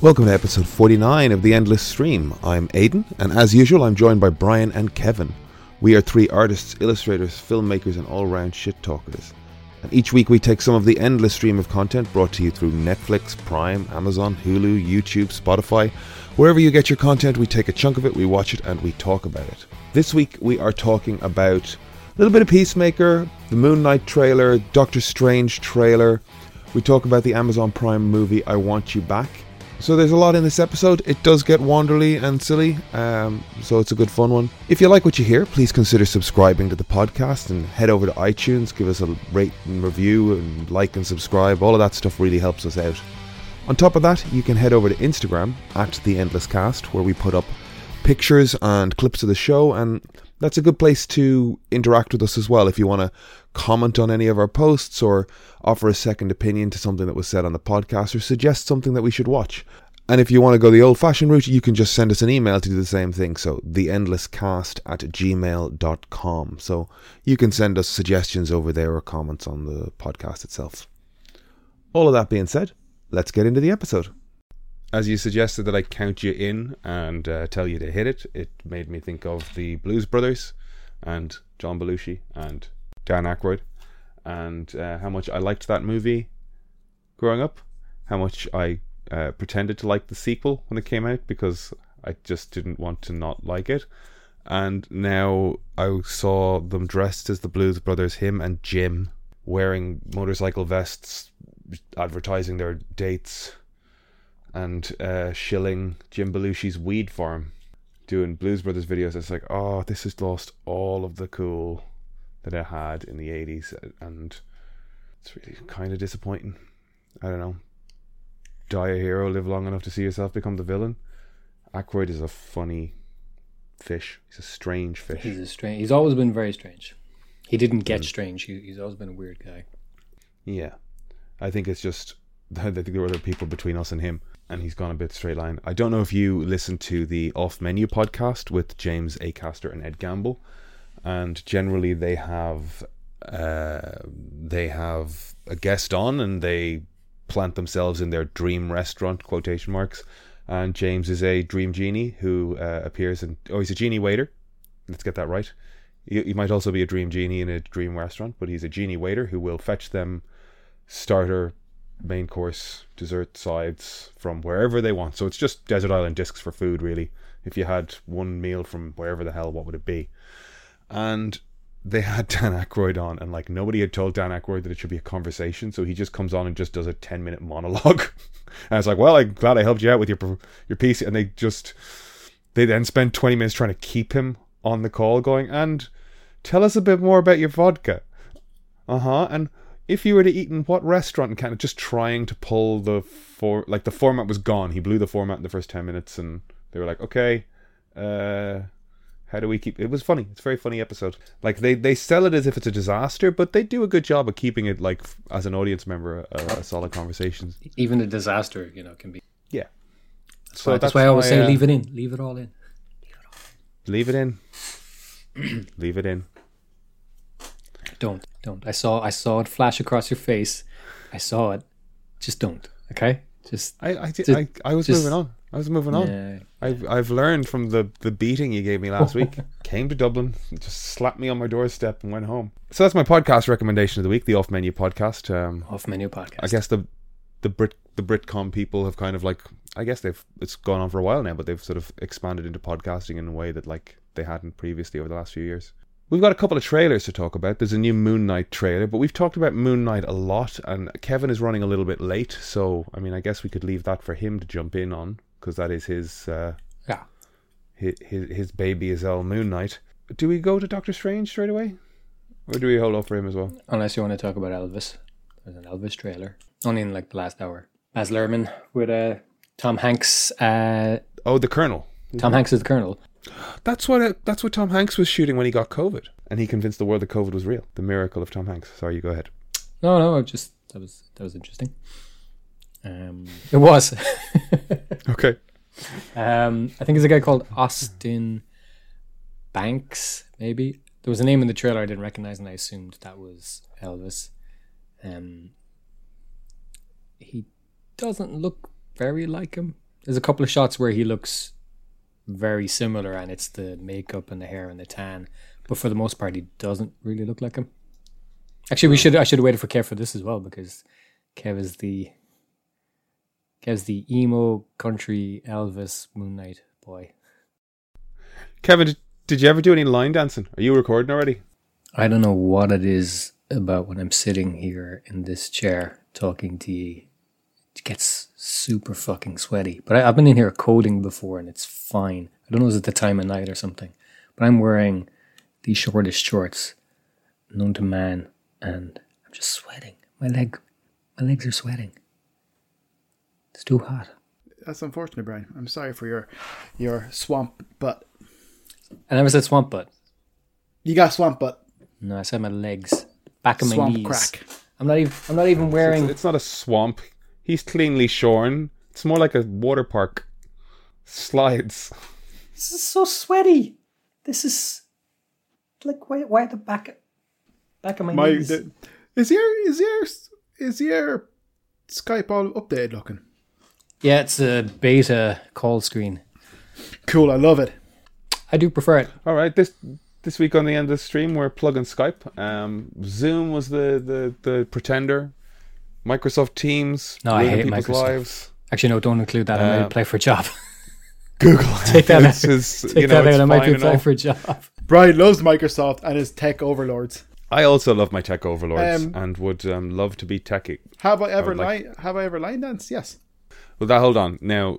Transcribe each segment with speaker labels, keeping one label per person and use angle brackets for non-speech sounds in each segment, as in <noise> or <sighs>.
Speaker 1: Welcome to episode 49 of The Endless Stream. I'm Aidan, and as usual, I'm joined by Brian and Kevin. We are three artists, illustrators, filmmakers, and all round shit talkers. And each week we take some of the endless stream of content brought to you through Netflix, Prime, Amazon, Hulu, YouTube, Spotify. Wherever you get your content, we take a chunk of it, we watch it, and we talk about it. This week we are talking about a little bit of Peacemaker, the Moon Knight trailer, Doctor Strange trailer. We talk about the Amazon Prime movie I Want You Back. So there's a lot in this episode. It does get wanderly and silly, um, so it's a good fun one. If you like what you hear, please consider subscribing to the podcast and head over to iTunes, give us a rate and review, and like and subscribe. All of that stuff really helps us out. On top of that, you can head over to Instagram at the Endless Cast, where we put up pictures and clips of the show, and that's a good place to interact with us as well. If you want to comment on any of our posts or offer a second opinion to something that was said on the podcast or suggest something that we should watch. And if you want to go the old fashioned route, you can just send us an email to do the same thing. So, theendlesscast at gmail.com. So, you can send us suggestions over there or comments on the podcast itself. All of that being said, let's get into the episode. As you suggested that I count you in and uh, tell you to hit it, it made me think of the Blues Brothers and John Belushi and Dan Aykroyd and uh, how much I liked that movie growing up, how much I uh, pretended to like the sequel when it came out because I just didn't want to not like it. And now I saw them dressed as the Blues Brothers, him and Jim, wearing motorcycle vests, advertising their dates, and uh, shilling Jim Belushi's weed farm, doing Blues Brothers videos. It's like, oh, this has lost all of the cool that I had in the 80s, and it's really kind of disappointing. I don't know. Die a hero, live long enough to see yourself become the villain. Aykroyd is a funny fish. He's a strange fish.
Speaker 2: He's a strange. He's always been very strange. He didn't get strange. He, he's always been a weird guy.
Speaker 1: Yeah. I think it's just, <laughs> I think there were other people between us and him, and he's gone a bit straight line. I don't know if you listened to the Off Menu podcast with James Acaster and Ed Gamble, and generally they have uh, they have a guest on and they plant themselves in their dream restaurant quotation marks and james is a dream genie who uh, appears in oh he's a genie waiter let's get that right he, he might also be a dream genie in a dream restaurant but he's a genie waiter who will fetch them starter main course dessert sides from wherever they want so it's just desert island discs for food really if you had one meal from wherever the hell what would it be and they had <laughs> Dan Aykroyd on, and like nobody had told Dan Aykroyd that it should be a conversation, so he just comes on and just does a ten minute monologue. <laughs> and it's like, well, I'm glad I helped you out with your pro- your piece, and they just they then spend twenty minutes trying to keep him on the call, going and tell us a bit more about your vodka. Uh huh. And if you were to eat in what restaurant, and kind of just trying to pull the for like the format was gone. He blew the format in the first ten minutes, and they were like, okay, uh, how do we keep? It was funny. It's a very funny episode. Like they they sell it as if it's a disaster, but they do a good job of keeping it like f- as an audience member a, a solid conversation.
Speaker 2: Even a disaster, you know, can be.
Speaker 1: Yeah.
Speaker 2: So that's, why I always say,
Speaker 1: uh,
Speaker 2: leave it in. Leave it all in.
Speaker 1: Leave it in. <clears throat> leave it in.
Speaker 2: Don't, don't. I saw, I saw it flash across your face. I saw it. Just don't. Okay. Just. uh,
Speaker 1: I I, did,
Speaker 2: Just-
Speaker 1: I, I was
Speaker 2: just-
Speaker 1: moving on. I was moving on.
Speaker 2: Yeah.
Speaker 1: I've I've learned from the the beating you gave me last week. Came to Dublin, just slapped me on my doorstep, and went home. So that's my podcast recommendation of the week, the Off Menu podcast. Um,
Speaker 2: Off menu
Speaker 1: I
Speaker 2: podcast.
Speaker 1: guess the the Brit the Britcom people have kind of like I guess they've it's gone on for a while now, but they've sort of expanded into podcasting in a way that like they hadn't previously over the last few years. We've got a couple of trailers to talk about. There's a new Moon Knight trailer, but we've talked about Moon Knight a lot, and Kevin is running a little bit late, so I mean, I guess we could leave that for him to jump in on because that is his uh,
Speaker 2: Yeah.
Speaker 1: his, his his baby is all Moon Knight. Do we go to Doctor Strange straight away, or do we hold off for him as well?
Speaker 2: Unless you want to talk about Elvis, there's an Elvis trailer. Only in like the last hour. Baz Luhrmann with uh, Tom Hanks. Uh,
Speaker 1: Oh, the Colonel.
Speaker 2: Tom Hanks is the Colonel.
Speaker 1: That's what uh, that's what Tom Hanks was shooting when he got COVID, and he convinced the world that COVID was real. The miracle of Tom Hanks. Sorry, you go ahead.
Speaker 2: No, no. I just that was that was interesting. Um, it <laughs> was.
Speaker 1: Okay.
Speaker 2: Um, I think it's a guy called Austin Banks, maybe. There was a name in the trailer I didn't recognize, and I assumed that was Elvis. Um, he doesn't look very like him, there's a couple of shots where he looks very similar, and it's the makeup and the hair and the tan. But for the most part, he doesn't really look like him. Actually, we should I should have waited for Kev for this as well because Kev is the Kev's the emo country Elvis Moon Knight boy.
Speaker 1: Kevin, did, did you ever do any line dancing? Are you recording already?
Speaker 2: I don't know what it is about when I'm sitting here in this chair talking to you. It gets super fucking sweaty. But I, I've been in here coding before and it's fine. I don't know if it's the time of night or something. But I'm wearing the shortest shorts known to man and I'm just sweating. My leg, my legs are sweating. It's too hot.
Speaker 3: That's unfortunate, Brian. I'm sorry for your your swamp butt.
Speaker 2: I never said swamp butt.
Speaker 3: You got swamp butt.
Speaker 2: No, I said my legs, back of my
Speaker 3: swamp
Speaker 2: knees.
Speaker 3: crack.
Speaker 2: I'm not even. I'm not even wearing.
Speaker 1: It's, it's not a swamp. He's cleanly shorn. It's more like a water park. Slides. <laughs>
Speaker 2: This is so sweaty. This is like why? Why the back? Back of my,
Speaker 3: My
Speaker 2: knees.
Speaker 3: the, is your is your is your Skype all updated looking?
Speaker 2: yeah, it's a beta call screen.
Speaker 3: Cool, I love it.
Speaker 2: I do prefer it.
Speaker 1: All right, this this week on the end of the stream, we're plugging Skype. Um, Zoom was the, the, the pretender. Microsoft Teams.
Speaker 2: No, I
Speaker 1: ruining
Speaker 2: hate
Speaker 1: people's
Speaker 2: Microsoft.
Speaker 1: Lives.
Speaker 2: Actually, no, don't include that. I might
Speaker 1: Um,
Speaker 2: apply for a job. <laughs>
Speaker 1: Google.
Speaker 2: Take that
Speaker 1: It's-
Speaker 2: out.
Speaker 1: it's-
Speaker 2: Take
Speaker 1: you know,
Speaker 2: that
Speaker 1: it's
Speaker 2: out. I might
Speaker 1: fine
Speaker 2: be
Speaker 1: and all.
Speaker 2: applying for a job.
Speaker 3: Brian loves Microsoft and his tech overlords.
Speaker 1: I also love my tech overlords
Speaker 3: Um,
Speaker 1: and would um, love to be techie.
Speaker 3: Have I ever
Speaker 1: would like-
Speaker 3: line have I ever line danced? Yes.
Speaker 1: Well, that hold on. Now,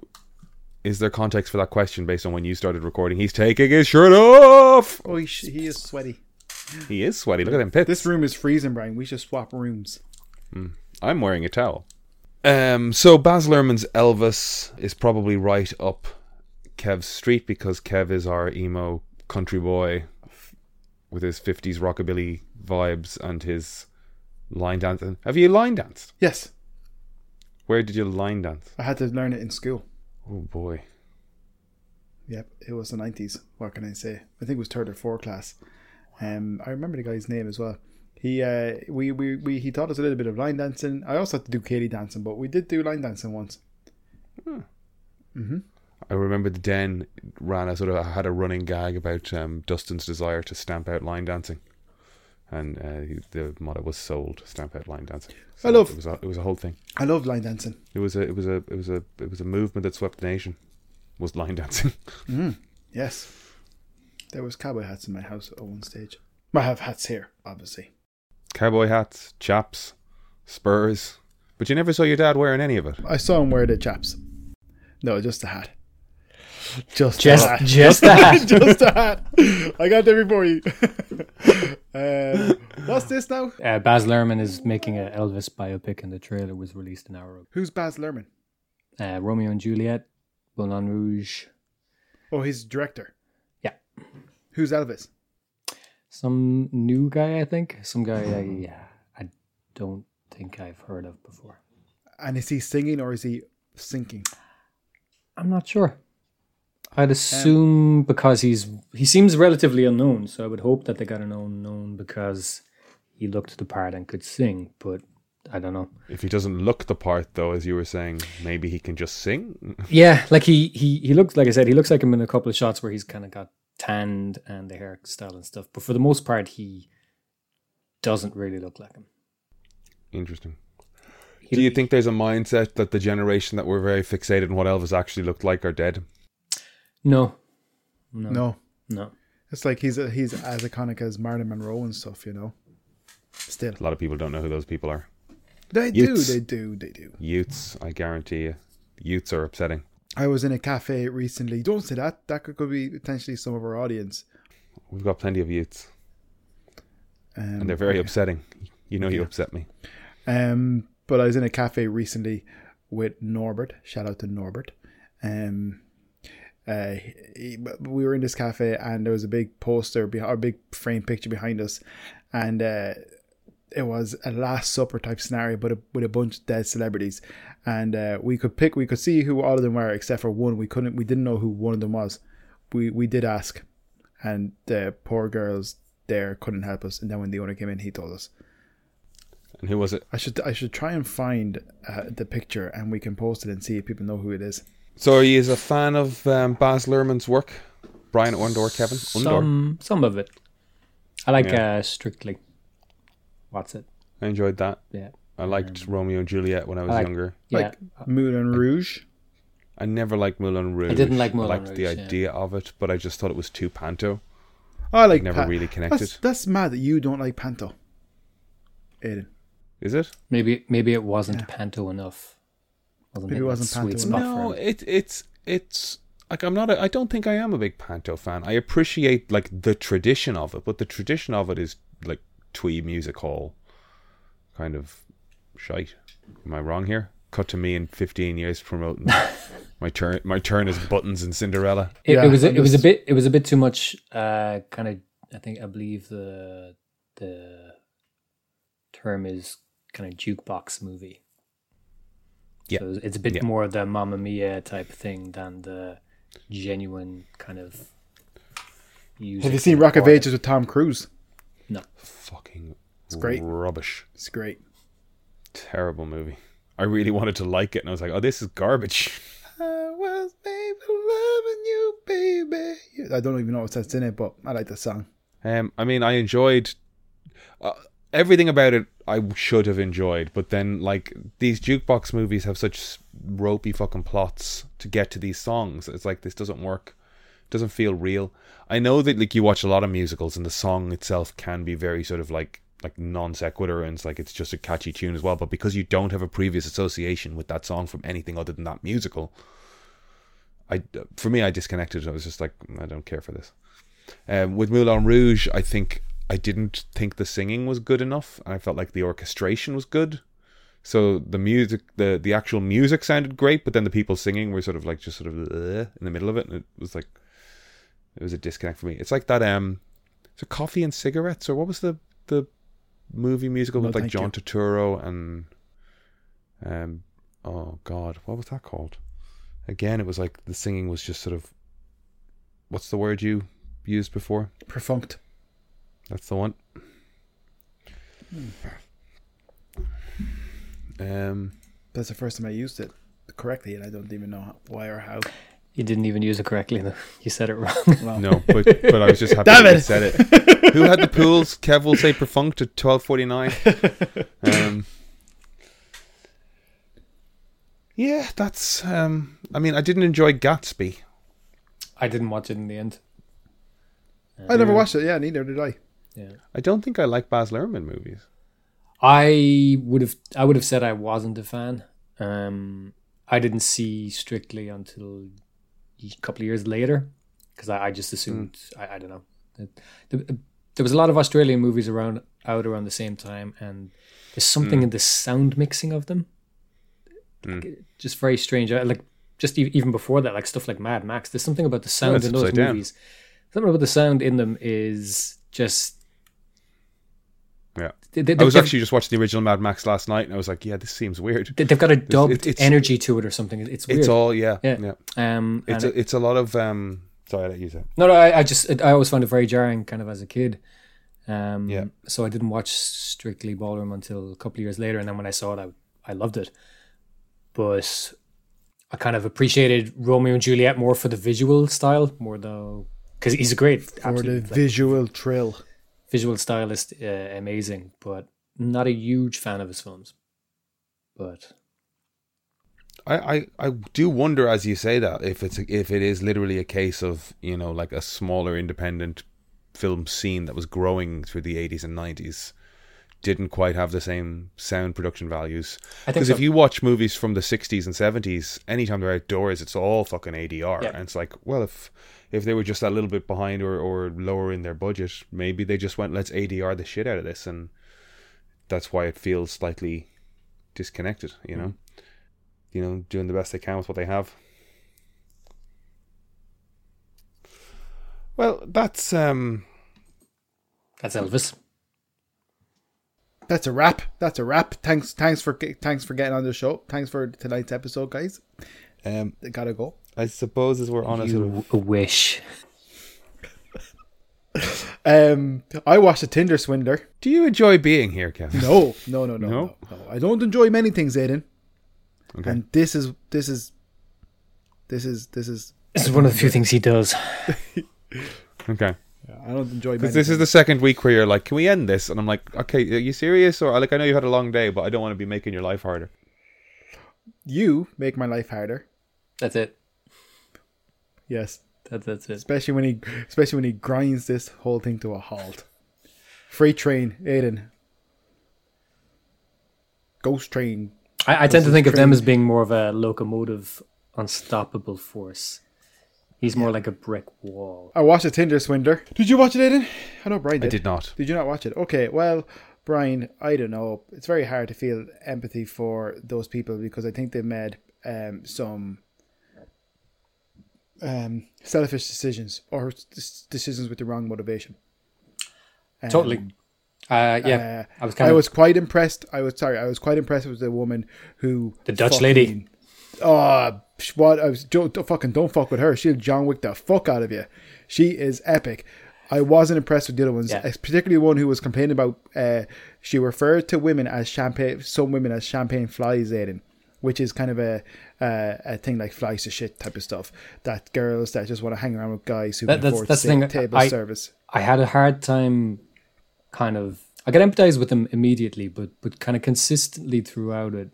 Speaker 1: is there context for that question based on when you started recording? He's taking his shirt off.
Speaker 3: Oh, he, sh- he is sweaty.
Speaker 1: He is sweaty. Look at him pits.
Speaker 3: This room is freezing, Brian. We should swap rooms.
Speaker 1: I'm wearing a towel. Um, so Baz Luhrmann's Elvis is probably right up Kev's street because Kev is our emo country boy with his 50s rockabilly vibes and his line dancing. Have you line danced?
Speaker 3: Yes,
Speaker 1: Where did you line dance?
Speaker 3: I had to learn it in school.
Speaker 1: Oh boy.
Speaker 3: Yep, it was the nineties. What can I say? I think it was third or fourth class. Um, I remember the guy's name as well. He uh, we, we we he taught us a little bit of line dancing. I also had to do Katie dancing, but we did do line dancing once.
Speaker 1: I remember the den ran a sort of had a running gag about um, Dustin's desire to stamp out line dancing, and uh, he- the motto was "sold stamp out line dancing." So
Speaker 3: I love-
Speaker 1: it was a, it was a whole thing.
Speaker 3: I love line dancing.
Speaker 1: It was a it was a it was a it was a movement that swept the nation. Was line dancing? <laughs>
Speaker 3: Yes, there was cowboy hats in my house at one stage. I have hats here, obviously.
Speaker 1: Cowboy hats, chaps, spurs, but you never saw your dad wearing any of it.
Speaker 3: I saw him wear the chaps. No, just the hat. Just
Speaker 2: Just,
Speaker 3: the hat.
Speaker 2: just
Speaker 3: <laughs>
Speaker 2: that.
Speaker 3: just the hat. I got there before you. <laughs> uh, what's this now?
Speaker 2: Uh, Baz Luhrmann is making an Elvis biopic, and the trailer was released an hour ago.
Speaker 3: Who's Baz Luhrmann?
Speaker 2: Uh, Romeo and Juliet, Moulin Rouge,
Speaker 3: Oh, he's director.
Speaker 2: Yeah.
Speaker 3: Who's Elvis?
Speaker 2: some new guy, I think. Some guy I, I don't think I've heard of before.
Speaker 3: And is he singing or is he sinking?
Speaker 2: I'm not sure.
Speaker 1: Um,
Speaker 2: I'd assume because he's he seems relatively unknown, so I would hope that they got an unknown because he looked the part and could sing, but I
Speaker 1: <laughs>
Speaker 2: don't know.
Speaker 1: If he doesn't look the part, though, as you were saying, maybe he can just sing. <laughs>
Speaker 2: Yeah, like he he he looks like I said he looks like him in a couple of shots where he's kind of got tanned and the hairstyle and stuff, but for the most part he doesn't really look like him.
Speaker 1: Interesting.
Speaker 2: He-
Speaker 1: Do you think there's a mindset that the generation that were very fixated on what Elvis actually looked like are dead?
Speaker 2: No, no, no.
Speaker 3: No. It's like he's he's as iconic as Marilyn Monroe and stuff, you know. Still.
Speaker 1: A lot of people don't know who those people are.
Speaker 3: They
Speaker 1: Utes.
Speaker 3: do, they do, they do.
Speaker 1: Youths, I guarantee you. Youths are upsetting.
Speaker 3: I was in a cafe recently. Don't say that. That could, could be potentially some of our audience.
Speaker 1: We've got plenty of youths,
Speaker 3: Um,
Speaker 1: and they're very upsetting. You know, you upset me.
Speaker 3: Um, but I was in a cafe recently with Norbert. Shout out to Norbert. Um, uh, he- we were in this cafe and there was a big poster, beh- or a big frame picture behind us, and uh, it was a Last Supper type scenario, but a, with a bunch of dead celebrities, and uh, we could pick, we could see who all of them were except for one. We couldn't, we didn't know who one of them was. We we did ask, and the poor girls there couldn't help us. And then when the owner came in, he told us.
Speaker 1: And who was it?
Speaker 3: I should I should try and find uh, the picture and we can post it and see if people know who it is.
Speaker 1: So are you a fan of um, Baz Luhrmann's work? Brian Undor, Kevin? Undor.
Speaker 2: Some some of it. I like
Speaker 1: Yeah.
Speaker 2: uh, Strictly. What's it?
Speaker 1: I enjoyed that.
Speaker 2: Yeah.
Speaker 1: I liked Romeo and Juliet when I was
Speaker 2: I like-
Speaker 1: younger.
Speaker 2: Yeah.
Speaker 3: Like Moulin Rouge.
Speaker 1: I never liked Moulin Rouge.
Speaker 2: didn't like Moulin
Speaker 1: I liked the
Speaker 2: Rouge, yeah.
Speaker 1: idea of it, but I just thought it was too panto.
Speaker 3: I like
Speaker 1: Never really connected.
Speaker 3: That's, that's mad that you don't like Panto. Aiden.
Speaker 1: Is it?
Speaker 2: maybe maybe it wasn't panto enough. Wasn't
Speaker 3: Maybe
Speaker 2: hitting
Speaker 3: it
Speaker 2: that
Speaker 3: wasn't
Speaker 2: sweet
Speaker 3: panto
Speaker 2: spot
Speaker 1: No,
Speaker 2: for him.
Speaker 1: it it's it's like I'm not. A, I don't think I am a big panto fan. I appreciate like the tradition of it, but the tradition of it is like twee music hall kind of shite. Am I wrong here? Cut to me in 15 years <laughs> promoting my turn. My turn is buttons and Cinderella.
Speaker 2: It,
Speaker 3: Yeah,
Speaker 2: it was a-
Speaker 3: I'm
Speaker 2: it was a
Speaker 3: just-
Speaker 2: bit it was a bit too much. Uh, kind of I think I believe the the term is kind of jukebox movie.
Speaker 1: Yeah.
Speaker 2: so it's a bit
Speaker 1: Yeah.
Speaker 2: more the Mamma Mia type thing than the genuine kind of.
Speaker 3: Have you seen Rock of Ages with Tom Cruise?
Speaker 1: Fucking
Speaker 3: great.
Speaker 1: rubbish.
Speaker 3: It's great.
Speaker 1: Terrible movie. I really wanted to like it, and I was like, "Oh, this is garbage." I was made for loving you, baby.
Speaker 3: I don't even know what that's in it, but I like the song.
Speaker 1: Um, I mean, I enjoyed uh, everything about it. I should have enjoyed, but then like these jukebox movies have such ropey fucking plots to get to these songs. It's like this doesn't work. Doesn't feel real. I know that like you watch a lot of musicals, and the song itself can be very sort of like like non sequitur, and it's like it's just a catchy tune as well. But because you don't have a previous association with that song from anything other than that musical, I uh, for me I disconnected. I was just like "Mm, I don't care for this. Um, with Moulin Rouge, I think I didn't think the singing was good enough, and I felt like the orchestration was good. So the music, the the actual music sounded great, but then the people singing were sort of like just sort of "Ugh," in the middle of it, and it was like it was a disconnect for me. It's like that um, so coffee and cigarettes, or what was the the movie musical
Speaker 3: No,
Speaker 1: with like
Speaker 3: thank
Speaker 1: John
Speaker 3: you.
Speaker 1: Turturro and um, oh god, what was that called? Again, it was like the singing was just sort of what's the word you used before?
Speaker 3: Perfunct.
Speaker 1: That's the one. Um,
Speaker 3: That's the first time I used it correctly, and I don't even know why or how.
Speaker 2: You didn't even use it correctly. though. <laughs> You said it wrong.
Speaker 3: Well,
Speaker 1: no, but but I was just happy
Speaker 3: Damn
Speaker 1: that
Speaker 3: it.
Speaker 1: you said it. Who had the pools? Kev will say perfunct at twelve forty nine. Um, yeah, that's. Um, I mean, I didn't enjoy Gatsby.
Speaker 2: I didn't watch it in the end.
Speaker 3: I never
Speaker 2: Mm.
Speaker 3: watched it. Yeah, neither did I.
Speaker 2: Yeah.
Speaker 1: I don't think I like Baz Luhrmann movies.
Speaker 2: I would have I would have said I wasn't a fan. Um, I didn't see Strictly until a couple of years later because I, I just assumed I, I don't know. It- the- uh, there was a lot of Australian movies around out around the same time, and there's
Speaker 1: Hmm.
Speaker 2: something in the sound mixing of them, Like, it- just very strange. I, like just e- even before that, like stuff like Mad Max. There's something about the sound
Speaker 1: it's
Speaker 2: in those
Speaker 1: upside down.
Speaker 2: movies. Something about the sound in them is just.
Speaker 1: Yeah,
Speaker 2: They, they,
Speaker 1: I was
Speaker 2: they've-
Speaker 1: actually just watching the original Mad Max last night, and I was like, yeah, this seems weird.
Speaker 2: They- They've got a dubbed
Speaker 1: it's-
Speaker 2: energy to it or something. It's weird.
Speaker 1: It's all yeah,
Speaker 2: yeah.
Speaker 1: yeah.
Speaker 2: Um,
Speaker 1: It's
Speaker 2: and
Speaker 1: a, it's a lot of um. Sorry, I let you say. it.
Speaker 2: no, no. I, I just I always found it very jarring, kind of as a kid. Um,
Speaker 1: Yeah.
Speaker 2: So I didn't watch Strictly Ballroom until a couple of years later, and then when I saw it, I I loved it. But I kind of appreciated Romeo and Juliet more for the visual style, more though, because he's a great
Speaker 3: Or the
Speaker 2: absolute, like,
Speaker 3: visual trill.
Speaker 2: visual stylist, uh, amazing, but not a huge fan of his films. But
Speaker 1: I, I, I do wonder as you say that if it's if it is literally a case of you know like a smaller independent film scene that was growing through the 80s and 90s didn't quite have the same sound production values
Speaker 2: I think
Speaker 1: because
Speaker 2: so.
Speaker 1: if you watch movies from the 60s and 70s anytime they're outdoors it's all fucking ADR
Speaker 2: Yeah.
Speaker 1: and it's like well if if they were just a little bit behind or, or lower in their budget maybe they just went let's ADR the shit out of this and that's why it feels slightly disconnected you know
Speaker 2: Mm-hmm.
Speaker 1: you know, doing the best they can with what they have. Well, that's um
Speaker 2: that's Elvis.
Speaker 3: That's a wrap. That's a wrap. Thanks, thanks for thanks for getting on the show. Thanks for tonight's episode, guys.
Speaker 1: um
Speaker 3: I gotta go.
Speaker 1: I suppose as we're on a sort of
Speaker 2: You wish.
Speaker 3: Um, I watched a Tinder Swindler.
Speaker 1: Do you enjoy being here, Kevin?
Speaker 3: No, no, no, no, no.
Speaker 1: No?
Speaker 3: no. I don't enjoy many things, Aiden.
Speaker 1: Okay.
Speaker 3: And this is this is This is this is.
Speaker 2: This is one of the few things he does.
Speaker 1: <laughs> Okay.
Speaker 3: Yeah, I don't enjoy.
Speaker 1: Because
Speaker 3: many
Speaker 1: this is the
Speaker 3: things.
Speaker 1: second week where you're like, "Can we end this?" And I'm like, "Okay, are you serious?" Or like, "I know you had a long day, but I don't want to be making your life harder."
Speaker 3: you make my life harder.
Speaker 2: That's it.
Speaker 3: Yes,
Speaker 2: That, that's it.
Speaker 3: especially when he especially when he grinds this whole thing to a halt. Freight train, Aiden. Ghost train.
Speaker 2: I, I tend to
Speaker 3: is
Speaker 2: think of them
Speaker 3: crazy.
Speaker 2: as being more of a locomotive, unstoppable force. He's more like a brick wall.
Speaker 3: I watched a Tinder swindler. Did you watch it, Aiden? I know Brian did.
Speaker 1: I did not.
Speaker 3: Did you not watch it? Okay, well, Brian, I don't know. It's very hard to feel empathy for those people because I think they've made um, some um, selfish decisions or s- decisions with the wrong motivation. Um,
Speaker 2: Totally. Uh, yeah,
Speaker 3: uh,
Speaker 2: I was kind
Speaker 3: I
Speaker 2: of.
Speaker 3: was quite impressed. I was sorry. I was quite impressed with the woman who
Speaker 2: The Dutch lady.
Speaker 3: Oh, what? I was don't, don't fucking don't fuck with her. She'll John Wick the fuck out of you. She is epic. I wasn't impressed with the other ones,
Speaker 2: Yeah.
Speaker 3: es- particularly one who was complaining about. Uh, she referred to women as champagne, some women as champagne flies, Aiden, which is kind of a uh, a thing like flies to shit type of stuff. That girls that just want to hang around with guys who
Speaker 2: That-
Speaker 3: can
Speaker 2: that's-
Speaker 3: afford
Speaker 2: that's the
Speaker 3: sa-
Speaker 2: thing.
Speaker 3: table
Speaker 2: I-
Speaker 3: service.
Speaker 2: I had a hard time, kind of. I could empathize with them immediately, but but kind of consistently throughout it.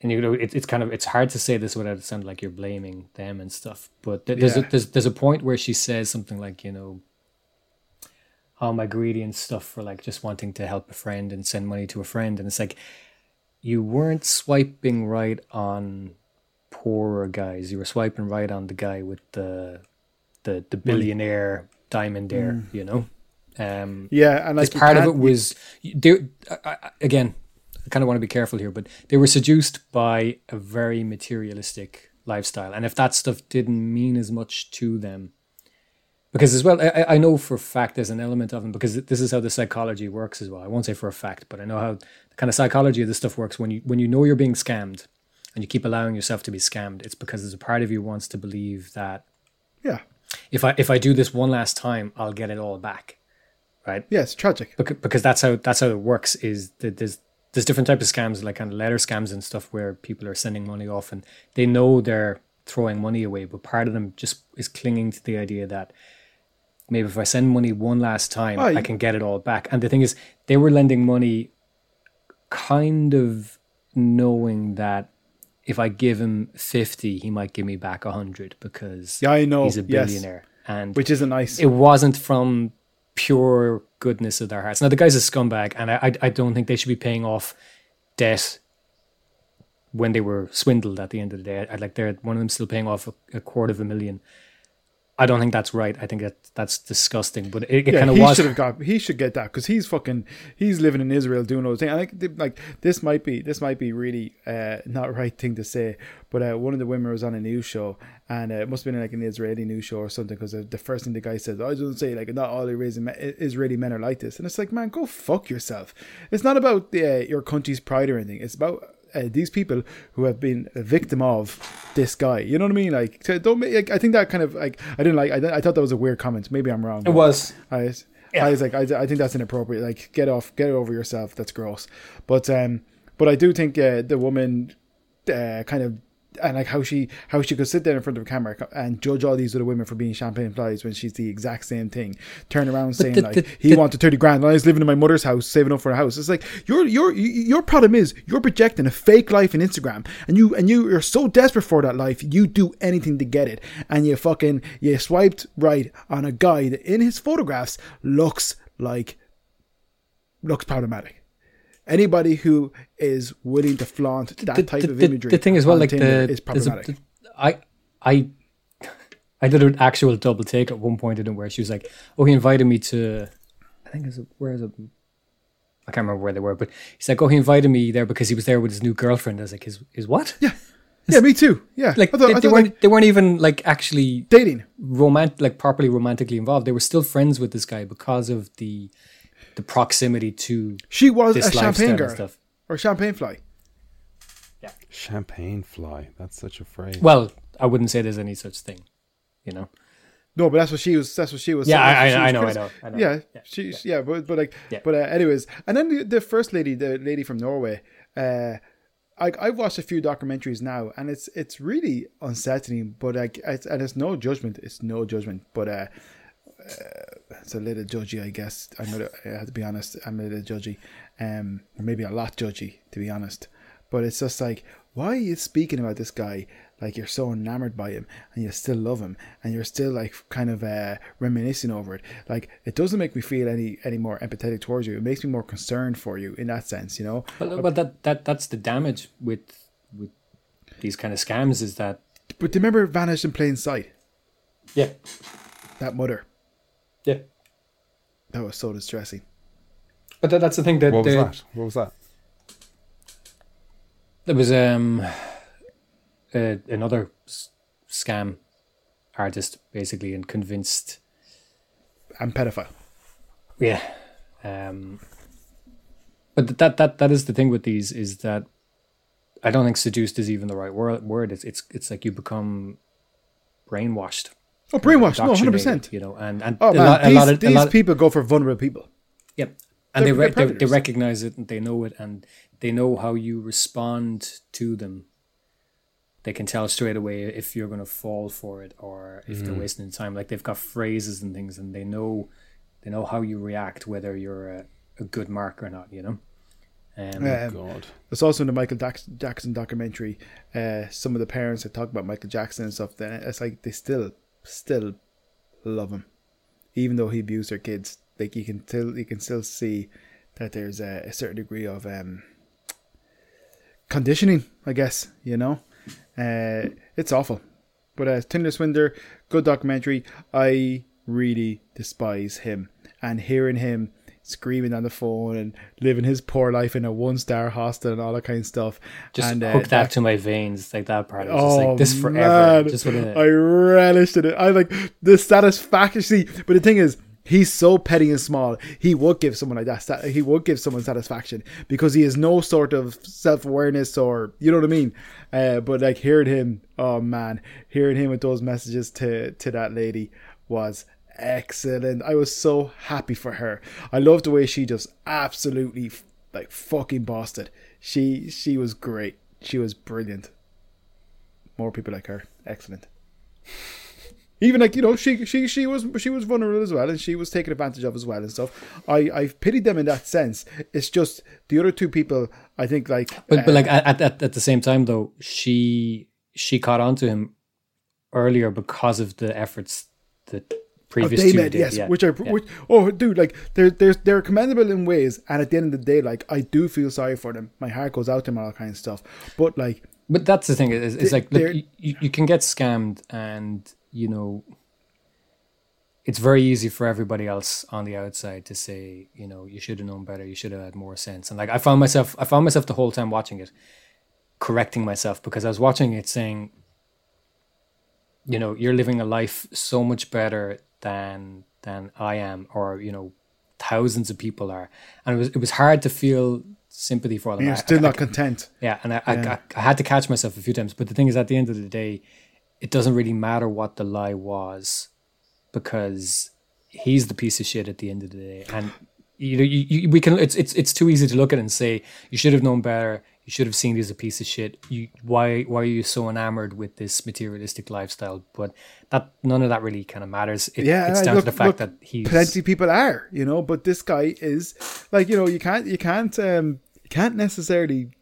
Speaker 2: And you know, it, it's kind of it's hard to say this without it sounding like you're blaming them and stuff. But there- there's a,
Speaker 3: Yeah.
Speaker 2: there's there's a point where she says something like, you know, how am I greedy and stuff for like just wanting to help a friend and send money to a friend, and it's like, you weren't swiping right on poorer guys. You were swiping right on the guy with the the the billionaire diamond there, you know. Um,
Speaker 3: Yeah, and like
Speaker 2: this
Speaker 3: you
Speaker 2: part of
Speaker 3: can't-
Speaker 2: it was there I, I, again. I kind of want to be careful here, but they were seduced by a very materialistic lifestyle, and if that stuff didn't mean as much to them, because as well, I, I- I know for a fact there's an element of them because this is how the psychology works as well. I won't say for a fact, but I know how the kind of psychology of this stuff works. When you when you know you're being scammed, and you keep allowing yourself to be scammed, it's because there's a part of you wants to believe that
Speaker 3: yeah,
Speaker 2: if I if I do this one last time, I'll get it all back, right?
Speaker 3: yeah, it's tragic.
Speaker 2: Because, because that's how that's how it works. Is that there's there's different type of scams like kind of letter scams and stuff where people are sending money off and they know they're throwing money away, but part of them just is clinging to the idea that maybe if I send money one last time,
Speaker 3: Oh,
Speaker 2: I
Speaker 3: you-
Speaker 2: can get it all back. And the thing is, they were lending money, kind of knowing that. If I give him fifty, he might give me back a hundred because
Speaker 3: Yeah, I know.
Speaker 2: he's a
Speaker 3: Yes.
Speaker 2: billionaire. And
Speaker 3: Which isn't nice.
Speaker 2: it wasn't from pure goodness of their hearts. Now the guy's a scumbag, and I, I I don't think they should be paying off debt when they were swindled at the end of the day. I'd like they're one of them still paying off a, a quarter of a million. I don't think that's right. I think that that's disgusting. But it, it
Speaker 3: Yeah,
Speaker 2: kind of
Speaker 3: he
Speaker 2: was.
Speaker 3: should have got. He should get that because he's fucking. He's living in Israel doing those things. I think th- like this might be this might be really uh, not <laughs> right thing to say, but uh, one of the women was on a news show and uh, it must have been like an Israeli news show or something because the first thing the guy says, "Oh, I don't say like not all Israeli men, Israeli men are like this, and it's like man, go fuck yourself. It's not about uh, your country's pride or anything. It's about uh, these people who have been a victim of this guy. You know what I mean? Like, so don't make, like, I think that kind of like I didn't like. I, I thought that was a weird comment. Maybe I'm wrong. but-
Speaker 2: was.
Speaker 3: I, was- I was like, I, I think that's inappropriate. Like, get off, get over yourself. That's gross. But um, but I do think uh, the woman, uh, kind of, and like how she how she could sit there in front of a camera co- and judge all these other women for being champagne flies when she's the exact same thing. Turn around saying
Speaker 2: the-
Speaker 3: like
Speaker 2: the-
Speaker 3: he
Speaker 2: the-
Speaker 3: wanted thirty grand and I was living in my mother's house saving up for a house. It's like your your your problem is you're projecting a fake life in Instagram and you and you you're so desperate for that life you do anything to get it and you fucking you swiped right on a guy that in his photographs looks like looks problematic. Anybody who is willing to flaunt that type of imagery
Speaker 2: The thing as well,
Speaker 3: on
Speaker 2: like
Speaker 3: Tinder
Speaker 2: the
Speaker 3: is
Speaker 2: there's a-
Speaker 3: problematic.
Speaker 2: th- I I I did an actual double take at one point in it where she was like, "Oh, he invited me to," I think is it where is it? I can't remember where they were, but he's like, "Oh, he invited me there because he was there with his new girlfriend." I was like, "His his what?" Yeah,
Speaker 3: yeah, me too. Yeah,
Speaker 2: like
Speaker 3: I thought,
Speaker 2: they, they
Speaker 3: I thought,
Speaker 2: weren't
Speaker 3: like,
Speaker 2: they weren't even like actually
Speaker 3: dating.
Speaker 2: romantic, like properly romantically involved. They were still friends with this guy because of the the proximity to
Speaker 3: She was
Speaker 2: this
Speaker 3: a
Speaker 2: lifestyle
Speaker 3: champagne
Speaker 2: and
Speaker 3: girl
Speaker 2: stuff.
Speaker 3: or champagne fly.
Speaker 1: Champagne fly. That's such a phrase.
Speaker 2: Well, I wouldn't say there's any such thing, you know.
Speaker 3: No, but that's what she was. That's what she was.
Speaker 2: Yeah,
Speaker 3: saying.
Speaker 2: I- I-
Speaker 3: She was
Speaker 2: I know, I
Speaker 3: critic-
Speaker 2: know, I know.
Speaker 3: Yeah,
Speaker 2: Yeah,
Speaker 3: she. Yeah, but but like,
Speaker 2: Yeah.
Speaker 3: but uh, anyways, and then the, the first lady, the lady from Norway, uh, I, I've watched a few documentaries now, and it's it's really unsettling. But like, it's, and it's no judgment. It's no judgment. But uh, uh, it's a little judgy, I guess. I'm gonna, I have to be honest. I'm a little judgy, um, or maybe a lot judgy, to be honest. But it's just like, why are you speaking about this guy like you're so enamored by him and you still love him and you're still like kind of uh, reminiscing over it? Like, it doesn't make me feel any any more empathetic towards you. It makes me more concerned for you in that sense, you know.
Speaker 2: But, but that, that that's the damage with with these kind of scams is that
Speaker 3: But do you remember "Vanished in Plain Sight"?
Speaker 2: yeah
Speaker 3: That mother,
Speaker 2: yeah.
Speaker 3: that was so distressing.
Speaker 2: But that, that's the thing that
Speaker 1: What was
Speaker 2: the-
Speaker 1: that? What was that?
Speaker 2: There was um uh, another s- scam artist basically and convinced
Speaker 3: And pedophile.
Speaker 2: yeah um but th- that that that is the thing with these is that I don't think seduced is even the right word word it's it's it's like you become brainwashed
Speaker 3: Oh, brainwashed. No, hundred
Speaker 2: indoctrinated,
Speaker 3: percent.
Speaker 2: you know and and
Speaker 3: Oh
Speaker 2: a
Speaker 3: man,
Speaker 2: lot, a
Speaker 3: these,
Speaker 2: lot of a
Speaker 3: these
Speaker 2: lot of-
Speaker 3: people go for vulnerable people.
Speaker 2: Yep. And they,
Speaker 3: They're-
Speaker 2: re- they
Speaker 3: they're
Speaker 2: they
Speaker 3: predators.
Speaker 2: recognize it and they know it and they know how you respond to them. They can tell straight away if you're going to fall for it or if
Speaker 3: Mm.
Speaker 2: they're wasting time. Like they've got phrases and things and they know they know how you react whether you're a, a good mark or not, you know. Um,
Speaker 3: Um,
Speaker 1: God.
Speaker 3: It's also in the Michael Dax- Jackson documentary. Uh, some of the parents that talk about Michael Jackson and stuff, then it's like they still, still love him, even though he abused their kids. Like you can still, you can still see that there's a, a certain degree of um, conditioning, I guess. You know, uh, it's awful. But uh, Tinder Swindler, good documentary. I really despise him, and hearing him screaming on the phone and living his poor life in a one-star hostel and all that kind of stuff.
Speaker 2: just
Speaker 3: and, uh,
Speaker 2: hook that, to my veins, like that part. It's just
Speaker 3: Oh,
Speaker 2: like this forever.
Speaker 3: man.
Speaker 2: Just with it.
Speaker 3: I relished in it. I like the satisfaction. See, but the thing is, he's so petty and small. He would give someone like that. sat- He would give someone satisfaction because he has no sort of self awareness or you know what I mean. Uh, but like hearing him, oh man, hearing him with those messages to to that lady was excellent. I was so happy for her. I loved the way she just absolutely like fucking bossed it. She she was great. She was brilliant more people like her. Excellent. Even like you know, she she she was she was vulnerable as well, and she was taken advantage of as well and stuff. I I've pitied them in that sense. It's just the other two people. I think like
Speaker 2: but,
Speaker 3: uh,
Speaker 2: but like at, at at the same time though she she caught on to him earlier because of the efforts that
Speaker 3: oh,
Speaker 2: previous
Speaker 3: they
Speaker 2: two
Speaker 3: met
Speaker 2: did
Speaker 3: yes,
Speaker 2: yeah,
Speaker 3: which I
Speaker 2: yeah.
Speaker 3: which oh dude like they're they're they're commendable in ways, and at the end of the day, like I do feel sorry for them. My heart goes out to them and all that kind of stuff. But like
Speaker 2: but that's the thing is, is like
Speaker 3: they're-
Speaker 2: look, you- you, you can get scammed and you know it's very easy for everybody else on the outside to say you know you should have known better you should have had more sense and like i found myself i found myself the whole time watching it correcting myself because i was watching it saying you know you're living a life so much better than than i am or you know thousands of people are and it was it was hard to feel sympathy for them
Speaker 3: you're
Speaker 2: I-
Speaker 3: still
Speaker 2: I-
Speaker 3: not content.
Speaker 2: yeah, and I, I, I, I had to catch myself a few times. But the thing is, at the end of the day, it doesn't really matter what the lie was because he's the piece of shit at the end of the day. And you know, you, you, we can it's it's it's too easy to look at it and say you should have known better. You should have seen this as a piece of shit. You why why are you so enamored with this materialistic lifestyle? But that none of that really kind of matters. It,
Speaker 3: Yeah,
Speaker 2: it's
Speaker 3: I-
Speaker 2: down
Speaker 3: look-
Speaker 2: to the fact
Speaker 3: look,
Speaker 2: that he's
Speaker 3: plenty of people are, you know, but this guy is like, you know, you can't, you can't, um, you can't necessarily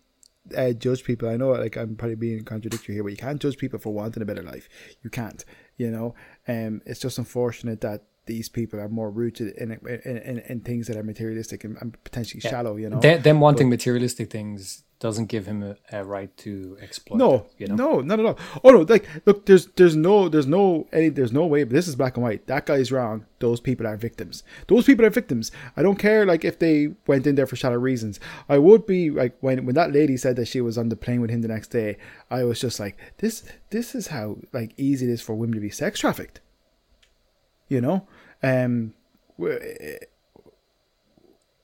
Speaker 3: uh, judge people. I know, like, I'm probably being contradictory here, but you can't judge people for wanting a better life. You can't, you know. Um, it's just unfortunate that these people are more rooted in in, in, in things that are materialistic and, and potentially shallow. You know,
Speaker 2: them, them wanting materialistic things doesn't give him a, a right to exploit.
Speaker 3: no,
Speaker 2: you know.
Speaker 3: no, not at all. Oh no, like look, there's there's no there's no any there's no way. But this is black and white. That guy's wrong. Those people are victims. Those people are victims. I don't care like if they went in there for shallow reasons. I would be like when when that lady said that she was on the plane with him the next day. I was just like this. This is how like easy it is for women to be sex trafficked. You know, um, w-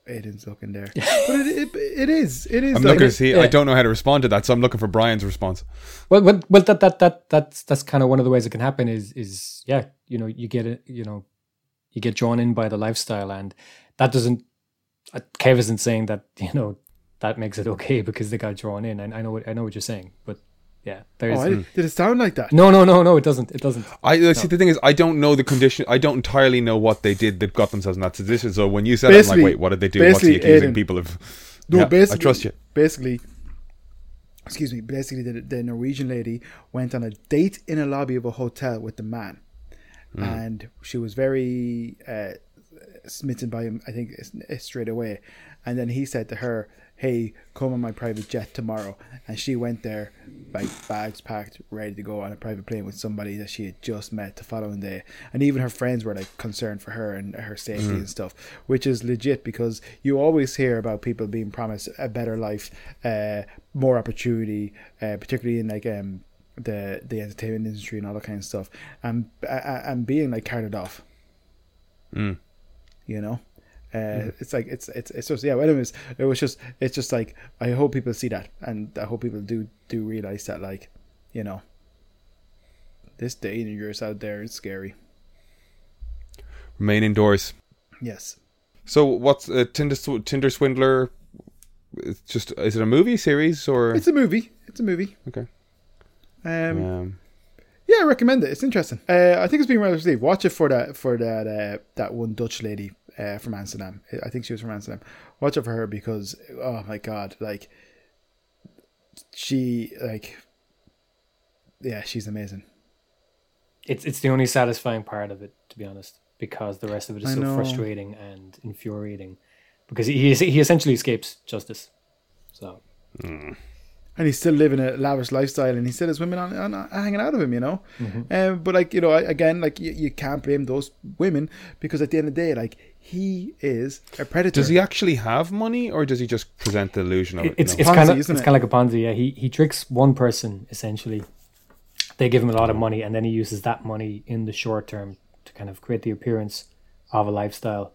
Speaker 3: Aiden's looking there, but it, it, it is it is
Speaker 1: I'm
Speaker 3: like-
Speaker 1: looking to see.
Speaker 2: yeah.
Speaker 1: I don't know how to respond to that, so I'm looking for Brian's response.
Speaker 2: Well, well, well that, that that that's that's kind of one of the ways it can happen. Is is yeah, you know, you get it, you know, you get drawn in by the lifestyle, and that <laughs> doesn't. uh, Kev isn't saying that you know that makes it okay because they got drawn in. And I know what I know what you're saying, but yeah, there's
Speaker 3: Oh, I, did it sound like that?
Speaker 2: no, no, no, no. It doesn't. It doesn't.
Speaker 1: I uh, see. The thing is, I don't know the condition. I don't entirely know what they did that got themselves in that position. So when you said, it, I'm like,
Speaker 3: Basically-
Speaker 1: wait, what did they do? What's he
Speaker 3: basically,
Speaker 1: accusing
Speaker 3: Aiden-
Speaker 1: people of?
Speaker 3: No,
Speaker 1: Yeah,
Speaker 3: basically,
Speaker 1: I trust you.
Speaker 3: Basically, excuse me. Basically, the, the Norwegian lady went on a date in a lobby of a hotel with the man,
Speaker 1: Mm.
Speaker 3: and she was very uh, smitten by him. I think s- straight away, and then he said to her, "Hey, come on my private jet tomorrow," and she went there, like bags packed, ready to go on a private plane with somebody that she had just met the following day, and even her friends were like concerned for her and her safety and stuff, which is legit because you always hear about people being promised a better life, uh, more opportunity, uh, particularly in like um the the entertainment industry and all that kind of stuff, and uh, uh, and being like carted off you know uh, it's like it's it's it's just yeah well, anyways it was just it's just like i hope people see that and i hope people do do realize that like you know this day in yours out there is scary
Speaker 1: Remain indoors.
Speaker 3: yes
Speaker 1: So what's uh, Tinder Sw- Tinder Swindler? It's just is it a movie series or
Speaker 3: it's a movie it's a movie
Speaker 1: okay?
Speaker 3: um
Speaker 1: Um,
Speaker 3: yeah i recommend it it's interesting uh i think it's been well received watch it for that for that uh that one dutch lady uh from amsterdam I- i think she was from amsterdam watch it for her because oh my god like she like yeah she's amazing
Speaker 2: It's it's the only satisfying part of it, to be honest, because the rest of it is
Speaker 3: I
Speaker 2: so
Speaker 3: know.
Speaker 2: frustrating and infuriating. Because he he essentially escapes justice. So
Speaker 3: and he's still living a lavish lifestyle, and he still has women on, on, on- hanging out of him, you know.
Speaker 1: Mm-hmm.
Speaker 3: Um, but like you know, I- again, like you, you can't blame those women because at the end of the day, like he is a predator.
Speaker 1: does he actually have money, or does he just present the illusion of it?
Speaker 2: It- it's
Speaker 1: No.
Speaker 2: it's
Speaker 3: Ponzi,
Speaker 2: kind of it's
Speaker 3: isn't it?
Speaker 2: kind of like a Ponzi. Yeah, he he tricks one person essentially. They give him a lot of money, and then he uses that money in the short term to kind of create the appearance of a lifestyle.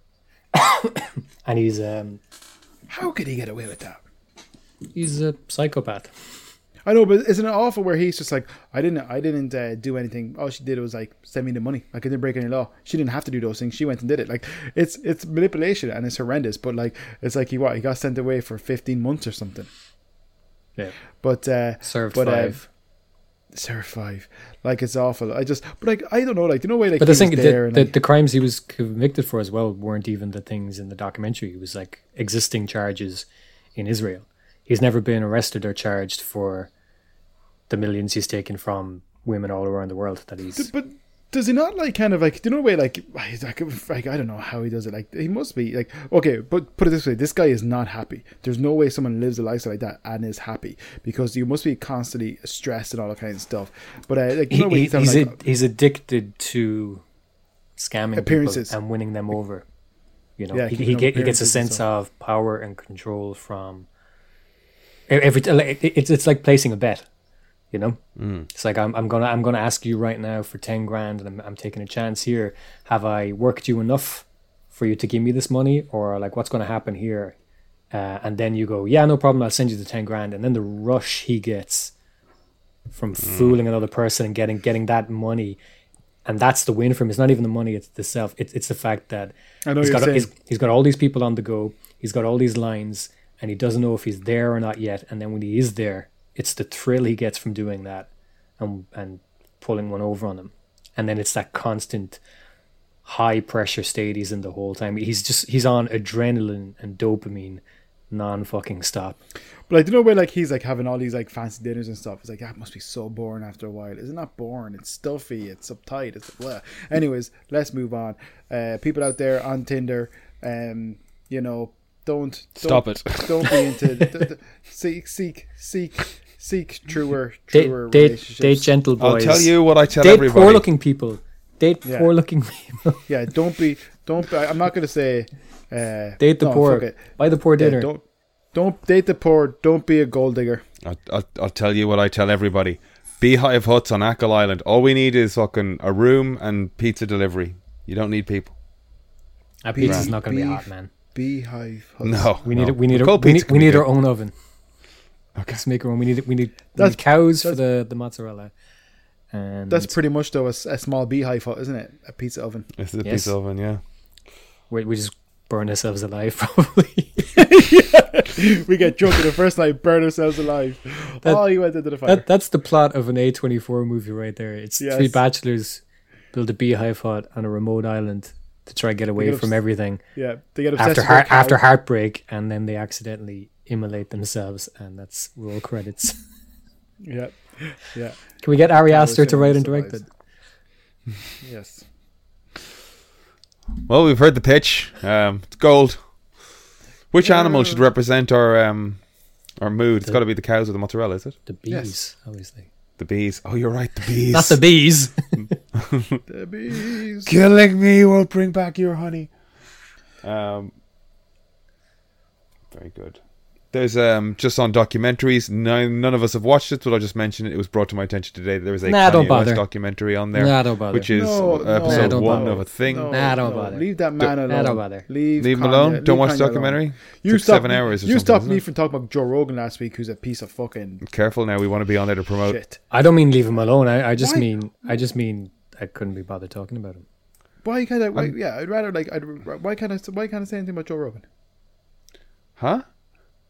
Speaker 2: <coughs> and he's um
Speaker 3: How could he get away with that?
Speaker 2: he's a psychopath.
Speaker 3: I know, but isn't it awful where he's just like, I didn't, I didn't uh, do anything. All she did was like send me the money. Like I didn't break any law. She didn't have to do those things. She went and did it. Like it's it's manipulation and it's horrendous. But like it's like he what he got sent away for fifteen months or something.
Speaker 2: Yeah,
Speaker 3: But uh,
Speaker 2: served
Speaker 3: but, uh,
Speaker 2: five.
Speaker 3: Sir five, like it's awful. I just, but like I don't know, like you know, way like
Speaker 2: But the
Speaker 3: he was
Speaker 2: thing,
Speaker 3: there
Speaker 2: the,
Speaker 3: and,
Speaker 2: the,
Speaker 3: like-
Speaker 2: the crimes he was convicted for as well weren't even the things in the documentary. It was like existing charges in Israel. He's never been arrested or charged for the millions he's taken from women all around the world that he's.
Speaker 3: But does he not like kind of like do you know way like I- like, like I don't know how he does it like he must be like okay but put it this way this guy is not happy there's no way someone lives a lifestyle like that and is happy because you must be constantly stressed and all that kind of stuff but uh, like
Speaker 2: He-
Speaker 3: no way
Speaker 2: he-
Speaker 3: he's, having,
Speaker 2: he's,
Speaker 3: like,
Speaker 2: ad- he's addicted to scamming
Speaker 3: Appearances.
Speaker 2: people and winning them over. You know,
Speaker 3: Yeah,
Speaker 2: he,
Speaker 3: keeping
Speaker 2: he,
Speaker 3: up
Speaker 2: get, he gets a
Speaker 3: appearances and
Speaker 2: sense of power and control from e, every. like, it- It's it's like placing a bet. You know, it's like I'm I'm gonna I'm gonna ask you right now for ten grand, and I'm I'm taking a chance here. Have I worked you enough for you to give me this money, or like what's gonna happen here? Uh, and then you go, yeah, no problem. I'll send you the ten grand, and then the rush he gets from
Speaker 3: Hmm.
Speaker 2: fooling another person and getting getting that money and that's the win for him it's not even the money it's the self it's, it's the fact that
Speaker 3: I know
Speaker 2: he's
Speaker 3: what
Speaker 2: got
Speaker 3: you're
Speaker 2: he's,
Speaker 3: saying.
Speaker 2: he's got all these people on the go he's got all these lines and he doesn't know if he's there or not yet and then when he is there it's the thrill he gets from doing that and and pulling one over on him and then it's that constant high pressure state he's in the whole time he's just he's on adrenaline and dopamine non fucking stop
Speaker 3: but like do you know way like he's like having all these like fancy dinners and stuff it's like that must be so boring after a while isn't that boring it's stuffy it's uptight it's blah. anyways let's move on uh, people out there on Tinder um you know don't, don't
Speaker 1: Stop it.
Speaker 3: <laughs> don't be into d- d- seek seek seek seek truer
Speaker 2: date
Speaker 3: truer
Speaker 2: date
Speaker 3: relationships.
Speaker 2: date gentle
Speaker 1: I'll
Speaker 2: boys
Speaker 1: tell you what I tell
Speaker 2: date
Speaker 1: everybody.
Speaker 2: poor looking people. Date
Speaker 3: Yeah.
Speaker 2: poor looking people. <laughs>
Speaker 3: yeah, don't be don't. Be, I'm not gonna say uh,
Speaker 2: Date the
Speaker 3: no,
Speaker 2: poor.
Speaker 3: fuck it.
Speaker 2: Buy the poor
Speaker 3: Yeah,
Speaker 2: dinner.
Speaker 3: don't don't date the poor. Don't be a gold digger.
Speaker 1: I'll, I'll, I'll tell you what I tell everybody. Beehive huts on Ackle Island. All we need is fucking a room and pizza delivery. You don't need people.
Speaker 2: that pizza's
Speaker 3: Beef,
Speaker 2: not going to be hot,
Speaker 3: beef.
Speaker 2: man.
Speaker 3: Beehive. huts.
Speaker 1: No,
Speaker 2: We need
Speaker 1: no.
Speaker 2: it. We need
Speaker 1: But
Speaker 2: a,
Speaker 1: cold
Speaker 2: we
Speaker 1: pizza
Speaker 2: need,
Speaker 1: can
Speaker 2: we
Speaker 1: be
Speaker 2: need
Speaker 1: good.
Speaker 2: our own oven. Okay. Let's make our own. We need we need, we
Speaker 3: That's-
Speaker 2: need cows for the, the mozzarella. And
Speaker 3: That's pretty much though a, s- a small beehive hut, isn't it? A pizza oven.
Speaker 1: It's a
Speaker 2: Yes.
Speaker 1: pizza oven, yeah.
Speaker 2: <laughs> we, we just burn ourselves alive probably.
Speaker 3: <laughs> we get drunk on the first night, burn ourselves alive.
Speaker 2: That-
Speaker 3: oh, you went into the fire.
Speaker 2: That, that's the plot of an A24 movie right there. It's
Speaker 3: Yes.
Speaker 2: three bachelors build a beehive hut on a remote island to try and get away
Speaker 3: get
Speaker 2: from
Speaker 3: obs-
Speaker 2: everything
Speaker 3: yeah, they get obsessed
Speaker 2: after
Speaker 3: with their
Speaker 2: heart,
Speaker 3: cow.
Speaker 2: after heartbreak, and then they accidentally immolate themselves, and that's roll credits. <laughs>
Speaker 3: Yeah, yeah.
Speaker 2: Can we get Ari
Speaker 3: Carlos
Speaker 2: Aster to
Speaker 3: Jimenez
Speaker 2: write and direct it?
Speaker 3: survives. Yes.
Speaker 1: Well, we've heard the pitch. Um, it's gold. Which animal should represent our um, our mood? It's got to be the cows or the mozzarella, is it?
Speaker 2: The bees,
Speaker 3: Yes.
Speaker 2: obviously.
Speaker 1: The bees. Oh, you're right. The bees.
Speaker 2: Not the
Speaker 3: <laughs>
Speaker 2: bees.
Speaker 3: The bees.
Speaker 1: Killing me will bring back your honey. Um, very good. There's um just on documentaries. None, none of us have watched it, but I'll just mention it. It was brought to my attention today. There was a
Speaker 2: Nah, don't
Speaker 1: Kanye West
Speaker 2: bother.
Speaker 1: documentary on there,
Speaker 2: nah, don't bother.
Speaker 1: which is
Speaker 3: No, no,
Speaker 1: episode
Speaker 2: don't
Speaker 1: one
Speaker 2: bother.
Speaker 1: of a thing.
Speaker 3: No,
Speaker 2: Nah, don't
Speaker 3: no,
Speaker 2: bother.
Speaker 3: Leave that man alone.
Speaker 2: nah, don't bother.
Speaker 3: Leave,
Speaker 1: Leave him
Speaker 3: Kanye-
Speaker 1: alone.
Speaker 3: leave
Speaker 1: don't watch the
Speaker 3: Kanye alone.
Speaker 1: documentary.
Speaker 3: You
Speaker 1: Took
Speaker 3: stopped
Speaker 1: seven
Speaker 3: me-
Speaker 1: hours or
Speaker 3: You
Speaker 1: something,
Speaker 3: stopped
Speaker 1: isn't
Speaker 3: me
Speaker 1: it?
Speaker 3: from talking about Joe Rogan last week, who's a piece of fucking
Speaker 1: Careful now. We want to be on there to promote.
Speaker 3: shit.
Speaker 2: I don't mean leave him alone. I, I just
Speaker 3: Why?
Speaker 2: mean I just mean I couldn't be bothered talking about him.
Speaker 3: Why can't I? Why, yeah, I'd rather like. I'd, why can't I? Why can't I say anything about Joe Rogan?
Speaker 1: Huh?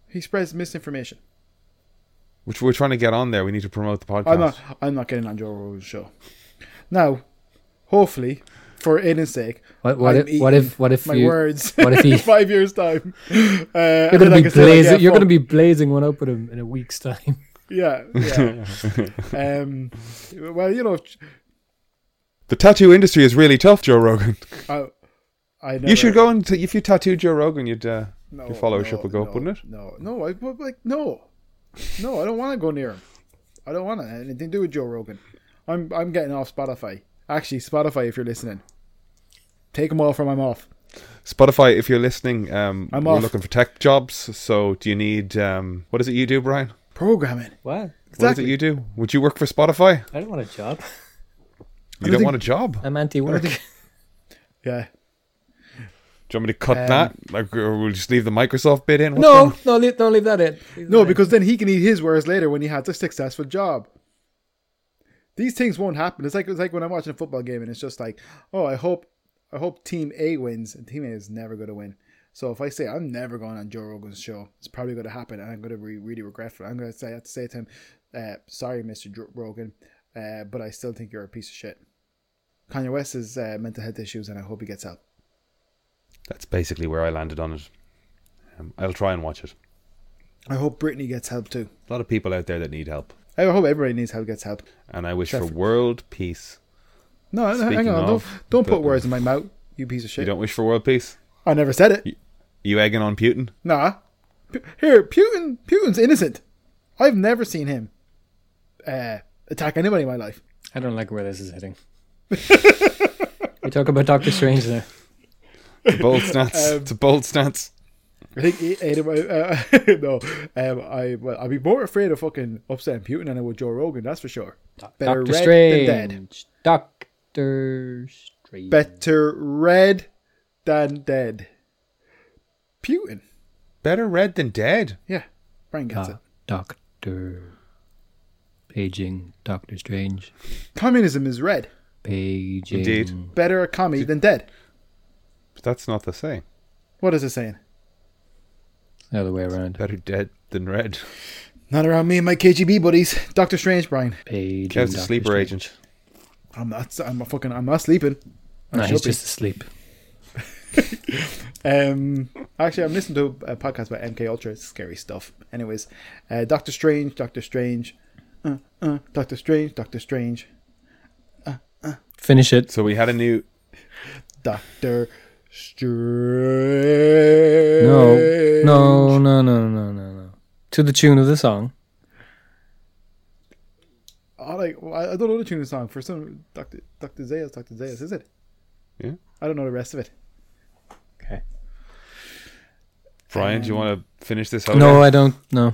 Speaker 3: He spreads misinformation.
Speaker 1: Which we're trying to get on there. We need to promote the podcast.
Speaker 3: I'm not. I'm not getting on Joe Rogan's show. Now, hopefully, for Aiden's sake,
Speaker 2: What, what,
Speaker 3: I'm
Speaker 2: if, what
Speaker 3: eating
Speaker 2: if what if
Speaker 3: my
Speaker 2: you
Speaker 3: words.
Speaker 2: what
Speaker 3: <laughs>
Speaker 2: if he-
Speaker 3: in five years time? Uh, you're
Speaker 2: you're gonna be blazing you're gonna be blazing one up with him in a week's <laughs> time.
Speaker 3: Yeah. yeah.
Speaker 2: <laughs>
Speaker 3: um. Well, you know, if-
Speaker 1: The tattoo industry is really tough, Joe Rogan.
Speaker 3: I. I never,
Speaker 1: You should go and t- if you tattooed Joe Rogan, you'd uh,
Speaker 3: No,
Speaker 1: your followership would go up,
Speaker 3: no,
Speaker 1: wouldn't it?
Speaker 3: No, no, I would like no, no. I don't want to go near him. I don't want anything to do with Joe Rogan. I'm I'm getting off Spotify. Actually, Spotify, if you're listening, take him off, or I'm off.
Speaker 1: Spotify, if you're listening, um,
Speaker 3: I'm
Speaker 1: we're
Speaker 3: off.
Speaker 1: looking for tech jobs. So, do you need um, what is it you do, Brian?
Speaker 3: Programming.
Speaker 2: What?
Speaker 1: What is it you do? Would you work for Spotify?
Speaker 2: I don't want a job.
Speaker 1: You don't,
Speaker 3: think-
Speaker 1: want a job?
Speaker 2: <laughs> I'm anti work.
Speaker 3: Yeah.
Speaker 1: Do you want me to cut
Speaker 3: Um,
Speaker 1: that? Like, or we'll just leave the Microsoft bit in? What's going
Speaker 2: <laughs> no,
Speaker 1: on?
Speaker 2: no, leave, don't leave that in. Leave that
Speaker 3: No,
Speaker 2: in.
Speaker 3: because then he can eat his words later when he has a successful job. These things won't happen. It's like it's like when I'm watching a football game and it's just like, oh, I hope I hope team A wins and team A is never going to win. So if I say I'm never going on Joe Rogan's show, it's probably going to happen, and I'm going to be really regretful. I'm going to say I have to say to him, uh, "Sorry, Mister Rogan, uh, but I still think you're a piece of shit." Kanye West has uh, mental health issues, and I hope he gets help.
Speaker 1: That's basically where I landed on it. Um, I'll try and watch it.
Speaker 3: I hope Britney gets help too.
Speaker 1: A lot of people out there that need help,
Speaker 3: I hope everybody needs help gets help.
Speaker 1: and I wish for
Speaker 3: Trevor.
Speaker 1: world peace.
Speaker 3: No, no, hang
Speaker 1: Speaking
Speaker 3: on.
Speaker 1: of,
Speaker 3: don't don't
Speaker 1: but-
Speaker 3: put words in my mouth, you piece of
Speaker 1: You
Speaker 3: shit.
Speaker 1: don't wish for world peace?
Speaker 3: I never said it.
Speaker 1: You egging on Putin?
Speaker 3: Nah. P- here, Putin. Putin's innocent. I've never seen him uh, attack anybody in my life.
Speaker 2: I don't like where this is
Speaker 3: <laughs>
Speaker 2: heading. we talk about Doctor Strange there.
Speaker 1: It's a bold
Speaker 3: <laughs>
Speaker 1: stance.
Speaker 3: Um,
Speaker 1: it's a bold stance.
Speaker 3: I think he- Aiden, uh, <laughs> no, um, I well, I'd be more afraid of fucking upsetting Putin than I would Joe Rogan. That's for sure. Better
Speaker 2: Doctor
Speaker 3: red
Speaker 2: Strange.
Speaker 3: than dead.
Speaker 2: Doctor Strange.
Speaker 3: Better red than dead. Putin.
Speaker 1: Better red than dead.
Speaker 3: Yeah, Brian gets it.
Speaker 2: Doc- Doctor Paging Doctor Strange.
Speaker 1: Ah.
Speaker 3: Communism is red.
Speaker 2: Paging
Speaker 1: Indeed.
Speaker 3: Better a commie than dead.
Speaker 1: But that's not the same.
Speaker 3: What is it saying?
Speaker 2: the other way around.
Speaker 1: Better dead than red.
Speaker 3: Not around me and my KGB buddies. Doctor Strange, Brian.
Speaker 2: Paging
Speaker 1: Kev's a
Speaker 2: Doctor
Speaker 1: sleeper
Speaker 2: Strange.
Speaker 1: agent.
Speaker 3: I'm not. I'm a fucking. I'm not sleeping. I
Speaker 2: No,
Speaker 3: should
Speaker 2: he's
Speaker 3: be.
Speaker 2: just asleep.
Speaker 3: Um, actually, I'm listening to a podcast about MK Ultra. It's scary stuff. Anyways, uh, Doctor Strange, Doctor Strange, uh, uh, Doctor Strange, Doctor Strange,
Speaker 2: Finish it.
Speaker 1: So we had a new.
Speaker 3: Doctor Strange.
Speaker 2: No, no, no, no, no, no, no. To the tune of the song.
Speaker 3: I like. well, I I don't know the tune of the song. For some, Doctor Doctor Zeus, Doctor Zeus, is it?
Speaker 1: Yeah.
Speaker 3: I don't know the rest of it.
Speaker 2: Okay.
Speaker 1: Brian, do you want to finish this? out?
Speaker 2: No, I don't. No,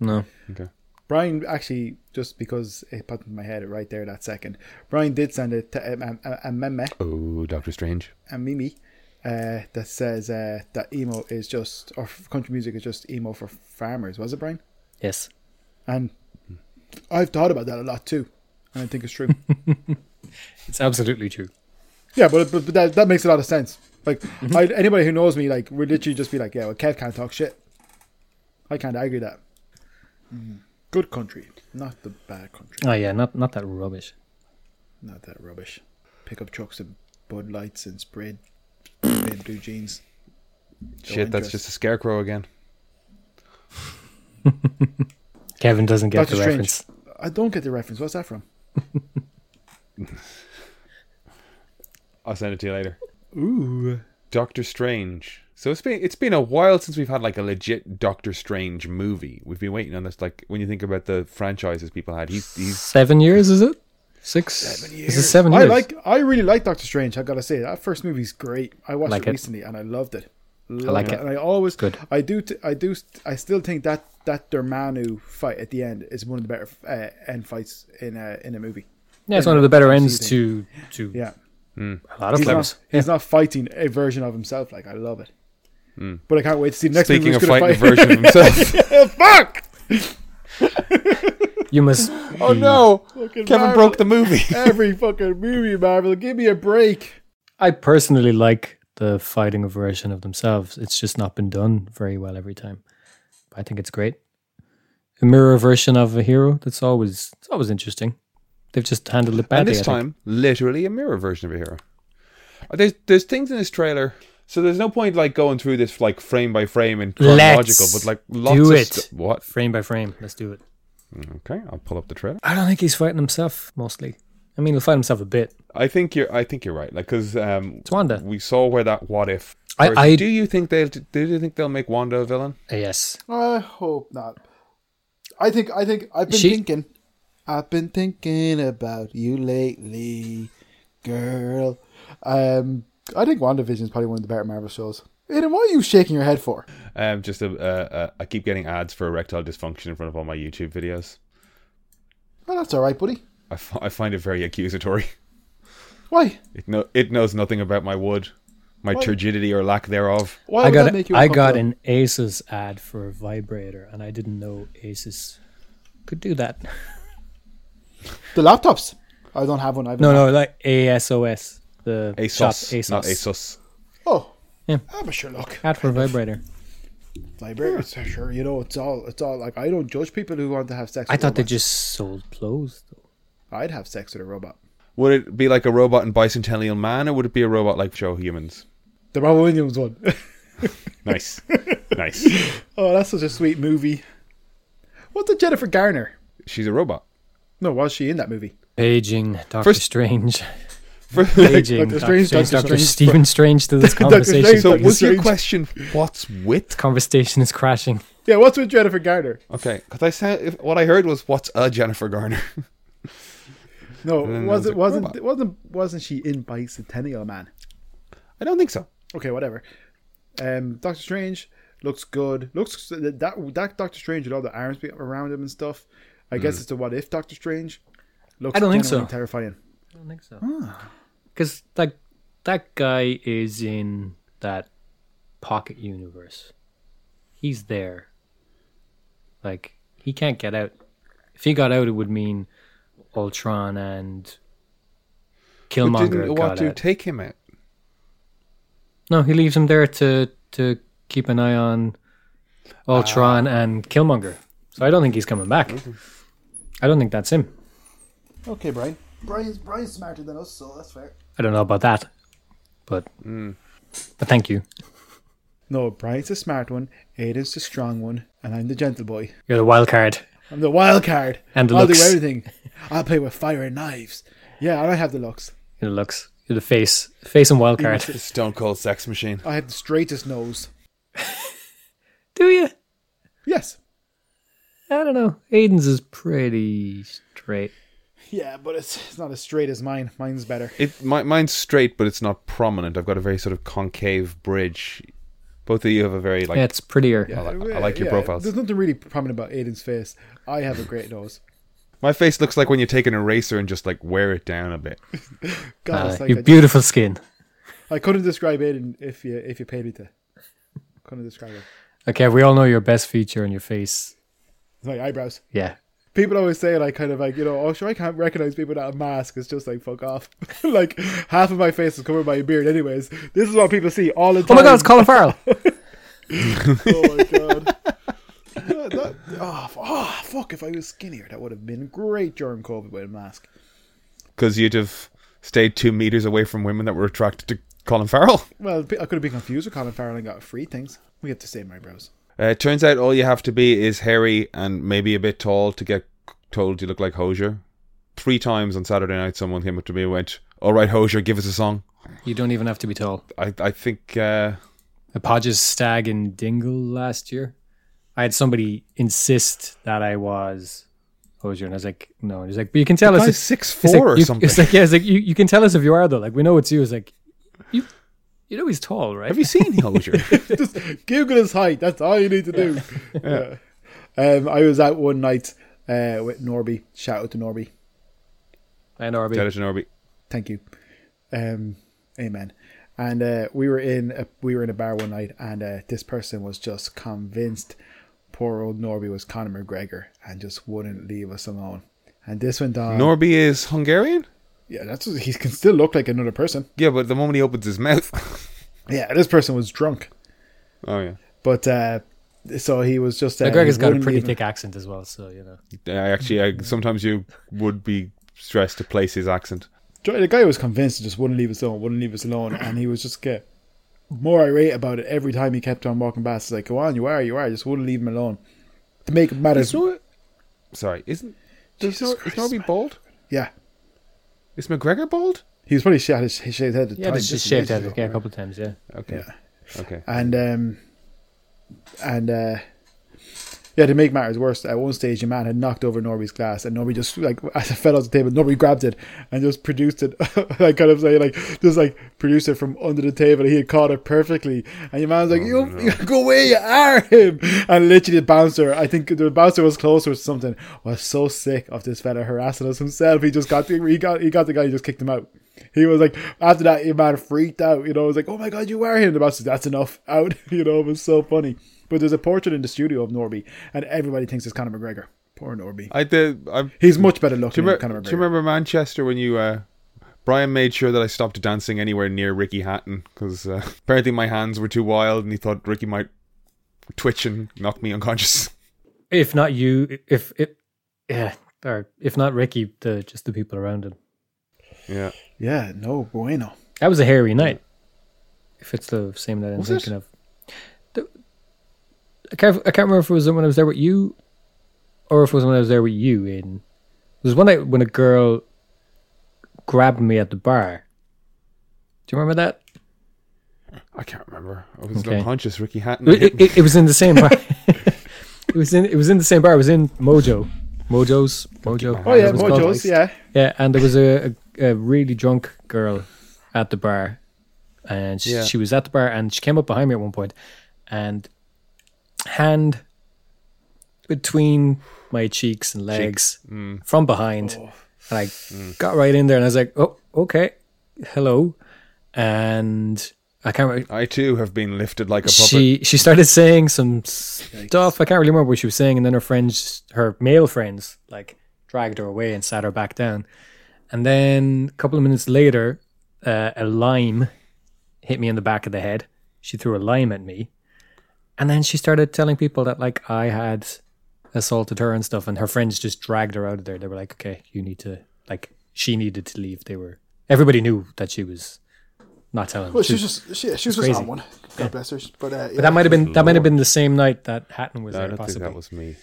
Speaker 2: no.
Speaker 1: Okay.
Speaker 3: Brian actually, just because it popped in my head right there that second, Brian did send it to um, um, a, a meme,
Speaker 1: Oh, Doctor Strange.
Speaker 3: a meme, uh, that says uh, that emo is just, or country music is just emo for farmers, was it, Brian?
Speaker 2: Yes.
Speaker 3: And I've thought about that a lot too, and I think it's true.
Speaker 2: It's absolutely true.
Speaker 3: yeah, but, but, but that, that makes a lot of sense. Like, I, anybody who knows me, like, would literally just be like, yeah, well, Kev can't talk shit. I can't argue that. Mm. Good country, not the bad country.
Speaker 2: Oh yeah, not not that rubbish.
Speaker 3: Not that rubbish. Pickup trucks and Bud Lights and sprayed, sprayed blue jeans. No
Speaker 1: Shit, that's
Speaker 3: interest.
Speaker 1: just a scarecrow again.
Speaker 2: Kevin doesn't get
Speaker 3: Doctor
Speaker 2: the
Speaker 3: Strange.
Speaker 2: reference.
Speaker 3: I don't get the reference. What's that from?
Speaker 1: I'll send it to you later.
Speaker 3: Ooh.
Speaker 1: Doctor Strange. So it's been it's been a while since we've had like a legit Doctor Strange movie. We've been waiting on this. Like when you think about the franchises people had, he's he's
Speaker 2: Seven years is it? Six. Seven Is it seven years?
Speaker 3: I like. I really like Doctor Strange. I gotta say that first movie's great. I watched
Speaker 2: Like
Speaker 3: it
Speaker 2: it.
Speaker 3: recently and I loved it. Loved
Speaker 2: like it.
Speaker 3: And I always
Speaker 2: Good.
Speaker 3: I do. T- I do. st- I still think that that Dormammu fight at the end is one of the better uh, end fights in a in a movie.
Speaker 2: yeah, it's one of the better
Speaker 3: MCU
Speaker 2: ends
Speaker 3: thing.
Speaker 2: to to
Speaker 3: Yeah,
Speaker 2: a lot of
Speaker 3: he's
Speaker 2: levels.
Speaker 3: not, he's not fighting a version of himself. Like I love it. But I can't wait to see the next
Speaker 1: speaking
Speaker 3: movie.
Speaker 1: of
Speaker 3: who's gonna
Speaker 1: fighting a
Speaker 3: fight.
Speaker 1: version of
Speaker 3: <laughs>
Speaker 1: himself.
Speaker 3: Fuck!
Speaker 2: You must.
Speaker 1: oh no! <laughs>
Speaker 3: Fucking
Speaker 1: Kevin
Speaker 3: Marvel.
Speaker 1: broke the movie.
Speaker 2: <laughs>
Speaker 3: Every fucking movie, Marvel. Give me a break.
Speaker 2: I personally like the fighting version of themselves. It's just not been done very well every time. But I think it's great. A mirror version of a hero. That's always it's always interesting. They've just handled it badly.
Speaker 1: and this
Speaker 2: I think.
Speaker 1: time, literally a mirror version of a hero. Uh, There's there's things in this trailer, so there's no point like going through this like frame by frame and chronological,
Speaker 2: Let's
Speaker 1: but like lots
Speaker 2: do
Speaker 1: of
Speaker 2: it.
Speaker 1: stu- what?
Speaker 2: frame by frame. Let's do it.
Speaker 1: Okay, I'll pull up the trailer.
Speaker 2: I don't think he's fighting himself mostly. I mean, he'll fight himself a bit.
Speaker 1: I think you're I think you're right. Like because um,
Speaker 2: It's Wanda.
Speaker 1: we saw where that what if.
Speaker 2: I-
Speaker 1: first-
Speaker 2: I-
Speaker 1: do you think they'll do you think they'll make Wanda a villain?
Speaker 2: Uh, yes.
Speaker 3: I hope not. I think I think I've been
Speaker 2: She-
Speaker 3: thinking. I've been thinking about you lately, girl. Um, I think WandaVision is probably one of the better Marvel shows. Aiden, what are you shaking your head for?
Speaker 1: Um, just a, uh, uh, I keep getting ads for erectile dysfunction in front of all my YouTube videos.
Speaker 3: Well, that's all right, buddy.
Speaker 1: I, f- I find it very accusatory. <laughs>
Speaker 3: Why?
Speaker 1: It no it knows nothing about my wood, my
Speaker 3: Why-
Speaker 1: turgidity or lack thereof.
Speaker 3: Why
Speaker 2: I
Speaker 3: would
Speaker 2: got
Speaker 3: that make you?
Speaker 2: a, I got
Speaker 3: uncomfortable?
Speaker 2: an Asus ad for a vibrator, and I didn't know Asus could do that.
Speaker 3: the laptops. I don't have one.
Speaker 2: <laughs>
Speaker 3: I've
Speaker 2: No, no, like ASOS, the shop
Speaker 1: ASOS,
Speaker 2: ASOS.
Speaker 1: not ASOS.
Speaker 3: Oh,
Speaker 2: Yeah.
Speaker 3: I'm a Sherlock.
Speaker 2: Ad for a vibrator.
Speaker 3: Librarians, sure. You know, it's all. It's all like I don't judge people who want to have sex.
Speaker 2: I
Speaker 3: with
Speaker 2: thought they
Speaker 3: robots.
Speaker 2: just sold clothes. Though.
Speaker 3: I'd have sex with a robot.
Speaker 1: Would it be like a robot in Bicentennial Man, or would it be a robot like Show Humans?
Speaker 3: The Robin Williams one. <laughs>
Speaker 1: <laughs> Nice, nice.
Speaker 3: Oh, that's such a sweet movie. What did Jennifer Garner?
Speaker 1: She's a robot.
Speaker 3: No, was she in that movie?
Speaker 2: Paging Doctor
Speaker 1: First-
Speaker 2: <laughs> Strange.
Speaker 1: For- <laughs>
Speaker 2: Paging
Speaker 3: Doctor
Speaker 2: Doctor
Speaker 3: Strange,
Speaker 2: Strange.
Speaker 3: Doctor
Speaker 2: Doctor,
Speaker 3: Strange.
Speaker 2: Stephen Strange <laughs> to this
Speaker 3: Doctor
Speaker 2: conversation.
Speaker 3: Strange,
Speaker 1: so,
Speaker 3: Doctor
Speaker 1: was your
Speaker 3: Strange.
Speaker 1: question what's with?
Speaker 2: Conversation is crashing.
Speaker 3: Yeah, what's with Jennifer Garner?
Speaker 1: Okay, because I said if, what I heard was what's a Jennifer Garner. <laughs>
Speaker 3: No,
Speaker 1: then there
Speaker 3: was
Speaker 1: was
Speaker 3: it
Speaker 1: a
Speaker 3: wasn't
Speaker 1: robot.
Speaker 3: wasn't wasn't she in Bicentennial Man?
Speaker 1: I don't think so.
Speaker 3: Okay, whatever. Um, Doctor Strange looks good. Looks that that Doctor Strange with all the arms be- around him and stuff. I
Speaker 1: Hmm.
Speaker 3: guess it's the what if Doctor Strange. Looks
Speaker 2: I don't think
Speaker 3: genuinely
Speaker 2: so.
Speaker 3: Terrifying.
Speaker 2: I don't think so. Because like that guy is in that pocket universe. He's there. Like he can't get out. If he got out, it would mean Ultron and
Speaker 1: But
Speaker 2: Killmonger
Speaker 1: didn't
Speaker 2: got
Speaker 1: Uatu
Speaker 2: out.
Speaker 1: take him out?
Speaker 2: no, he leaves him there to to keep an eye on Ultron
Speaker 1: Ah.
Speaker 2: and Killmonger. So I don't think he's coming back. I don't think that's him.
Speaker 3: Okay, Brian. Brian's Brian's smarter than us, so that's fair.
Speaker 2: I don't know about that, but
Speaker 1: Hmm.
Speaker 2: but thank you.
Speaker 3: No, Brian's the smart one. Aiden's the strong one, and I'm the gentle boy.
Speaker 2: You're the wild card.
Speaker 3: I'm the wild card.
Speaker 2: And the
Speaker 3: I'll do
Speaker 2: looks.
Speaker 3: everything. I'll play with fire and knives. Yeah, and I have the looks.
Speaker 2: It looks the face, face and wild
Speaker 1: <laughs> <laughs>
Speaker 2: card.
Speaker 1: Stone Cold Sex Machine.
Speaker 3: I have the straightest nose.
Speaker 2: Do you?
Speaker 3: Yes.
Speaker 2: I don't know. Aiden's is pretty straight.
Speaker 3: Yeah, but it's, it's not as straight as mine. Mine's better.
Speaker 1: It my, mine's straight, but it's not prominent. I've got a very sort of concave bridge. Both of you have a very like.
Speaker 2: Yeah, it's prettier.
Speaker 1: I, li- I like your
Speaker 3: Yeah,
Speaker 1: profiles.
Speaker 3: There's nothing really prominent about Aiden's face. I have a great nose.
Speaker 1: My face looks like when you take an eraser and just like wear it down a bit.
Speaker 3: God,
Speaker 2: Uh,
Speaker 3: it's like
Speaker 2: your
Speaker 3: I,
Speaker 2: beautiful skin.
Speaker 3: I couldn't describe Aiden if you if you paid me to. Couldn't describe it.
Speaker 2: Okay, we all know your best feature on your face.
Speaker 3: It's like eyebrows.
Speaker 2: Yeah.
Speaker 3: People always say like kind of like you know oh sure I can't recognize people without a mask. It's just like fuck off. <laughs> like half of my face is covered by a beard. Anyways, this is what people see all the
Speaker 2: Oh
Speaker 3: time.
Speaker 2: my god, it's Colin Farrell.
Speaker 3: Oh my god. Oh, f- oh, fuck! If I was skinnier, that would have been great during COVID with a mask.
Speaker 1: Because you'd have stayed two meters away from women that were attracted to Colin Farrell. <laughs>
Speaker 3: Well, I could have been confused with Colin Farrell and got free things. We have the same eyebrows.
Speaker 1: Uh, it turns out all you have to be is hairy and maybe a bit tall to get told you look like Hosier. Three times on Saturday night, someone came up to me and went, "All right, Hosier, give us a song."
Speaker 2: <laughs> You don't even have to be tall.
Speaker 1: I I think uh,
Speaker 2: A Podge's Stag in Dingle last year. I had somebody insist that I was Hosier, and I was like, no. And he's like, but you can tell us.
Speaker 1: guy's
Speaker 2: if-
Speaker 1: six four
Speaker 2: it's
Speaker 1: or
Speaker 2: like, you, <laughs>
Speaker 1: something.
Speaker 2: It's like, yeah, it's like, you, you can tell us if you are, though. Like, we know it's you. It's like, you, you know he's tall, right?
Speaker 1: have you seen <laughs> Hosier?
Speaker 3: Just Google his height. That's all you need to do. Yeah. Um, I was out one night uh, with Norby. Shout out to Norby.
Speaker 2: I know,
Speaker 1: Tell it to Norby.
Speaker 3: Thank you. Um, amen. And uh, we were in a, we were in a bar one night, and uh, this person was just convinced poor old Norby was Conor McGregor, and just wouldn't leave us alone. And this went on.
Speaker 1: Norby is Hungarian.
Speaker 3: yeah, that's what- he can still look like another person.
Speaker 1: Yeah, but the moment he opens his mouth, <laughs>
Speaker 3: Yeah, this person was drunk,
Speaker 1: oh yeah,
Speaker 3: but uh, so he was just. Uh,
Speaker 2: McGregor's got a
Speaker 3: wouldn't
Speaker 2: pretty
Speaker 3: leave him.
Speaker 2: thick accent as well, so, you know.
Speaker 1: I actually I, sometimes you would be stressed to place his accent.
Speaker 3: The guy was convinced he just wouldn't leave us alone, wouldn't leave us alone, and he was just get more irate about it every time he kept on walking past. It's like, go on, you are, you are, just wouldn't leave him alone. To make matters,
Speaker 1: Is Nor- Sorry, isn't does
Speaker 3: Jesus
Speaker 1: Nor-
Speaker 3: Christ,
Speaker 1: is Norby
Speaker 3: man.
Speaker 1: bald?
Speaker 3: yeah,
Speaker 1: Is McGregor bald?
Speaker 3: he was probably shaved his, he shaved head. at the
Speaker 2: Yeah,
Speaker 3: time.
Speaker 2: just, just
Speaker 3: This
Speaker 2: shaved
Speaker 3: is
Speaker 2: head
Speaker 3: ages
Speaker 2: yeah, a
Speaker 3: ago.
Speaker 2: couple of times, yeah.
Speaker 1: Okay, okay.
Speaker 3: and um, and uh, yeah, to make matters worse, at one stage, your man had knocked over Norby's glass, and Norby just like <laughs> as it fell off the table, Norby grabbed it and just produced it. <laughs> I kind of say like just like produced it from under the table. He had caught it perfectly, and your man's like, "You go away, you are him!" And literally, the bouncer, I think the bouncer was closer or something, was so sick of this fella harassing us himself. He just got the, he got he got the guy, he just kicked him out. He was like, after that, your man freaked out. You know, it was like, "Oh my god, you are him!" The bouncer, that's enough, <laughs> out. You know, it was so funny. But there's a portrait in the studio of Norby, and everybody thinks it's Conor McGregor. Poor Norby.
Speaker 1: I did. I
Speaker 3: He's much better looking
Speaker 1: Do you,
Speaker 3: than
Speaker 1: remember,
Speaker 3: Conor
Speaker 1: do you
Speaker 3: McGregor.
Speaker 1: remember Manchester when you uh, Brian made sure that I stopped dancing anywhere near Ricky Hatton because uh, <laughs> apparently my hands were too wild and he thought Ricky might twitch and knock me unconscious. <laughs>
Speaker 2: If not you, if, if yeah, or if not Ricky, the just the people around him.
Speaker 1: Yeah,
Speaker 3: Yeah, no bueno.
Speaker 2: That was a hairy night. If it's the same that I'm
Speaker 1: Was it?
Speaker 2: thinking of. The- I can't, I can't remember if it was when I was there with you or if it was when I was there with you in there was one night when a girl grabbed me at the bar. Do you remember that?
Speaker 1: I can't remember. I was
Speaker 2: Okay.
Speaker 1: unconscious. Ricky Hatton.
Speaker 2: It, it- it- it was in the same bar. it was in it was in the same bar. It was in Mojo. Mojo's Mojo.
Speaker 1: Oh,
Speaker 3: Oh yeah,
Speaker 2: It was called-
Speaker 3: Mojo's. Yeah,
Speaker 2: yeah, and there was a, a, a really drunk girl at the bar, and she,
Speaker 1: Yeah.
Speaker 2: she was at the bar, and she came up behind me at one point, and hand between my cheeks and legs from behind,
Speaker 3: Oh.
Speaker 2: and I got right in there, and I was like, "Oh, okay, hello," and I can't. remember
Speaker 1: I too have been lifted like a puppet.
Speaker 2: she she started saying some stuff. I can't really remember what she was saying, and then her friends, her male friends, like dragged her away and sat her back down. And then a couple of minutes later, uh, a lime hit me in the back of the head. She threw a lime at me, and then she started telling people that like I had assaulted her and stuff. And her friends just dragged her out of there. They were like, "Okay, you need to like." She needed to leave. They were everybody knew that she was not telling.
Speaker 3: well,
Speaker 2: the
Speaker 3: she
Speaker 2: truth.
Speaker 3: was just she, she was just
Speaker 2: crazy.
Speaker 3: on one. God bless her. But, uh, yeah.
Speaker 2: But that might have been that might have been the same night that Hatton was
Speaker 1: No, I
Speaker 2: there.
Speaker 1: don't think
Speaker 2: Possibly,
Speaker 1: that was me.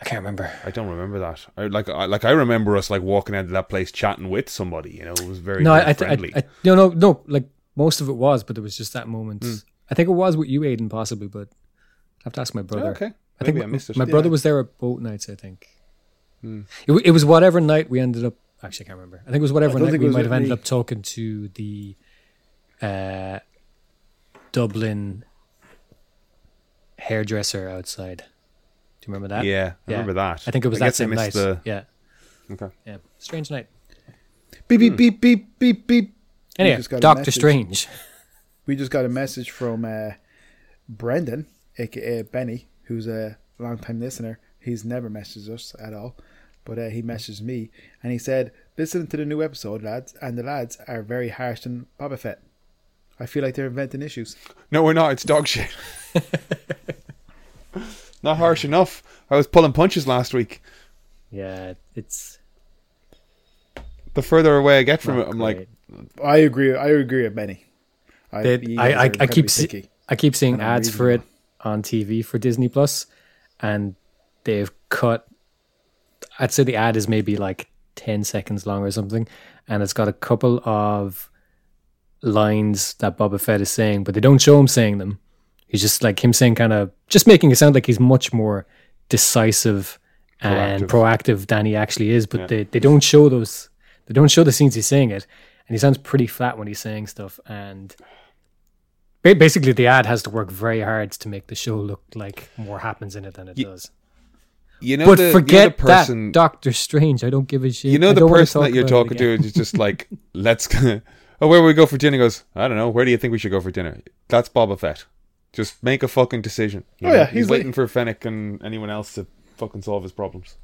Speaker 2: I can't remember.
Speaker 1: I don't remember that. I, like, I, like I remember us like walking out of that place chatting with somebody. You know, it was very
Speaker 2: No, I, I,
Speaker 1: friendly.
Speaker 2: I, I, no, no, no. Like most of it was, but there was just that moment.
Speaker 1: Hmm.
Speaker 2: I think it was with you, Aiden, possibly. But I have to ask my brother.
Speaker 1: okay,
Speaker 2: I think
Speaker 1: Maybe I
Speaker 2: my-
Speaker 1: missed it. Hmm.
Speaker 2: My brother was there at both nights. I think it, wa- it was whatever night we ended up. Actually, I can't remember. I think it was whatever
Speaker 3: I don't
Speaker 2: night
Speaker 3: think
Speaker 2: we
Speaker 3: it was
Speaker 2: might
Speaker 3: with
Speaker 2: have ended
Speaker 3: me.
Speaker 2: up talking to the uh, Dublin hairdresser outside. Do you remember that?
Speaker 1: yeah, I
Speaker 2: Yeah.
Speaker 1: remember that.
Speaker 2: I think it was
Speaker 1: guess
Speaker 2: that same
Speaker 1: missed
Speaker 2: night.
Speaker 1: the-
Speaker 2: Yeah.
Speaker 1: Okay.
Speaker 2: Yeah. Strange night.
Speaker 3: beep beep beep beep beep beep.
Speaker 2: Anyway,
Speaker 3: just got a
Speaker 2: Doctor
Speaker 3: message.
Speaker 2: Strange.
Speaker 3: We just got a message from uh, Brendan, aka Benny, who's a long-time listener. He's never messaged us at all, but uh, he messaged me and he said, "Listen to the new episode, lads, and the lads are very harsh on Boba Fett.
Speaker 2: <laughs>
Speaker 3: I feel like they're inventing issues."
Speaker 1: No, we're not. It's dog shit. Not harsh enough. I was pulling punches last week.
Speaker 2: Yeah, it's
Speaker 1: The further away I get from
Speaker 2: not
Speaker 1: it, I'm like,
Speaker 2: great.
Speaker 3: I agree. I agree with Benny. I,
Speaker 2: They- I,
Speaker 3: you
Speaker 2: I,
Speaker 3: guys are
Speaker 2: I
Speaker 3: incredibly
Speaker 2: keep
Speaker 3: picky.
Speaker 2: see, I keep seeing
Speaker 3: And
Speaker 2: ads for it on TV for Disney Plus, and they've cut. I'd say the ad is maybe like ten seconds long or something, and it's got a couple of lines that Boba Fett is saying, but they don't show him saying them. He's just like him saying, kind of just making it sound like he's much more decisive and proactive than he actually is. But they, they don't show those. They don't show the scenes he's saying it, and he sounds pretty flat when he's saying stuff. And ba- basically, the ad has to work very hard to make the show look like more happens in it than it does.
Speaker 1: you know,
Speaker 2: But
Speaker 1: the, you know
Speaker 2: forget
Speaker 1: the person,
Speaker 2: that Doctor Strange. I don't give a shit.
Speaker 1: you
Speaker 2: I
Speaker 1: know, the
Speaker 2: don't wanna
Speaker 1: person
Speaker 2: talk
Speaker 1: that you're
Speaker 2: about it
Speaker 1: talking
Speaker 2: again.
Speaker 1: to is
Speaker 2: <laughs>
Speaker 1: just like, let's, oh, where will we go for dinner? He goes, I don't know. Where do you think we should go for dinner? That's Boba Fett. Just make a fucking decision. You
Speaker 3: Oh,
Speaker 1: know?
Speaker 3: yeah,
Speaker 1: he's,
Speaker 3: he's like-
Speaker 1: waiting for Fennec and anyone else to fucking solve his problems.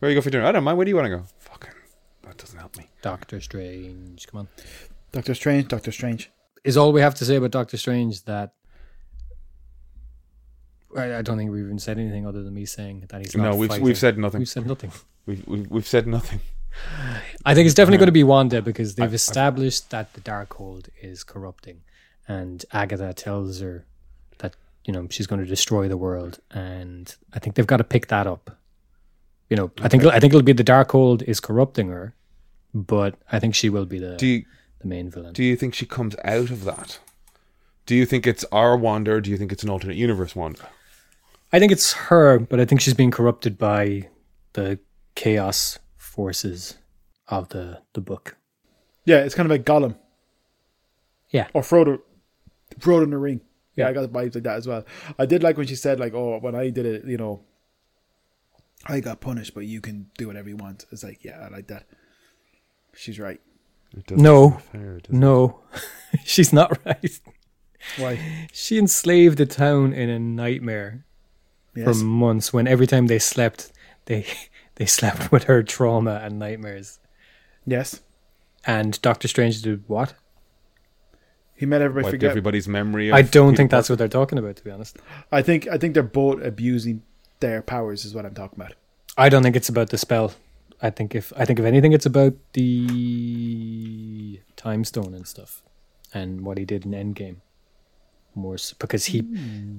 Speaker 1: Where do you go for dinner? I don't mind. Where do you want to go? Fucking, that doesn't help me.
Speaker 2: Doctor Strange. Come on.
Speaker 3: Doctor Strange. Doctor Strange.
Speaker 2: is all we have to say about Doctor Strange that I, I don't think we've even said anything other than me saying that he's not
Speaker 1: No, we've
Speaker 2: fighting.
Speaker 1: we've said nothing.
Speaker 2: we've said nothing.
Speaker 1: We've we've, we've said nothing.
Speaker 2: I think it's definitely going to be Wanda because they've established that the Darkhold is corrupting, and Agatha tells her that you know she's going to destroy the world, and I think they've got to pick that up. You know, I think I think it'll be the Darkhold is corrupting her, but I think she will be the
Speaker 1: Do you
Speaker 2: the main villain.
Speaker 1: do you think she comes out of that? Do you think it's our Wanda? Or do you think it's an alternate universe Wanda?
Speaker 2: I think it's her, but I think she's being corrupted by the chaos forces of the the book.
Speaker 3: Yeah, it's kind of like Gollum.
Speaker 2: Yeah.
Speaker 3: Or Frodo. Frodo in the Ring. Yeah,
Speaker 2: Yeah.
Speaker 3: I got vibes like that as well. I did like when she said, like, oh, when I did it, you know, I got punished, but you can do whatever you want. It's like, yeah, I like that. She's right.
Speaker 1: It doesn't
Speaker 2: No,
Speaker 1: seem fair, does it?
Speaker 2: no, <laughs> she's not right. <laughs>
Speaker 3: Why?
Speaker 2: She enslaved the town in a nightmare
Speaker 3: Yes.
Speaker 2: for months. When every time they slept, they <laughs> they slept <laughs> with her trauma and nightmares.
Speaker 3: yes.
Speaker 2: And Doctor Strange did what?
Speaker 3: He made everybody
Speaker 1: Wiped
Speaker 3: forget.
Speaker 1: everybody's memory. Of
Speaker 2: I don't
Speaker 1: Peter
Speaker 2: think that's what they're talking about. To be honest,
Speaker 3: I think I think they're both abusing their powers is what I'm talking about.
Speaker 2: I don't think it's about the spell. I think if I think if anything, it's about the time stone and stuff, and what he did in Endgame. More so, because he,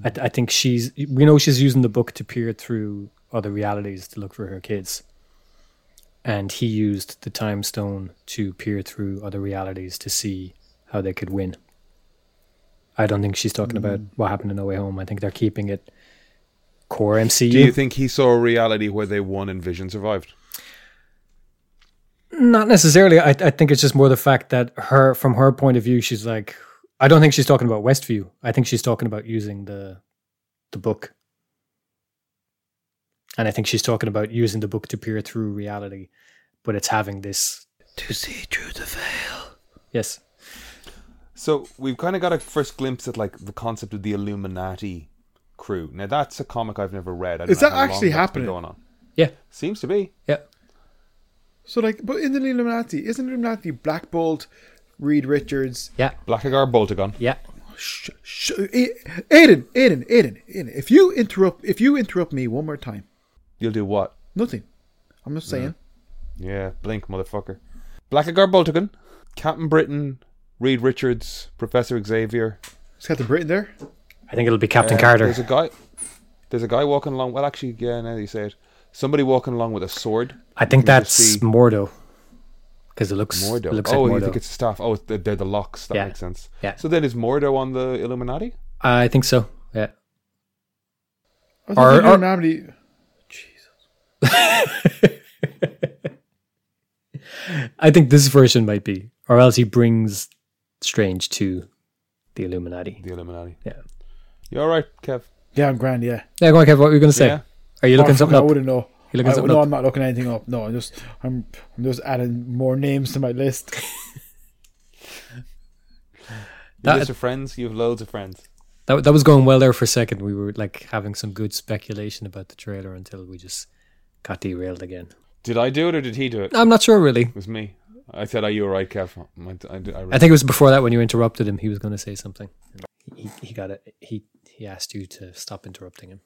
Speaker 2: I, I think she's. We know she's using the book to peer through other realities to look for her kids, and he used the time stone to peer through other realities to see how they could win. I don't think she's talking about
Speaker 1: Hmm.
Speaker 2: what happened in No Way Home. I think they're keeping it core MCU.
Speaker 1: Do you think he saw a reality where they won and Vision survived?
Speaker 2: Not necessarily. I, I think it's just more the fact that her, from her point of view, she's like, I don't think she's talking about Westview. I think she's talking about using the, the book. And I think she's talking about using the book to peer through reality, but it's having this.
Speaker 3: To see through the veil.
Speaker 2: Yes.
Speaker 1: So we've kind of got a first glimpse at like the concept of the Illuminati crew. Now that's a comic I've never read. I don't
Speaker 3: Is
Speaker 1: know
Speaker 3: that
Speaker 1: how long
Speaker 3: actually
Speaker 1: that's been
Speaker 3: happening?
Speaker 1: Going on
Speaker 2: Yeah.
Speaker 1: seems to be.
Speaker 2: Yeah.
Speaker 3: So like but in the Illuminati, isn't Illuminati Black Bolt, Reed Richards,
Speaker 2: Yeah.
Speaker 1: Blackagar Boltagon.
Speaker 2: Yeah.
Speaker 3: Sh- sh- A- Aiden, Aiden, Aiden, Aiden. If you interrupt, if you interrupt me one more time,
Speaker 1: You'll do what?
Speaker 3: nothing. I'm just saying.
Speaker 1: Yeah, blink, motherfucker. Blackagar Boltagon, Captain Britain, Reed Richards, Professor Xavier.
Speaker 3: It's got the Britain there.
Speaker 2: I think it'll be Captain
Speaker 1: Uh,
Speaker 2: Carter.
Speaker 1: There's a guy. There's a guy walking along. Well, actually, yeah. Now that you say it, somebody walking along with a sword.
Speaker 2: I think
Speaker 1: can just
Speaker 2: that's
Speaker 1: see-
Speaker 2: Mordo. Because it looks,
Speaker 1: Mordo.
Speaker 2: Mordo. looks
Speaker 1: oh,
Speaker 2: like
Speaker 1: you
Speaker 2: Mordo.
Speaker 1: think it's the staff? Oh, it's the, they're the locks. That
Speaker 2: Yeah.
Speaker 1: makes sense.
Speaker 2: Yeah.
Speaker 1: So then, is Mordo on the Illuminati?
Speaker 2: I think so. Yeah.
Speaker 3: I think
Speaker 2: Or-
Speaker 3: the
Speaker 2: or-
Speaker 3: Illuminati. Jesus.
Speaker 2: I think this version might be, or else he brings Strange to the Illuminati.
Speaker 1: The Illuminati.
Speaker 2: Yeah.
Speaker 1: You all right, Kev?
Speaker 3: Yeah, I'm grand. Yeah.
Speaker 2: Yeah, go on, Kev. What were you going to say?
Speaker 1: Yeah.
Speaker 2: Are you looking
Speaker 3: Oh,
Speaker 2: something
Speaker 3: I
Speaker 2: up?
Speaker 3: wouldn't know.
Speaker 2: You're looking
Speaker 3: I-
Speaker 2: something
Speaker 3: no,
Speaker 2: up?
Speaker 3: I'm not looking anything up. No, I'm just, I'm, I'm just adding more names to my list. <laughs>
Speaker 1: Your
Speaker 2: That-
Speaker 1: list of friends. You have loads of friends.
Speaker 2: That, that was going well there for a second. We were like having some good speculation about the trailer until we just got derailed again.
Speaker 1: Did I do it or did he do it? It
Speaker 2: I'm not sure really.
Speaker 1: was me. I said, "Are you all right, Kev?" I, I, I,
Speaker 2: I think it was before that when you interrupted him. He was going to say something. He, he got it. He he asked you to stop interrupting him.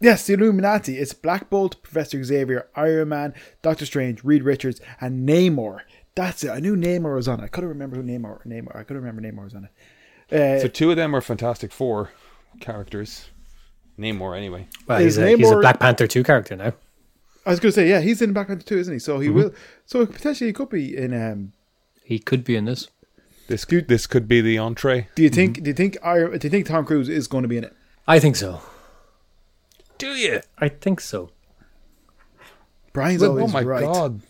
Speaker 3: Yes, the Illuminati. It's Black Bolt, Professor Xavier, Iron Man, Doctor Strange, Reed Richards, and Namor. That's it. I knew Namor was on it. I couldn't remember who Namor. Namor. I couldn't remember Namor was on it. Uh,
Speaker 1: So two of them are Fantastic Four characters. Namor, anyway.
Speaker 2: Well,
Speaker 3: Is
Speaker 2: he's a, he's a
Speaker 3: Namor-
Speaker 2: Black Panther 2 character now.
Speaker 3: I was going to say, yeah, he's in Black Panther too, isn't he? So he
Speaker 2: Mm-hmm.
Speaker 3: will. So potentially he could be in. Um,
Speaker 2: He could be in this.
Speaker 1: This could this could be the entree.
Speaker 3: do you think?
Speaker 2: Mm-hmm.
Speaker 3: Do you think? Iron, do you think Tom Cruise is going to be in it?
Speaker 2: I think so.
Speaker 1: Do you?
Speaker 2: I think so.
Speaker 3: Brian's
Speaker 1: Oh
Speaker 3: always
Speaker 1: my
Speaker 3: right.
Speaker 1: god!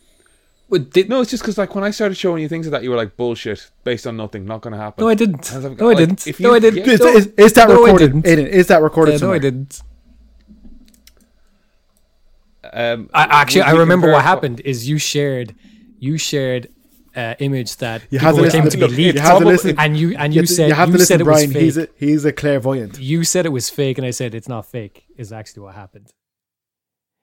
Speaker 2: But did, no,
Speaker 1: No, it's just because like when I started showing you things of that, you were like bullshit, based on nothing, not going to happen.
Speaker 2: I didn't.
Speaker 1: And I've got,
Speaker 2: No, I
Speaker 1: like,
Speaker 2: didn't.
Speaker 1: if
Speaker 2: No,
Speaker 1: you
Speaker 2: I didn't.
Speaker 1: get-
Speaker 3: Is, is, is that
Speaker 2: No, I
Speaker 3: recorded?
Speaker 2: didn't.
Speaker 3: Aiden, is that recorded?
Speaker 2: Yeah, no, I
Speaker 3: somewhere?
Speaker 2: didn't.
Speaker 1: Um,
Speaker 2: I, actually,
Speaker 1: we-
Speaker 2: I
Speaker 1: we
Speaker 2: remember what
Speaker 1: compare-
Speaker 2: happened is you shared, you shared uh, image that you
Speaker 3: have
Speaker 2: people
Speaker 3: to
Speaker 2: were
Speaker 3: listen
Speaker 2: claiming
Speaker 3: to-
Speaker 2: to be
Speaker 1: look,
Speaker 2: leaked,
Speaker 1: you have to
Speaker 3: listen-
Speaker 2: and you and you,
Speaker 3: You, have to-
Speaker 2: said
Speaker 3: you have
Speaker 2: you
Speaker 3: to listen,
Speaker 2: said it
Speaker 3: Brian.
Speaker 2: was fake.
Speaker 3: He's a, he's a clairvoyant.
Speaker 2: you said it was fake, and I said it's not fake. Is actually what happened.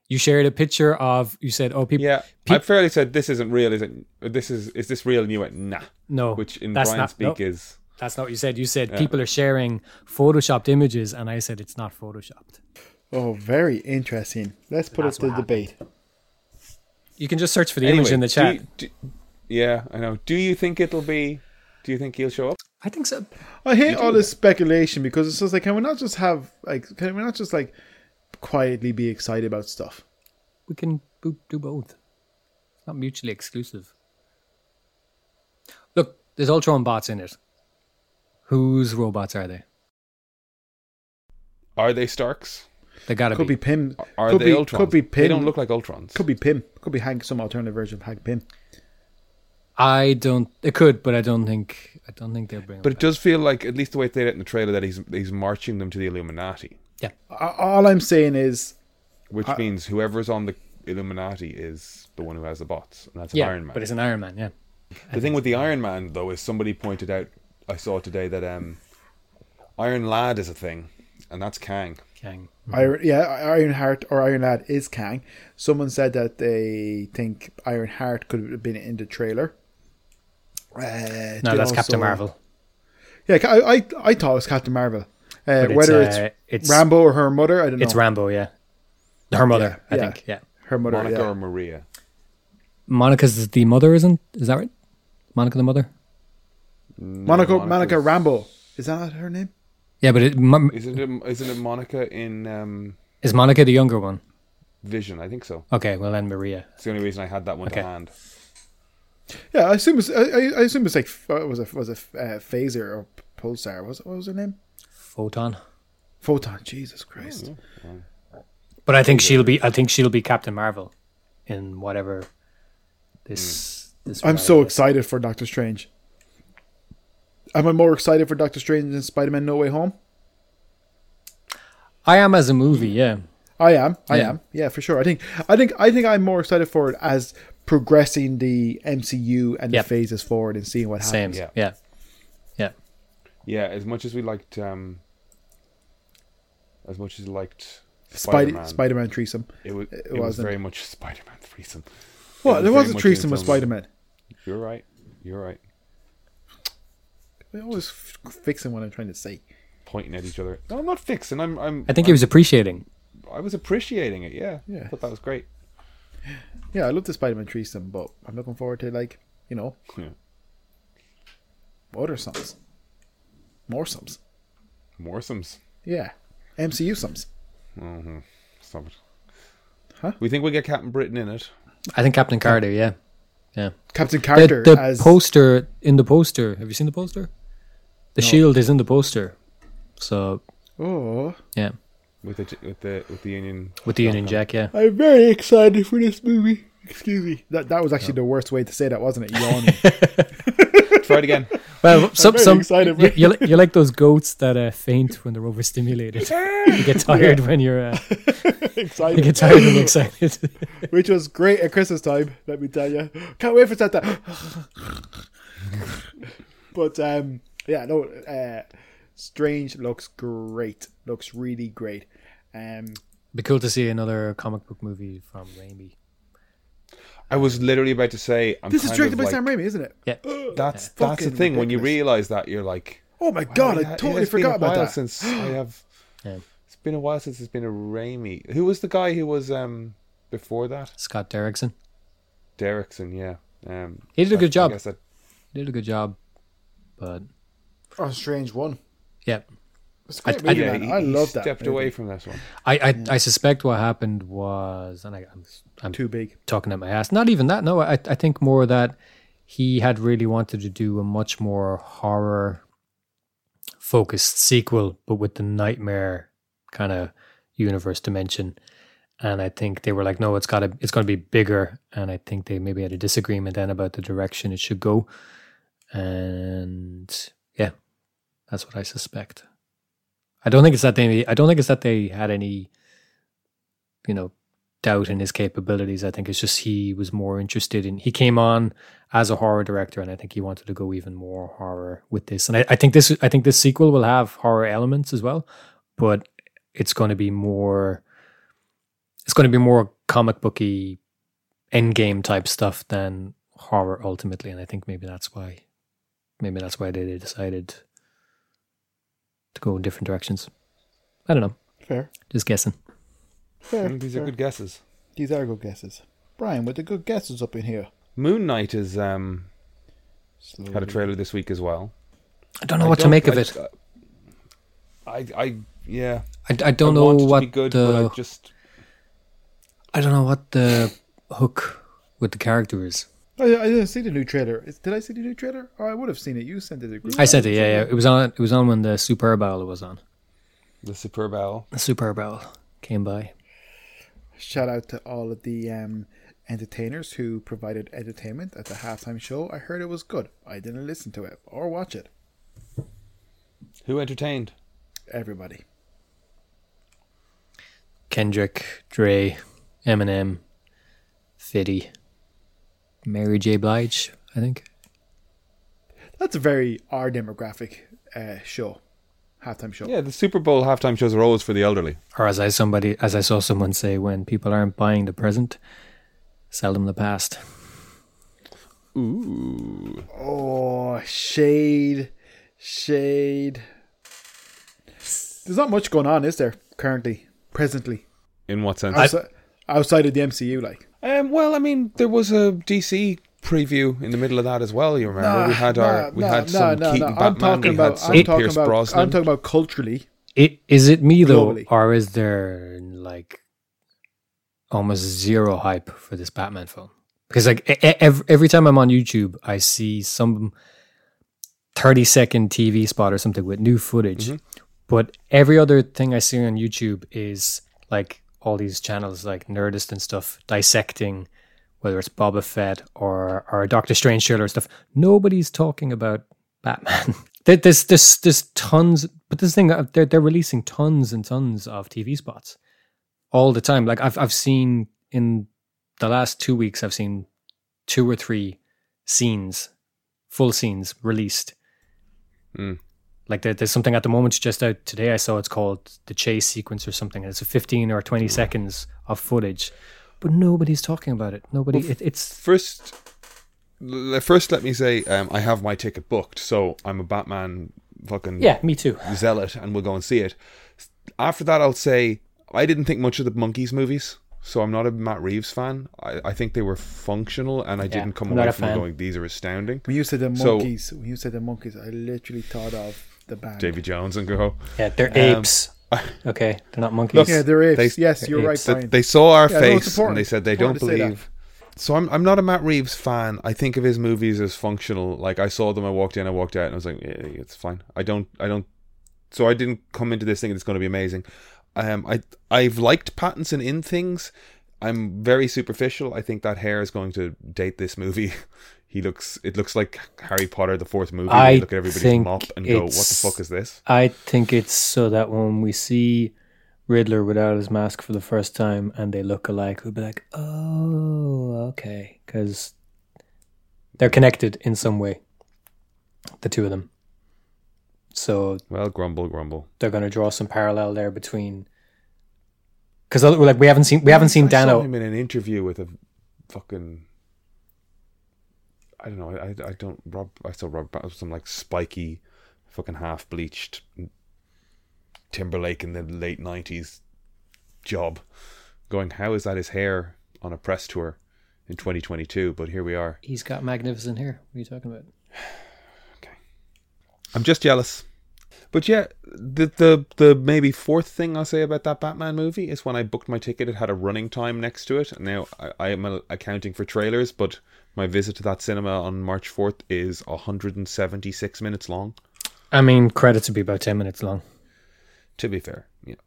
Speaker 2: You shared a picture of. You said, "Oh, people,
Speaker 1: Yeah,
Speaker 2: Pe-
Speaker 1: I fairly said this isn't real, is it? This is is this real? And you went nah,
Speaker 2: no,
Speaker 1: which in
Speaker 2: that's
Speaker 1: Brian
Speaker 2: not,
Speaker 1: speak
Speaker 2: no,
Speaker 1: is
Speaker 2: that's not what you said. You said
Speaker 1: Yeah.
Speaker 2: people are sharing photoshopped images, and I said it's not photoshopped.
Speaker 3: Oh, very interesting. Let's put
Speaker 2: That's
Speaker 3: it to
Speaker 2: what happened.
Speaker 3: debate.
Speaker 2: You can just search for the
Speaker 1: Anyway,
Speaker 2: image in the
Speaker 1: do
Speaker 2: chat.
Speaker 1: you- do- yeah, I know. Do you think it'll be? Do you think he'll show up?
Speaker 2: I think so.
Speaker 3: I hate all this speculation because it's just like, can we not just have like, can we not just like quietly be excited about stuff?
Speaker 2: We can bo- do both. It's not mutually exclusive. Look, there's Ultron bots in it. Whose robots are they?
Speaker 1: Are they Starks?
Speaker 2: They gotta
Speaker 3: Could
Speaker 2: be.
Speaker 3: be Pim.
Speaker 1: Are
Speaker 3: could
Speaker 1: they
Speaker 3: be,
Speaker 1: Ultrons?
Speaker 3: Could be Pim.
Speaker 1: They don't look like Ultrons.
Speaker 3: Could be Pim. Could be Hank. Some alternative version of Hank Pim.
Speaker 2: I don't. It could, but I don't think. I don't think they're bringing.
Speaker 1: But
Speaker 2: But
Speaker 1: it does feel like, at least the way they did it in the trailer, that he's he's marching them to the Illuminati,
Speaker 2: yeah,
Speaker 3: A- All I'm saying is,
Speaker 1: which means whoever's on the Illuminati is the one who has the bots, and that's an
Speaker 2: yeah.
Speaker 1: Iron Man.
Speaker 2: But it's an Iron Man. Yeah.
Speaker 1: The thing with the Iron Man though is somebody pointed out I saw today that um, Iron Lad is a thing, and that's Kang.
Speaker 2: Kang.
Speaker 3: Iron, yeah, Iron Heart or Iron Lad is Kang. Someone said that they think Iron Heart could have been in the trailer.
Speaker 2: No,
Speaker 3: Uh, they
Speaker 2: that's
Speaker 3: also-
Speaker 2: Captain Marvel.
Speaker 3: Yeah, I, I, I thought it was Captain Marvel. Uh,
Speaker 2: But it's,
Speaker 3: whether
Speaker 2: uh,
Speaker 3: it's,
Speaker 2: it's-
Speaker 3: Rambo or her mother, I don't know.
Speaker 2: It's Rambo. Yeah. Her mother. I
Speaker 3: Yeah, yeah.
Speaker 2: think. Yeah.
Speaker 3: her mother.
Speaker 1: Monica
Speaker 3: yeah.
Speaker 1: or Maria.
Speaker 2: Monica's the mother, isn't? Is that right? Monica the mother.
Speaker 3: Monica,
Speaker 1: Monica's-
Speaker 3: Monica Rambo. Is that not her name?
Speaker 2: Yeah, but it, Mon-
Speaker 1: Isn't it, isn't it Monica in um,
Speaker 2: is Monica the younger one?
Speaker 1: Vision? I think so.
Speaker 2: Okay, well then Maria.
Speaker 1: It's the only reason I had that one
Speaker 2: Okay.
Speaker 1: to hand.
Speaker 3: Yeah, I assume it's. I, I- I assume it's like uh, was a was a uh, phaser or pulsar. Was what was her name?
Speaker 2: Photon.
Speaker 3: Photon. Jesus Christ.
Speaker 2: But I think she'll be. I think she'll be Captain Marvel, in whatever. This. this
Speaker 3: I'm
Speaker 2: reality
Speaker 3: so
Speaker 2: is.
Speaker 3: excited for Doctor Strange. Am I more excited for Doctor Strange than Spider Man No Way Home?
Speaker 2: I am as a movie. Yeah.
Speaker 3: I am. I
Speaker 2: Yeah.
Speaker 3: am. Yeah, for sure. I think. I think. I think I'm more excited for it as progressing the MCU and
Speaker 2: Yep.
Speaker 3: the phases forward and seeing what
Speaker 2: Same.
Speaker 3: happens.
Speaker 1: Yeah.
Speaker 2: Yeah. Yeah.
Speaker 1: Yeah, as much as we liked, um, as much as we liked
Speaker 3: Spider
Speaker 1: Spider-Man,
Speaker 3: Spider Man threesome.
Speaker 1: it was it, was
Speaker 3: wasn't.
Speaker 1: very much Spider-Man threesome.
Speaker 3: What? There
Speaker 1: very
Speaker 3: was a
Speaker 1: much
Speaker 3: threesome with
Speaker 1: influenced-
Speaker 3: Spider Man.
Speaker 1: You're right. You're right.
Speaker 3: I always f- fixing what I'm trying to say.
Speaker 1: Pointing at each other. No, I'm not fixing. I'm. I'm.
Speaker 2: I think he was appreciating.
Speaker 1: I was appreciating it. Yeah.
Speaker 3: Yeah.
Speaker 1: I thought that was great.
Speaker 3: Yeah, I love the Spider Man threesome, but I'm looking forward to like you know
Speaker 1: Yeah.
Speaker 3: other sums, more sums.
Speaker 1: Morsums.
Speaker 3: Yeah, MCU sums.
Speaker 1: Mm-hmm. Stop it.
Speaker 3: Huh?
Speaker 1: We think we get Captain Britain in it.
Speaker 2: I think Captain Carter. Yeah. Yeah.
Speaker 3: Captain
Speaker 2: The,
Speaker 3: Carter
Speaker 2: the
Speaker 3: as
Speaker 2: poster in the poster. Have you seen the poster? The shield is in the poster. So
Speaker 3: oh,
Speaker 2: yeah,
Speaker 1: With the with the with the Union.
Speaker 2: with the Union Jack. Yeah.
Speaker 3: I'm very excited for this movie. Excuse me. That that was actually the worst way to say that,
Speaker 1: <laughs>
Speaker 3: wasn't it? Yawning.
Speaker 1: Try it again.
Speaker 2: Well, some
Speaker 3: very
Speaker 2: some
Speaker 3: excited,
Speaker 2: you,
Speaker 3: man.
Speaker 2: you're, li- you're like those goats that uh, faint when they're
Speaker 3: <laughs>
Speaker 2: overstimulated. you get tired when you're uh, you
Speaker 3: excited,
Speaker 2: get tired when you're excited. <laughs>
Speaker 3: which was great at Christmas time. Let me tell you, can't wait for Santa. <laughs> but um, yeah, no. Uh, Strange looks great. Looks really great. Um,
Speaker 2: be cool to see another comic book movie from Raimi.
Speaker 1: I was literally about to say. I'm
Speaker 3: this is
Speaker 1: kind
Speaker 3: directed
Speaker 1: of
Speaker 3: by
Speaker 1: like-
Speaker 3: Sam Raimi, isn't it?
Speaker 2: Yeah.
Speaker 1: <gasps> That's
Speaker 3: Yeah.
Speaker 1: that's the
Speaker 3: Fucking
Speaker 1: thing. When you
Speaker 3: ridiculous.
Speaker 1: realize that, you're like,
Speaker 3: Oh my
Speaker 1: wow,
Speaker 3: god,
Speaker 1: it ha-
Speaker 3: I
Speaker 1: it
Speaker 3: totally
Speaker 1: has been a
Speaker 3: <gasps> forgot about
Speaker 1: while
Speaker 3: that.
Speaker 1: Since I have,
Speaker 2: Yeah.
Speaker 1: it's been a while since it's been a Raimi. Who was the guy who was um before that?
Speaker 2: Scott Derrickson
Speaker 1: Derrickson, yeah. Um,
Speaker 2: He did a
Speaker 1: I-
Speaker 2: good job.
Speaker 1: I guess that,
Speaker 2: did a good job, but
Speaker 3: Oh, Strange One.
Speaker 2: yeah,
Speaker 3: It's a great
Speaker 2: I-
Speaker 3: movie,
Speaker 1: yeah,
Speaker 3: man.
Speaker 1: he,
Speaker 3: I
Speaker 1: he
Speaker 3: love that.
Speaker 1: stepped
Speaker 3: movie.
Speaker 1: away from this one.
Speaker 2: I I, I suspect what happened was, and I, I'm I'm
Speaker 3: Too big.
Speaker 2: talking at my ass. Not even that. No, I I think more that he had really wanted to do a much more horror focused sequel, but with the nightmare kind of universe dimension. And I think they were like, no, it's got to it's going to be bigger. And I think they maybe had a disagreement then about the direction it should go. And yeah, that's what I suspect. I don't think it's that they. I don't think it's that they had any, you know, doubt in his capabilities. I think it's just he was more interested in. He came on as a horror director, and I think he wanted to go even more horror with this. And I, I think this. I think this sequel will have horror elements as well, but it's going to be more. It's going to be more comic booky, endgame type stuff than horror ultimately, and I think maybe that's why. Maybe that's why they they decided to go in different directions. I don't know.
Speaker 3: Fair.
Speaker 2: Just guessing.
Speaker 3: Fair.
Speaker 1: Mm, These are
Speaker 3: fair.
Speaker 1: good guesses.
Speaker 3: These are good guesses. Brian, with the good guesses up in here.
Speaker 1: Moon Knight has um,
Speaker 3: Slowly.
Speaker 1: had a trailer this week as well.
Speaker 2: I don't know what to make of it.
Speaker 1: uh, I, I yeah.
Speaker 2: I, I don't
Speaker 1: I
Speaker 2: know
Speaker 1: want it to
Speaker 2: what uh,
Speaker 1: be good,
Speaker 2: the
Speaker 1: but I just
Speaker 2: I don't know what the hook with the character is.
Speaker 3: I, Oh, I didn't see the new trailer. Is- Did I see the new trailer? Oh, I would have seen it. You sent it. to the group.
Speaker 2: I said it. Yeah, yeah. It was on. It was on when the Superb Owl was on.
Speaker 1: the Superb Owl.
Speaker 2: The Superb Owl came by.
Speaker 3: Shout out to all of the um, entertainers who provided entertainment at the halftime show. I heard it was good. I didn't listen to it or watch it.
Speaker 1: Who entertained?
Speaker 3: Everybody.
Speaker 2: Kendrick, Dre, Eminem, Fiddy, Mary J. Blige. I think.
Speaker 3: That's a very our demographic uh, show, halftime show.
Speaker 1: Yeah, the Super Bowl halftime shows are always for the elderly.
Speaker 2: Or as I somebody as I saw someone say, when people aren't buying the present, sell them the past.
Speaker 1: Ooh.
Speaker 3: Oh, shade, shade. There's not much going on, is there? Currently, presently,
Speaker 1: In what sense?
Speaker 3: outside, outside of the MCU, like.
Speaker 1: Um, well, I mean, there was a DC preview in the middle of that as well. You remember
Speaker 3: Nah,
Speaker 1: we had our
Speaker 3: nah,
Speaker 1: we
Speaker 3: nah,
Speaker 1: had
Speaker 3: nah,
Speaker 1: some
Speaker 3: nah,
Speaker 1: Keaton
Speaker 3: nah.
Speaker 1: Batman.
Speaker 3: I'm talking
Speaker 1: we
Speaker 3: about.
Speaker 1: had some
Speaker 3: I'm talking
Speaker 1: Pierce
Speaker 3: about.
Speaker 1: Brosnan.
Speaker 3: I'm talking about culturally.
Speaker 2: It is it me though,
Speaker 3: Globally.
Speaker 2: or is there like almost zero hype for this Batman film? Because like e- e- ev- every time I'm on YouTube, I see some thirty second TV spot or something with new footage, but every other thing I see on YouTube is like all these channels like Nerdist and stuff dissecting whether it's Boba Fett or or Doctor Strange trailer and stuff. Nobody's talking about Batman. <laughs> There- there's there's there's tons, but this thing uh, they're they're releasing tons and tons of TV spots all the time. Like I've I've seen in the last two weeks, I've seen two or three scenes, full scenes released.
Speaker 1: Mm.
Speaker 2: Like there, there's something at the moment just out today. I saw it's called the chase sequence or something. It's a 15 or
Speaker 1: Hmm.
Speaker 2: 20 seconds of footage, but nobody's talking about it. Nobody. it, it's
Speaker 1: First, l- first, let me say um, I have my ticket booked, so I'm a Batman fucking
Speaker 2: yeah, me too.
Speaker 1: zealot, and we'll go and see it. After that, I'll say I didn't think much of the monkeys movies, so I'm not a Matt Reeves fan. I, I think they were functional, and I didn't come
Speaker 2: I'm not
Speaker 1: away
Speaker 2: a
Speaker 1: from it
Speaker 2: fan.
Speaker 1: going these are astounding.
Speaker 3: When you said the
Speaker 1: So-
Speaker 3: monkeys, when you said the monkeys, I literally thought of the band.
Speaker 1: Davy Jones and go.
Speaker 2: Yeah, they're
Speaker 1: Um, <laughs>
Speaker 2: apes. Okay, they're not monkeys.
Speaker 1: Look,
Speaker 3: Yeah, they're apes.
Speaker 1: They-
Speaker 3: yes, you're
Speaker 2: they're
Speaker 3: right,
Speaker 2: apes.
Speaker 1: that
Speaker 3: Brian.
Speaker 1: they saw our
Speaker 3: Yeah, no, it's
Speaker 1: face and
Speaker 3: important.
Speaker 1: they said they don't
Speaker 3: Important to say that.
Speaker 1: believe. So I'm I'm not a Matt Reeves fan. I think of his movies as functional. Like I saw them, I walked in, I walked out, and I was like, yeah, it's fine. I don't I don't. So I didn't come into this thing. It's going to be amazing. Um, I I've liked Pattinson in things. I'm very superficial. I think that hair is going to date this movie. <laughs> He looks. It looks like Harry Potter, the fourth movie.
Speaker 2: I
Speaker 1: you look at everybody's
Speaker 2: think
Speaker 1: mop and go, "What the
Speaker 2: it's-
Speaker 1: fuck is this?"
Speaker 2: I think it's so that when we see Riddler without his mask for the first time and they look alike, we'll be like, oh, okay. Because they're connected in some way, the two of them. So
Speaker 1: Well, grumble, grumble.
Speaker 2: they're going to draw some parallel there between. Because like we haven't seen we haven't seen
Speaker 1: I saw
Speaker 2: Dano.
Speaker 1: him in an interview with a fucking. I don't know. I I, I don't. Rob. I saw Rob. Ba- Some like spiky, fucking half bleached, Timberlake in the late '90s job, going, "How is that his hair on a press tour in 2022?" But here we are.
Speaker 2: He's got magnificent hair. What are you talking about?
Speaker 1: I'm just jealous. But yeah, the the the maybe fourth thing I'll say about that Batman movie is when I booked my ticket, it had a running time next to it. Now I, I am uh, accounting for trailers, but my visit to that cinema on March fourth is 176 minutes long.
Speaker 2: I mean, credits would be about 10 minutes long.
Speaker 1: To be fair, yeah.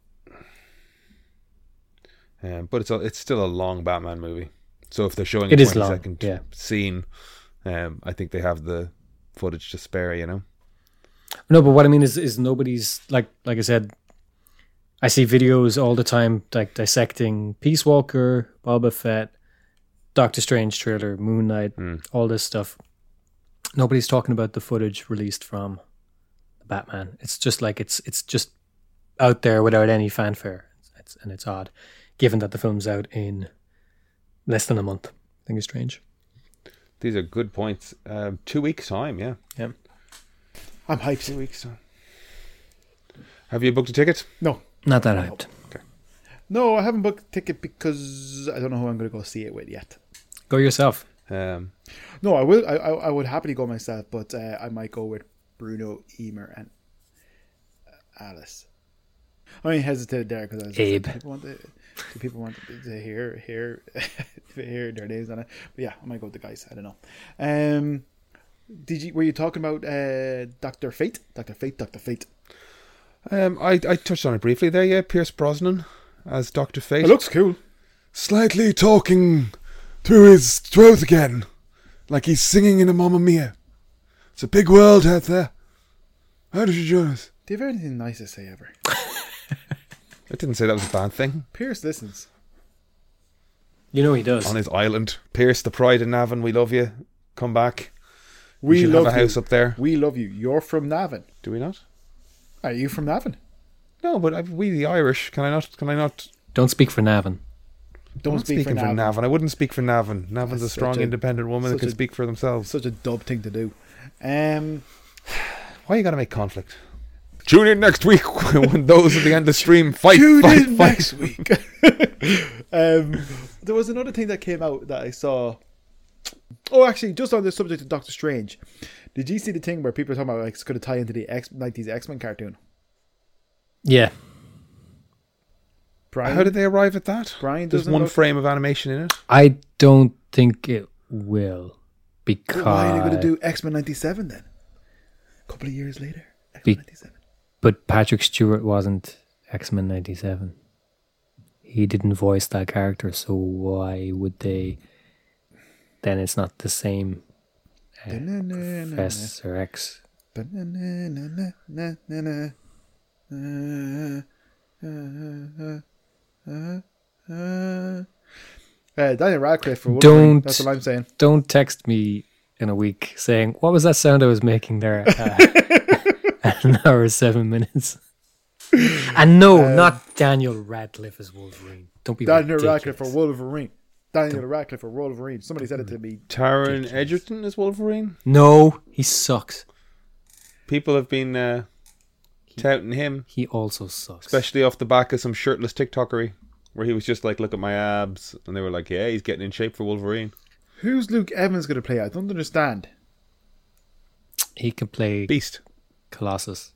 Speaker 1: Um, but it's a, it's still a long Batman movie. So if they're showing a
Speaker 2: It is
Speaker 1: 20
Speaker 2: long,
Speaker 1: second
Speaker 2: yeah.
Speaker 1: scene, um, I think they have the footage to spare. You know.
Speaker 2: No, but what I mean is, is nobody's like, like I said, I see videos all the time, like dissecting Peace Walker, Boba Fett, Doctor Strange trailer, Moon Knight, all this stuff. Nobody's talking about the footage released from Batman. It's just like it's it's just out there without any fanfare, it's, it's, and it's odd, given that the film's out in less than a month. I think it's strange.
Speaker 1: These are good points. Um, two weeks time, yeah.
Speaker 2: Yeah.
Speaker 3: I'm hyped.
Speaker 1: weeks time. Have you booked a ticket?
Speaker 3: No,
Speaker 2: Not that hyped.
Speaker 3: no, I haven't booked a ticket because I don't know who I'm going to go see it with yet.
Speaker 2: Go yourself.
Speaker 1: Um,
Speaker 3: No, I will. I, I, I would happily go myself, but uh, I might go with Bruno Emer and uh, Alice. I only hesitated there because I was
Speaker 2: Abe.
Speaker 3: Like, do people want to, do people want to hear hear <laughs> hear their names on it? But yeah, I might go with the guys. I don't know. Um, did you were you talking about uh, Doctor Fate? Doctor Fate. Doctor Fate.
Speaker 1: um, I, I touched on it briefly there, yeah. Pierce Brosnan as Dr. Fate.
Speaker 3: It looks cool.
Speaker 1: Slightly talking through his throat again, like he's singing in a Mamma Mia. It's a big world out there. How did you join us?
Speaker 3: Do you have anything nice to say ever?
Speaker 1: I didn't say that was a bad thing.
Speaker 3: Pierce listens.
Speaker 2: You know he does.
Speaker 1: On his island. Pierce, the pride in Navan, we love you. Come back.
Speaker 3: We
Speaker 1: should have
Speaker 3: love
Speaker 1: a house
Speaker 3: you.
Speaker 1: up there.
Speaker 3: We love you. You're from Navan.
Speaker 1: Do we not?
Speaker 3: Are you from Navan?
Speaker 1: No, but I, we the Irish, can I not, can I not
Speaker 2: Don't speak for Navin.
Speaker 3: Don't
Speaker 1: I'm
Speaker 3: speak for Navan.
Speaker 1: I wouldn't speak for Navin. Navin's a
Speaker 3: That's
Speaker 1: strong,
Speaker 3: such a-
Speaker 1: independent woman that
Speaker 3: such
Speaker 1: can
Speaker 3: a-
Speaker 1: speak for themselves.
Speaker 3: Such a dub thing to do. Um.
Speaker 1: Why you gotta make conflict? Tune in next week <laughs> when those at the end of stream fight,
Speaker 3: Tune
Speaker 1: fight,
Speaker 3: in
Speaker 1: fight.
Speaker 3: next week. <laughs> um, there was another thing that came out that I saw. Oh, actually, just on the subject of Doctor Strange, did you see the thing where people are talking about like it's going to tie into the X nineties X Men cartoon?
Speaker 2: Yeah.
Speaker 3: Brian,
Speaker 1: How did they arrive at that?
Speaker 3: Brian
Speaker 1: There's
Speaker 3: doesn't
Speaker 1: one
Speaker 3: look-
Speaker 1: frame of animation in it.
Speaker 2: I don't think it will because
Speaker 3: why are they going to do X Men ninety seven then? A couple of years later, X Men
Speaker 2: Be-
Speaker 3: ninety seven.
Speaker 2: but Patrick Stewart wasn't X-Men 97. He didn't voice that character, so why would they then it's not the same uh, Professor X.
Speaker 3: Uh, Daniel Radcliffe for one
Speaker 2: Don't-
Speaker 3: That's what I'm saying.
Speaker 2: Don't text me in a week saying, "What was that sound I was making
Speaker 3: <laughs>
Speaker 2: there?" Uh, <laughs> an hour and 7 minutes. And no, not Daniel Radcliffe as Wolverine. Don't be
Speaker 3: Uh, Daniel
Speaker 2: ridiculous.
Speaker 3: Radcliffe for Wolverine. Daniel Radcliffe for Wolverine. Somebody said it to me.
Speaker 1: Taron Edgerton is Wolverine.
Speaker 2: No, he sucks.
Speaker 1: People have been uh, touting him,
Speaker 2: He also sucks.
Speaker 1: especially off the back of some shirtless TikTokery, where he was just like, "Look at my abs," and they were like, "Yeah, he's getting in shape for Wolverine."
Speaker 3: Who's Luke Evans going to play? I don't understand.
Speaker 2: He can play
Speaker 1: Beast.
Speaker 2: Colossus.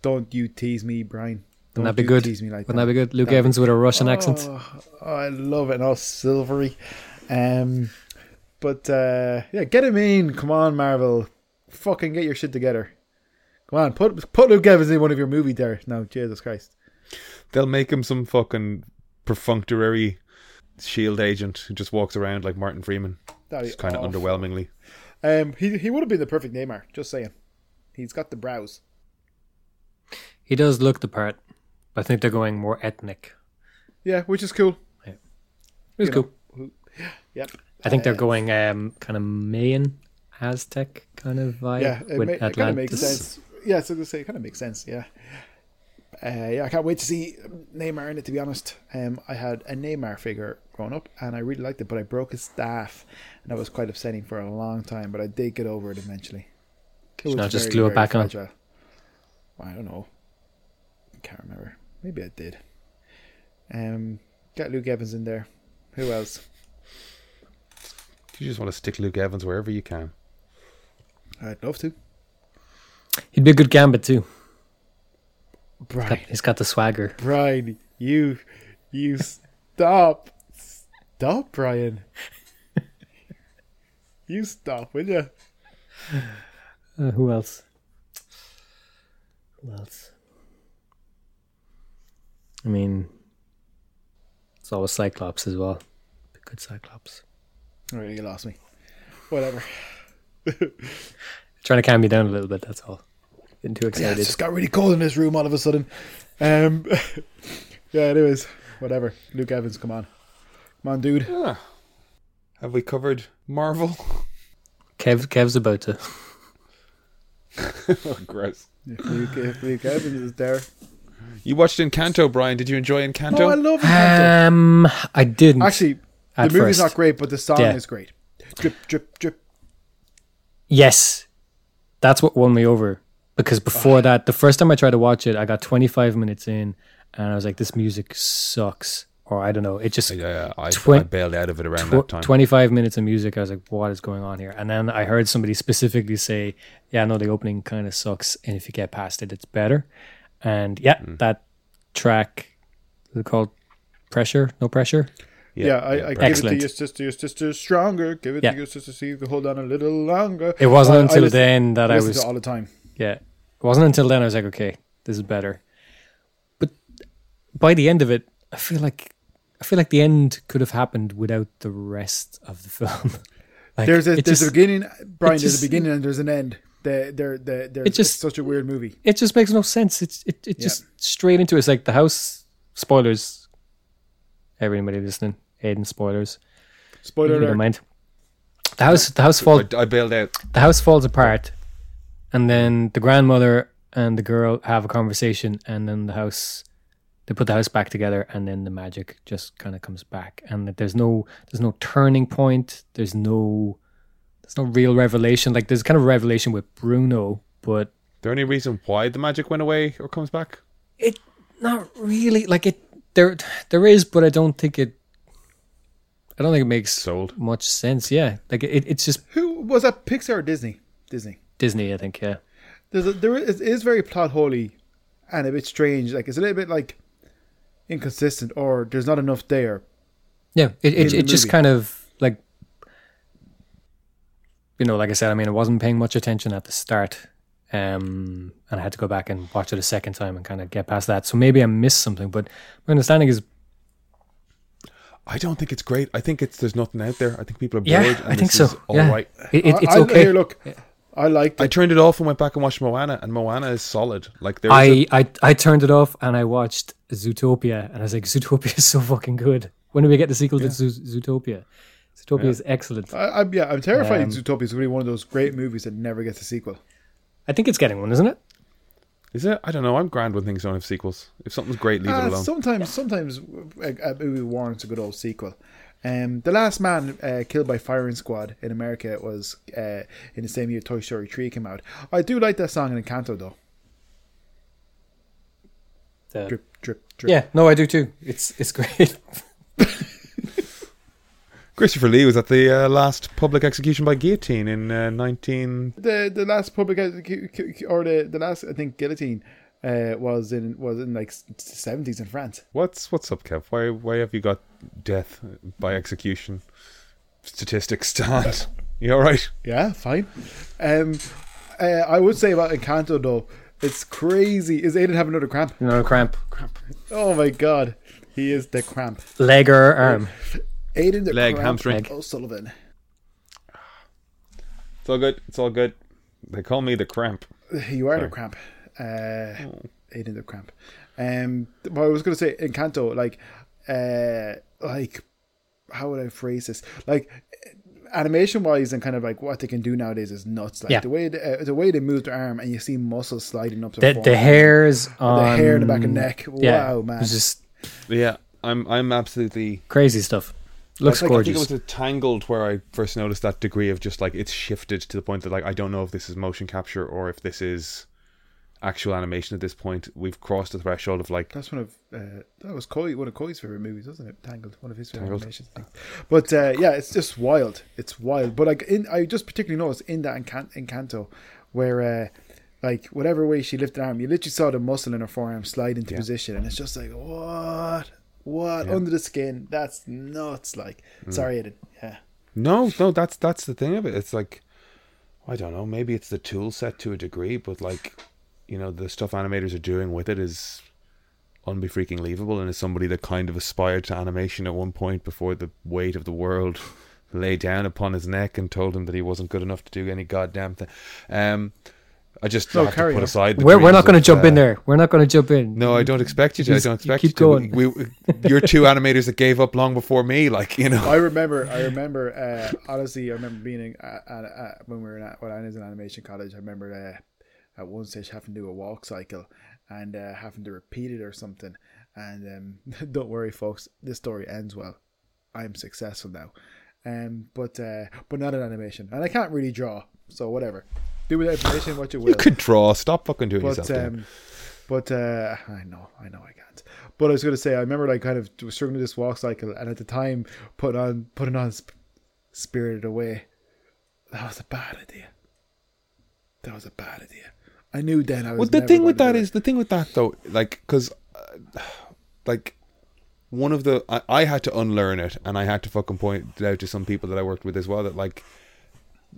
Speaker 3: Don't you tease me, Brian. Don't
Speaker 2: Wouldn't that be
Speaker 3: you
Speaker 2: good?
Speaker 3: tease me like
Speaker 2: Wouldn't that be good? Luke Evans with a Russian accent.
Speaker 3: Oh, I love it. And all silvery. Um, but uh, yeah, get him in. Come on, Marvel. Fucking get your shit together. Come on, put put Luke Evans in one of your movies there. No, Jesus Christ.
Speaker 1: They'll make him some fucking perfunctory shield agent who just walks around like Martin Freeman.
Speaker 3: That'd be
Speaker 1: It's kind of
Speaker 3: awful.
Speaker 1: underwhelmingly.
Speaker 3: Um, he he would have been the perfect Neymar. Just saying, he's got the brows.
Speaker 2: He does look the part. but I think they're going more ethnic.
Speaker 3: Yeah, which is cool.
Speaker 2: It's
Speaker 3: You
Speaker 2: cool.
Speaker 3: Yep. Uh,
Speaker 2: I think they're going um, kind of Mayan, Aztec kind of vibe
Speaker 3: Yeah, it,
Speaker 2: with
Speaker 3: ma- it kind of
Speaker 2: Atlantis.
Speaker 3: makes sense. Yeah, so to say, it kind of makes sense. Yeah. Uh, yeah, I can't wait to see Neymar in it. To be honest, um, I had a Neymar figure growing up, and I really liked it, but I broke his staff, and that was quite upsetting for a long time. But I did get over it eventually. It was
Speaker 2: not just
Speaker 3: very,
Speaker 2: glue it
Speaker 3: very
Speaker 2: back on?
Speaker 3: fragile. I don't know. I can't remember. Maybe I did. Um, got Luke Evans in there. Who else?
Speaker 1: You just want to stick Luke Evans wherever you can.
Speaker 3: I'd love to.
Speaker 2: He'd be a good gambit too. Got-
Speaker 3: Brian,
Speaker 2: he's got the swagger.
Speaker 3: Brian, you, you stop, stop, Brian. You stop, will you?
Speaker 2: Uh, who else? Who else? I mean, it's always Cyclops as well. Be Good Cyclops.
Speaker 3: Oh, you lost me. Whatever.
Speaker 2: Trying to calm you down a little bit, that's all. Getting too
Speaker 3: Yeah,
Speaker 2: excited.
Speaker 3: it's just got really cold in this room all of a sudden. Um, <laughs> yeah, anyways, whatever. Luke Evans, come on. Come on, dude.
Speaker 1: Yeah. Have we covered Marvel? <laughs>
Speaker 2: Kev, Kev's about to.
Speaker 1: oh, gross.
Speaker 3: If Luke, if Luke Evans is there.
Speaker 1: You watched Encanto, Brian. Did you enjoy Encanto?
Speaker 3: Oh, <laughs> I love Encanto.
Speaker 2: Um, I didn't.
Speaker 3: Actually, the
Speaker 2: At
Speaker 3: movie's
Speaker 2: first.
Speaker 3: not great, but the song
Speaker 2: Yeah.
Speaker 3: is great. Drip, drip, drip.
Speaker 2: Yes, that's what won me over. Because before that, the first time I tried to watch it, I got 25 minutes in, and I was like, "This music sucks," or I don't know. It just
Speaker 1: yeah, I,
Speaker 2: Twen-
Speaker 1: I bailed out of it around
Speaker 2: tw-
Speaker 1: that time.
Speaker 2: 25 minutes of music. I was like, "What is going on here?" And then I heard somebody specifically say, "Yeah, no, the opening kind of sucks, and if you get past it, it's better." And yeah,
Speaker 1: Hmm.
Speaker 2: that track, is it called "Pressure"? No pressure.
Speaker 3: Yeah, I, I give it to
Speaker 2: Excellent.
Speaker 3: your sister, your sister stronger. Give it
Speaker 2: Yeah.
Speaker 3: to your sister so you can hold on a little longer.
Speaker 2: It wasn't
Speaker 3: I- I
Speaker 2: until
Speaker 3: listen-
Speaker 2: then that
Speaker 3: I
Speaker 2: I,
Speaker 3: listen to
Speaker 2: was
Speaker 3: it all the time.
Speaker 2: Yeah. It wasn't until then I was like, okay, this is better. But by the end of it, I feel like I feel like the end could have happened without the rest of the film. <laughs> like,
Speaker 3: There's a
Speaker 2: it
Speaker 3: there's a
Speaker 2: just,
Speaker 3: beginning, Brian. There's
Speaker 2: just-
Speaker 3: a beginning and there's an end. There, there, there. There's
Speaker 2: It just-
Speaker 3: it's such a weird movie.
Speaker 2: it just makes no sense. It's it, it
Speaker 3: Yeah.
Speaker 2: just straight into it. It's like the house spoilers. Everybody listening, Aiden spoilers.
Speaker 3: Spoiler
Speaker 2: Never
Speaker 3: alert.
Speaker 2: mind. The house the house falls
Speaker 1: I, I bailed out.
Speaker 2: the house falls apart and then the grandmother and the girl have a conversation and then the house they put the house back together and then the magic just kind of comes back and that there's no there's no turning point there's no there's no real revelation like there's kind of revelation with bruno but
Speaker 1: The only reason why the magic went away or comes back?
Speaker 2: it not really like it there there is but i don't think it i don't think it makes
Speaker 1: Sold.
Speaker 2: much sense yeah like it, it's just
Speaker 3: Who was that? Pixar or Disney? Disney.
Speaker 2: disney i think yeah
Speaker 3: There's a, there is, it is very plot holy, and a bit strange. Like it's a little bit like inconsistent, or there's not enough there.
Speaker 2: Yeah, it it,
Speaker 3: the
Speaker 2: it just
Speaker 3: movie.
Speaker 2: kind of like you know, like I said, I mean, I wasn't paying much attention at the start, um, and I had to go back and watch it a second time and kind of get past that. So maybe I missed something, but my understanding is,
Speaker 1: I don't think it's great. I think it's there's nothing out there. I think people are bored.
Speaker 2: yeah,
Speaker 1: and
Speaker 2: I think
Speaker 1: this is
Speaker 2: so.
Speaker 1: all
Speaker 2: yeah,
Speaker 1: right.
Speaker 2: It- it- it's
Speaker 3: I, I,
Speaker 2: okay.
Speaker 3: Here, look, I liked
Speaker 1: I
Speaker 3: it.
Speaker 1: turned it off and went back and watched Moana, and Moana is solid. Like there is a-
Speaker 2: I, I I turned it off and I watched Zootopia, and I was like, Zootopia <laughs> is so fucking good. When do we get the sequel to Zoo- Zootopia? Zootopia is excellent.
Speaker 3: I, I, yeah, I'm terrified.
Speaker 2: Um,
Speaker 3: Zootopia is really one of those great movies that never gets a sequel.
Speaker 2: I think it's getting one, isn't it?
Speaker 1: is it? I don't know. I'm grand when things don't have sequels. If something's great, leave it
Speaker 3: Uh,
Speaker 1: alone.
Speaker 3: sometimes, sometimes a, a movie warrants a good old sequel. Um, the last man uh, killed by firing squad in America was uh, in the same year Toy Story Three came out. I do like that song in Encanto though.
Speaker 2: The-
Speaker 3: Drip, drip, drip.
Speaker 2: yeah, no, I do too. It's it's <laughs> great.
Speaker 1: Christopher Lee was at the uh, last public execution by guillotine in uh, 19.
Speaker 3: the the last public uh, or the, the last I think guillotine uh, was in was in like seventies in France.
Speaker 1: What's what's up, Kev? Why why have you got death by execution statistics stand? <laughs> You all right?
Speaker 3: Yeah, fine. Um, uh, I would say about Encanto though, it's crazy. Is Aiden have another cramp?
Speaker 2: no cramp,
Speaker 3: Oh my god, he is the cramp.
Speaker 2: leg or arm.
Speaker 3: Aiden the
Speaker 1: Leg,
Speaker 3: cramp. Oh,
Speaker 1: hamstring.
Speaker 3: O'Sullivan.
Speaker 1: It's all good. It's all good. They call me the cramp.
Speaker 3: You are the cramp. Uh,
Speaker 2: Oh.
Speaker 3: Aiden the cramp. Um, but I was gonna say Encanto, like, uh, like, how would I phrase this? Like, animation wise and kind of like what they can do nowadays is nuts. Like
Speaker 2: Yeah.
Speaker 3: the way the, uh, the way they move their arm and you see muscles sliding up their
Speaker 2: The,
Speaker 3: form.
Speaker 2: the hairs on
Speaker 3: The hair in the back of neck.
Speaker 2: Yeah,
Speaker 3: wow, man.
Speaker 2: It's just
Speaker 1: Yeah, I'm I'm absolutely
Speaker 2: crazy stuff. Looks
Speaker 1: like, I
Speaker 2: gorgeous.
Speaker 1: think it was a Tangled where I first noticed that degree of just like it's shifted to the point that like I don't know if this is motion capture or if this is actual animation at this point. We've crossed the threshold of like
Speaker 3: That's one of uh, that was Coy, one of Coy's favorite movies, wasn't it? Tangled, one of his favorite
Speaker 1: Tangled.
Speaker 3: animations. I think. But uh, yeah, it's just wild. It's wild. But like, in, I just particularly noticed in that Encan- Encanto, where uh, like whatever way she lifted her arm, you literally saw the muscle in her forearm slide into
Speaker 1: Yeah.
Speaker 3: position, and it's just like what, what
Speaker 1: Yeah. Mm.
Speaker 3: under the skin? That's nuts. Like, sorry, Eden. Yeah,
Speaker 1: no, no. That's that's the thing of it. It's like I don't know. Maybe it's the tool set to a degree, but like you know, the stuff animators are doing with it is unbefreaking leavable. And as somebody that kind of aspired to animation at one point before the weight of the world <laughs> lay down upon his neck and told him that he wasn't good enough to do any goddamn thing. Um, I just
Speaker 3: No,
Speaker 1: have to
Speaker 3: carry
Speaker 1: put
Speaker 3: on.
Speaker 1: aside. The
Speaker 2: We're, we're
Speaker 1: dreams
Speaker 2: not going to
Speaker 1: of,
Speaker 2: jump in
Speaker 1: uh,
Speaker 2: there. We're not going to jump in.
Speaker 1: No, I don't expect you to.
Speaker 2: Just-
Speaker 1: I don't
Speaker 2: you
Speaker 1: expect
Speaker 2: keep
Speaker 1: you to.
Speaker 2: going.
Speaker 1: We, we, you're two <laughs> animators that gave up long before me. Like you know,
Speaker 3: I remember. I remember. Uh, honestly, I remember being in, uh, uh, uh, when we were in, a- when I was in animation college. I remember uh, at one stage having to do a walk cycle and uh, having to repeat it or something. And um, <laughs> don't worry, folks. This story ends well. I'm successful now, um, but uh, but not in animation, and I can't really draw. So whatever. Do with that information what you will
Speaker 1: you <laughs> could draw. Stop fucking doing
Speaker 3: but
Speaker 1: yourself. down.
Speaker 3: um, but uh, I know, I know, I can't. But I was going to say, I remember like kind of struggling with this walk cycle, and at the time, putting on putting on sp- Spirited Away, that was a bad idea. That was a bad idea. I knew then. I was.
Speaker 1: well the
Speaker 3: never
Speaker 1: thing
Speaker 3: gonna
Speaker 1: with
Speaker 3: do
Speaker 1: that
Speaker 3: it.
Speaker 1: is the thing with that though like because uh, like one of the I, I had to unlearn it and i had to fucking point it out to some people that i worked with as well that like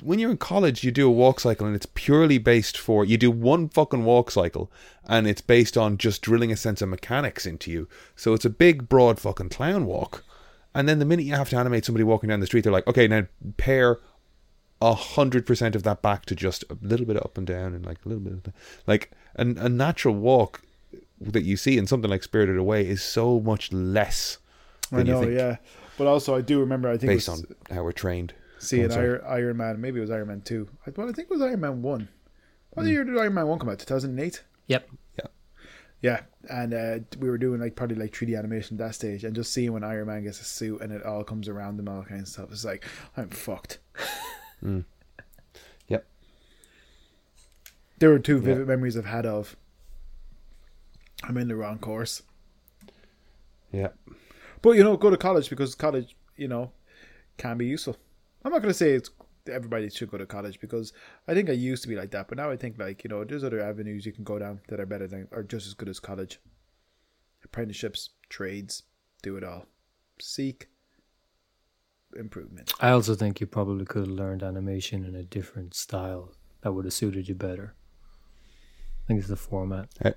Speaker 1: when you're in college you do a walk cycle and it's purely based for you do one fucking walk cycle and it's based on just drilling a sense of mechanics into you so it's a big broad fucking clown walk and then the minute you have to animate somebody walking down the street they're like okay now pair a hundred percent of that back to just a little bit of up and down and like a little bit of that. like an, a natural walk that you see in something like Spirited Away is so much less
Speaker 3: I
Speaker 1: than you
Speaker 3: know,
Speaker 1: think
Speaker 3: yeah. But also, I do remember. I think
Speaker 1: based
Speaker 3: it was,
Speaker 1: on how we're trained.
Speaker 3: See,
Speaker 1: Oh,
Speaker 3: an
Speaker 1: sorry.
Speaker 3: Iron, Iron Man. Maybe it was Iron Man two. I, well, I think it was Iron Man one. What year did Iron Man one come out? Two thousand eight.
Speaker 2: Yep.
Speaker 3: Yeah, and uh, we were doing like probably like 3D animation at that stage, and just seeing when Iron Man gets a suit and it all comes around him, all kind of stuff. It's like I'm fucked.
Speaker 1: Yep.
Speaker 3: There were two vivid memories I've had of. I'm in the wrong course,
Speaker 1: Yeah.
Speaker 3: but you know, go to college because college, you know, can be useful. I'm not gonna say it's everybody should go to college because I think I used to be like that, but now I think like you know, there's other avenues you can go down that are better than or just as good as college. Apprenticeships, trades, do it all. Seek improvement.
Speaker 2: I also think you probably could have learned animation in a different style that would have suited you better. I think it's the format.
Speaker 1: How,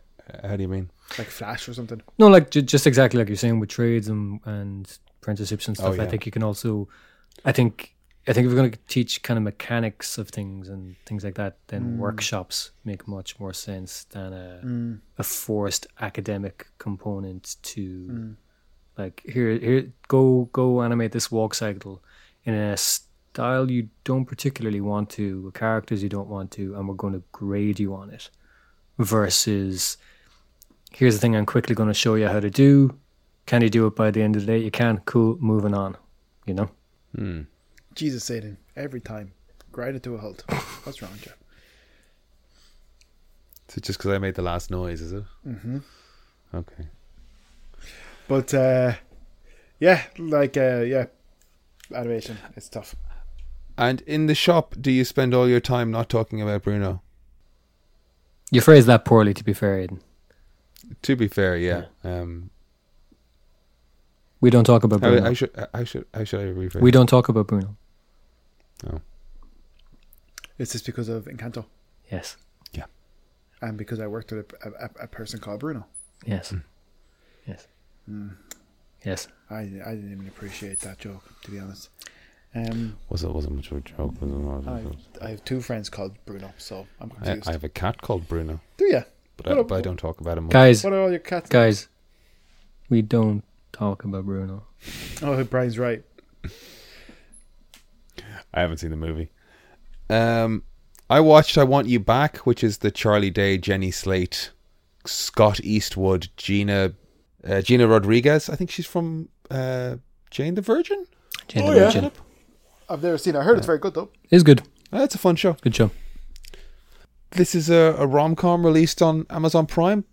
Speaker 1: how do you mean?
Speaker 3: Like Flash or something.
Speaker 2: No, like ju- just exactly like you're saying with trades and and apprenticeships and stuff.
Speaker 1: Oh, yeah.
Speaker 2: I think you can also, I think, I think if we're going to teach kind of mechanics of things and things like that,
Speaker 1: Mm.
Speaker 2: then workshops make much more sense than a
Speaker 1: Mm.
Speaker 2: a forced academic component to,
Speaker 1: Mm.
Speaker 2: like here here go go animate this walk cycle in a style you don't particularly want to, with characters you don't want to, and we're going to grade you on it, versus here's the thing I'm quickly going to show you how to do. Can you do it by the end of the day? You can. Cool. Moving on. You know?
Speaker 3: Jesus Satan, every time. Grind it to a halt. What's wrong, Jeff?
Speaker 1: Is it just because I made the last noise? Is it? Mm-hmm. Okay.
Speaker 3: But uh yeah, like uh yeah. Animation. It's tough.
Speaker 1: And in the shop, do you spend all your time not talking about Bruno?
Speaker 2: You phrased that poorly, to be fair, Aidan.
Speaker 1: To be fair, yeah. Um,
Speaker 2: We don't talk about
Speaker 1: how,
Speaker 2: Bruno.
Speaker 1: how should how should how should I rephrase?
Speaker 2: we don't talk about Bruno.
Speaker 3: It's just because of Encanto.
Speaker 2: Yes.
Speaker 3: and because I worked with a, a, a person called Bruno,
Speaker 2: Yes. Yes.
Speaker 3: Hmm.
Speaker 2: Yes.
Speaker 3: I, I didn't even appreciate that joke to be honest. Um,
Speaker 1: Was it wasn't much of a joke? Was it not?
Speaker 3: I, I have two friends called Bruno, so I'm
Speaker 1: I,
Speaker 3: confused.
Speaker 1: I have a cat called Bruno,
Speaker 3: Do you?
Speaker 1: but I,
Speaker 3: What a-
Speaker 1: but I don't talk about him. much.
Speaker 2: Guys,
Speaker 3: What are all your cats?
Speaker 2: guys, we don't talk about Bruno.
Speaker 3: Oh, Brian's right.
Speaker 1: I haven't seen the movie. Um, I watched "I Want You Back," which is the Charlie Day, Jenny Slate, Scott Eastwood, Gina, uh, Gina Rodriguez. I think she's from uh, Jane the Virgin.
Speaker 2: Jane
Speaker 3: Oh,
Speaker 2: the
Speaker 3: yeah.
Speaker 2: Virgin.
Speaker 3: I've never seen. it. I heard it's very good though.
Speaker 2: It's good.
Speaker 1: That's a fun show.
Speaker 2: Good show.
Speaker 1: this is a, a rom com released on Amazon Prime.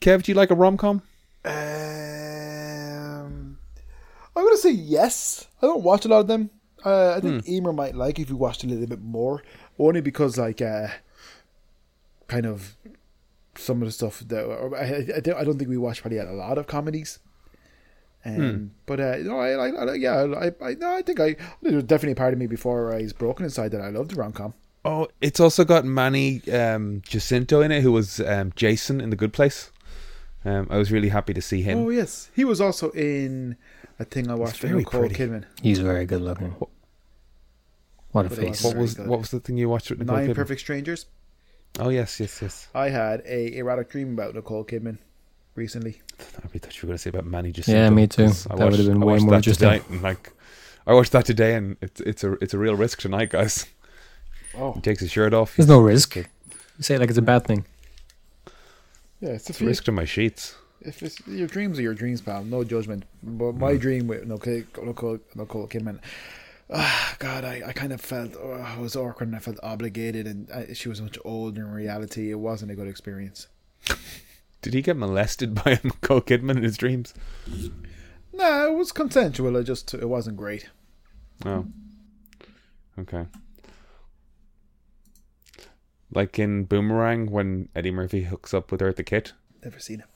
Speaker 1: Kev, do you like a rom com?
Speaker 4: Um, I'm gonna say yes. I don't watch a lot of them. Uh, I
Speaker 1: Hmm.
Speaker 4: think Emer might like if you watched a little bit more.
Speaker 3: only because like uh kind of some of the stuff that or I, I- I, don't, I don't think we watch probably a lot of comedies um,
Speaker 1: Hmm.
Speaker 3: but uh no I, I, I yeah I, I no, I think I there was definitely a part of me before I was broken inside that I loved rom-com
Speaker 1: Oh, it's also got Manny um, Jacinto in it, who was um, Jason in The Good Place. Um, I was really happy to see him.
Speaker 3: oh yes he was also in a thing I watched with
Speaker 1: very
Speaker 3: Nicole
Speaker 1: pretty.
Speaker 3: Kidman
Speaker 2: He's very good looking. What a
Speaker 3: But it was-
Speaker 2: face.
Speaker 1: what was
Speaker 3: Very good.
Speaker 1: what was the thing you watched with Nicole
Speaker 3: Nine
Speaker 1: Kidman?
Speaker 3: Perfect Strangers
Speaker 1: Oh yes, yes, yes.
Speaker 3: I had a erotic dream about Nicole Kidman recently
Speaker 1: I really thought you were going to say about Manny Jacinto.
Speaker 2: Yeah, me too.
Speaker 1: 'cause I
Speaker 2: That would have been
Speaker 1: I
Speaker 2: way
Speaker 1: watched
Speaker 2: more
Speaker 1: that
Speaker 2: interesting.
Speaker 1: Tonight and like, I watched that today, and it's it's a it's a real risk tonight, guys.
Speaker 4: Oh.
Speaker 1: He takes his shirt off.
Speaker 2: There's no risk. You say it like it's a bad thing.
Speaker 3: yeah it's a
Speaker 1: It's a risk to my sheets.
Speaker 3: If it's, your dreams are your dreams, pal, no judgment. But my dream with Nicole, Nicole, Nicole Kidman, ah, God, I, I kind of felt oh, I was awkward and I felt obligated, and I, she was much older in reality. It wasn't a good experience.
Speaker 1: Did he get molested <laughs> by Nicole Kidman in his dreams?
Speaker 3: Nah, it was consensual. I just it wasn't great.
Speaker 1: Oh. Okay. Like in Boomerang when Eddie Murphy hooks up with her at the kit.
Speaker 3: Never seen it.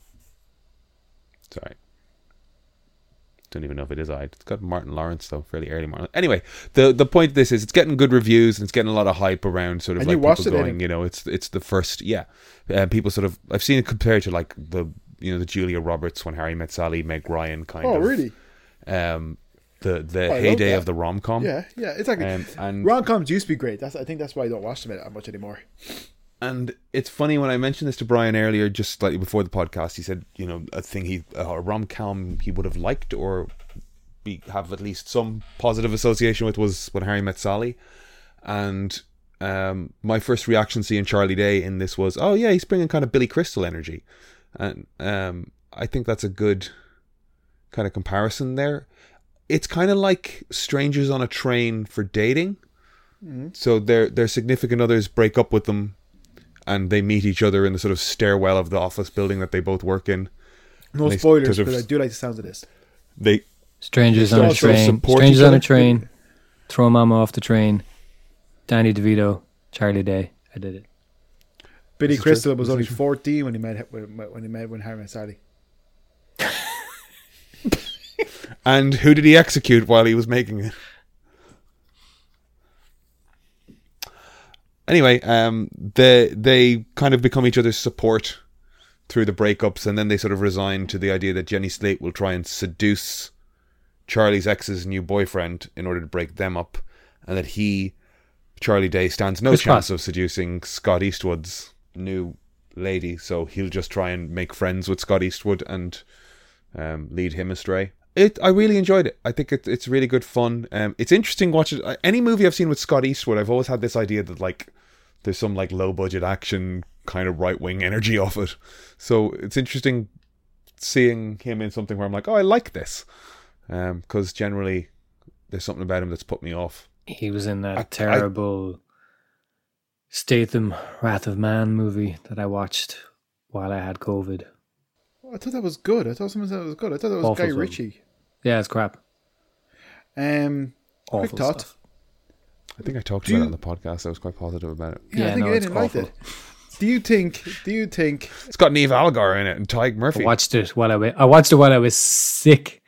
Speaker 1: Sorry. Don't even know if it is I. It's got Martin Lawrence though, fairly early Martin. Anyway, the the point of this is it's getting good reviews and it's getting a lot of hype around sort of
Speaker 3: And
Speaker 1: like
Speaker 3: you watched
Speaker 1: people
Speaker 3: it,
Speaker 1: going,
Speaker 3: Aidan?
Speaker 1: you know, it's it's the first yeah. Uh, people sort of I've seen it compared to like the you know, the Julia Roberts when Harry met Sally, Meg Ryan kind
Speaker 3: Oh,
Speaker 1: of
Speaker 3: really?
Speaker 1: um the the
Speaker 3: love
Speaker 1: heyday
Speaker 3: that.
Speaker 1: of the rom com.
Speaker 3: Yeah, yeah. It's like
Speaker 1: Um, and
Speaker 3: rom coms used to be great. That's I think that's why I don't watch them that much anymore.
Speaker 1: And it's funny when I mentioned this to Brian earlier, just slightly before the podcast, he said, you know, a thing he a rom com he would have liked or be, have at least some positive association with was when Harry met Sally. And um, my first reaction seeing Charlie Day in this was, oh yeah, he's bringing kind of Billy Crystal energy, and um, I think that's a good kind of comparison there. It's kind of like strangers on a train for dating. So their their significant others break up with them, and they meet each other in the sort of stairwell of the office building that they both work in.
Speaker 3: No
Speaker 1: Nice
Speaker 3: spoilers,
Speaker 1: sort of-
Speaker 3: but I do like the sounds of this.
Speaker 1: They
Speaker 2: Strangers
Speaker 1: They
Speaker 2: on a
Speaker 1: also
Speaker 2: train.
Speaker 1: support
Speaker 2: Strangers
Speaker 1: each
Speaker 2: on a
Speaker 1: other.
Speaker 2: train. Throw mama off the train. Danny DeVito, Charlie Day. I did it.
Speaker 3: Billy
Speaker 1: This is true.
Speaker 3: Crystal was
Speaker 1: This is
Speaker 3: only
Speaker 1: true.
Speaker 3: fourteen when he met when he met when Harry met Sally.
Speaker 1: and who did he execute while he was making it? Anyway, um, they they kind of become each other's support through the breakups, and then they sort of resign to the idea that Jenny Slate will try and seduce Charlie's ex's new boyfriend in order to break them up, and that he, Charlie Day, stands no
Speaker 2: Chris Pratt.
Speaker 1: chance of seducing Scott Eastwood's new lady, so he'll just try and make friends with Scott Eastwood and um, lead him astray. It, I really enjoyed it. I think it, it's really good fun. Um, it's interesting watching uh, any movie I've seen with Scott Eastwood. I've always had this idea that like there's some like low budget action kind of right wing energy off it. So it's interesting seeing him in something where I'm like, oh, I like this, because generally there's something about him that's put me off.
Speaker 2: He was in that
Speaker 1: I- I-
Speaker 2: terrible Statham Wrath of Man movie that I watched while I had COVID.
Speaker 3: Oh, I thought that was good. I thought someone said it was good. I thought that was
Speaker 2: Awful
Speaker 3: Guy
Speaker 2: film.
Speaker 3: Ritchie.
Speaker 2: Yeah, it's crap.
Speaker 3: Um,
Speaker 2: Awful
Speaker 3: Quick thought.
Speaker 2: stuff.
Speaker 1: I think I talked
Speaker 3: Do
Speaker 1: about
Speaker 3: you-
Speaker 1: it on the podcast. I was quite positive about it.
Speaker 3: yeah, I
Speaker 2: Yeah,
Speaker 3: think
Speaker 2: no,
Speaker 3: I
Speaker 2: it's
Speaker 3: didn't like
Speaker 2: awful.
Speaker 3: it. Do you think? Do you think?
Speaker 1: It's got Neve Algar in it and Tyke
Speaker 2: I
Speaker 1: Murphy.
Speaker 2: watched it while I wa- I watched it while I was sick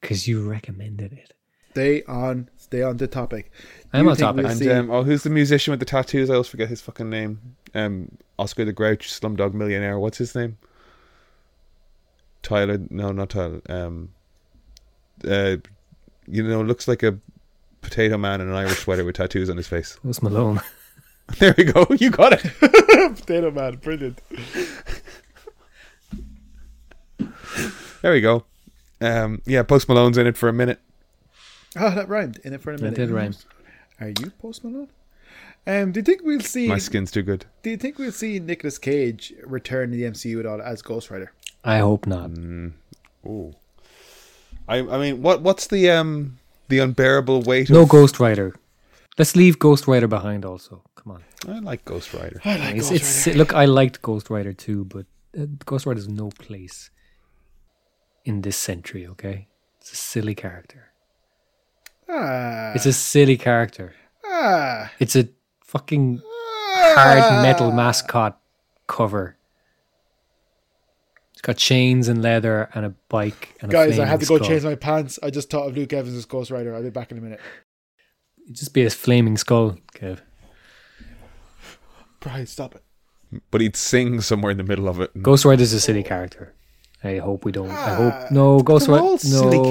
Speaker 2: because you recommended it.
Speaker 3: Stay on. Stay on the topic.
Speaker 2: I'm
Speaker 3: You
Speaker 2: on
Speaker 3: think
Speaker 2: topic.
Speaker 3: we'll
Speaker 1: And
Speaker 3: see-
Speaker 1: um, oh, who's the musician with the tattoos? I always forget his fucking name. Um, Oscar the Grouch, Slumdog Millionaire. What's his name? Tyler? No, not Tyler. Um, uh, you know, looks like a potato man in an Irish sweater with tattoos on his face. <laughs>
Speaker 2: Post Malone. <laughs>
Speaker 1: There we go. You got it.
Speaker 3: Potato Man, brilliant.
Speaker 1: There we go. Um, yeah, Post Malone's in it for a minute.
Speaker 3: Oh, that rhymed. In it for a
Speaker 2: That
Speaker 3: minute.
Speaker 2: did rhyme.
Speaker 3: Are you Post Malone? Um, do you think we'll see?
Speaker 1: My skin's too good.
Speaker 3: Do you think we'll see Nicolas Cage return to the MCU at all as Ghost Rider?
Speaker 2: I hope not.
Speaker 1: Mm. Ooh. I I mean, what what's the um the unbearable weight?
Speaker 2: No
Speaker 1: of,
Speaker 2: Ghost Rider. Let's leave Ghost Rider behind also Come on.
Speaker 1: I like Ghost Rider.
Speaker 4: I like
Speaker 2: It's,
Speaker 4: Ghost
Speaker 2: it's
Speaker 4: Rider.
Speaker 2: look. I liked Ghost Rider too, but uh, Ghost Rider has no place in this century. Okay, it's a silly character.
Speaker 3: Ah,
Speaker 2: It's a silly character.
Speaker 3: ah,
Speaker 2: It's a fucking hard metal mascot cover. It's got chains and leather and a bike and a
Speaker 3: guys, I
Speaker 2: flaming
Speaker 3: had to go
Speaker 2: skull.
Speaker 3: change my pants. I just thought of Luke Evans as Ghost Rider. I'll be back in a minute.
Speaker 2: It'd just be a flaming skull, Kev.
Speaker 4: Brian, stop it.
Speaker 1: But he'd sing somewhere in the middle of it. and-
Speaker 2: Ghost Rider's a silly character. I hope we don't. I hope no Ghost
Speaker 1: Ah, they're
Speaker 2: Rider.
Speaker 1: all
Speaker 2: No,
Speaker 1: silly
Speaker 3: They're all silly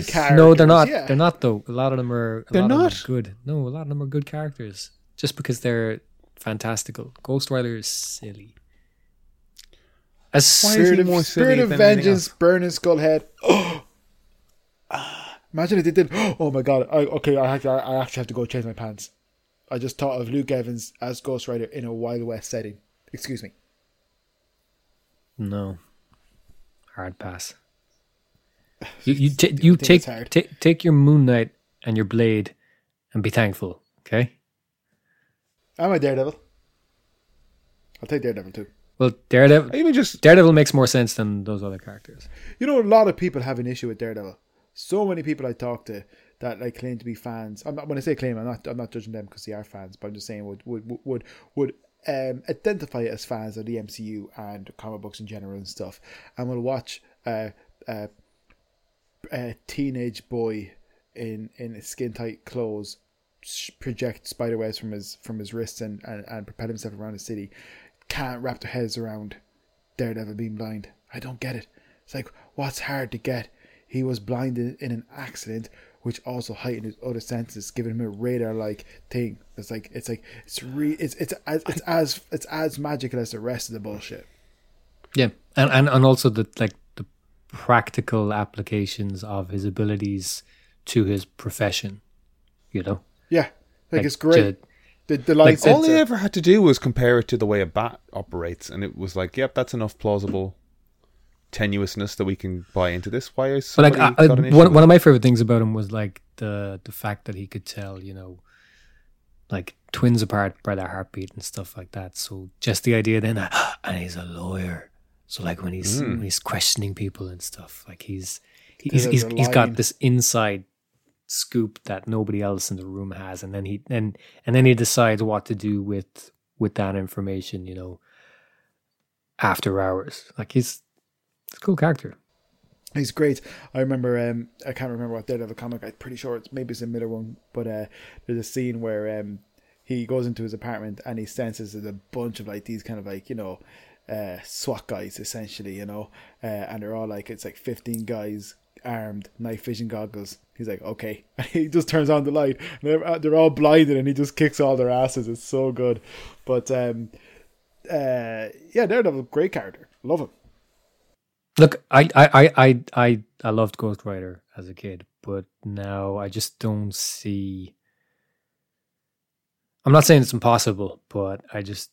Speaker 1: Characters.
Speaker 3: characters.
Speaker 2: no, they're not.
Speaker 3: yeah.
Speaker 2: They're not though. A lot of them are. A
Speaker 1: They're
Speaker 2: lot of them are
Speaker 1: not?
Speaker 2: good. No, a lot of them are good characters. Just because they're fantastical. Ghost Rider is silly. As
Speaker 1: Why
Speaker 2: silly
Speaker 1: is
Speaker 3: Spirit
Speaker 1: he
Speaker 3: of,
Speaker 1: more silly
Speaker 3: Spirit of
Speaker 1: than anything
Speaker 3: Vengeance,
Speaker 1: else?
Speaker 3: burning
Speaker 4: <gasps>
Speaker 3: Skullhead. Oh, Ah. imagine if they did. <gasps> Oh my god! I, okay, I, have to, I actually have to go change my pants. I just thought of Luke Evans as Ghost Rider in a Wild West setting. Excuse me.
Speaker 2: No.
Speaker 1: <laughs>
Speaker 2: Hard pass. You you, ta- you
Speaker 3: thing
Speaker 2: take
Speaker 3: that's hard.
Speaker 2: ta- take your Moon Knight and your Blade, and be thankful. Okay.
Speaker 3: I'm a Daredevil. I'll take Daredevil too.
Speaker 2: Well, Daredevil.
Speaker 1: Even just
Speaker 2: Daredevil makes more sense than those other characters.
Speaker 3: You know, a lot of people have an issue with Daredevil. So many people I talk to that like claim to be fans. I'm not, when I say claim, I'm not I'm not judging them because they are fans, but I'm just saying would would would would um, identify as fans of the MCU and comic books in general and stuff, and will watch uh, uh, a teenage boy in in skin tight clothes sh- project spider webs from his from his wrists and, and and propel himself around the city. Can't wrap their heads around Daredevil being blind. I don't get it. It's like, what's hard to get? He was blinded in an accident, which also heightened his other senses, giving him a radar-like thing. It's like, it's like, it's re, it's it's as it's as it's as magical as the rest of the bullshit.
Speaker 2: Yeah, and and and also the like the practical applications of his abilities to his profession. You know,
Speaker 3: Yeah, like,
Speaker 2: Like,
Speaker 3: it's great.
Speaker 2: to-
Speaker 3: the the line
Speaker 2: like,
Speaker 1: all
Speaker 3: sensor.
Speaker 1: they ever had to do was compare it to the way a bat operates, and it was like, yep, that's enough plausible tenuousness that we can buy into this. Why is
Speaker 2: but
Speaker 1: somebody
Speaker 2: like I, I-
Speaker 1: got an issue?
Speaker 2: one
Speaker 1: with
Speaker 2: one of my favorite things about him was like the the fact that he could tell you know, like twins apart by their heartbeat and stuff like that. So just the idea then, that, <gasps> and he's a lawyer. So like when he's when he's questioning people and stuff, like he's he's
Speaker 3: There's
Speaker 2: he's,
Speaker 3: a
Speaker 2: he's
Speaker 3: line.
Speaker 2: got this inside scoop that nobody else in the room has and then he and and then he decides what to do with with that information you know after hours like he's it's a cool character
Speaker 3: He's great. I remember. Um, I can't remember what Daredevil comic. I'm pretty sure it's maybe it's a Miller one, but uh, there's a scene where um, he goes into his apartment and he senses there's a bunch of like these kind of like you know, uh, SWAT guys essentially, you know, uh, and they're all like it's like 15 guys armed, night vision goggles. He's like, okay, <laughs> he just turns on the light. And they're, uh, they're all blinded, and he just kicks all their asses. It's so good, but um, uh, yeah, Daredevil, great character. Love him.
Speaker 2: look I, I i i i i loved ghost rider as a kid but now i just don't see i'm not saying it's impossible but i just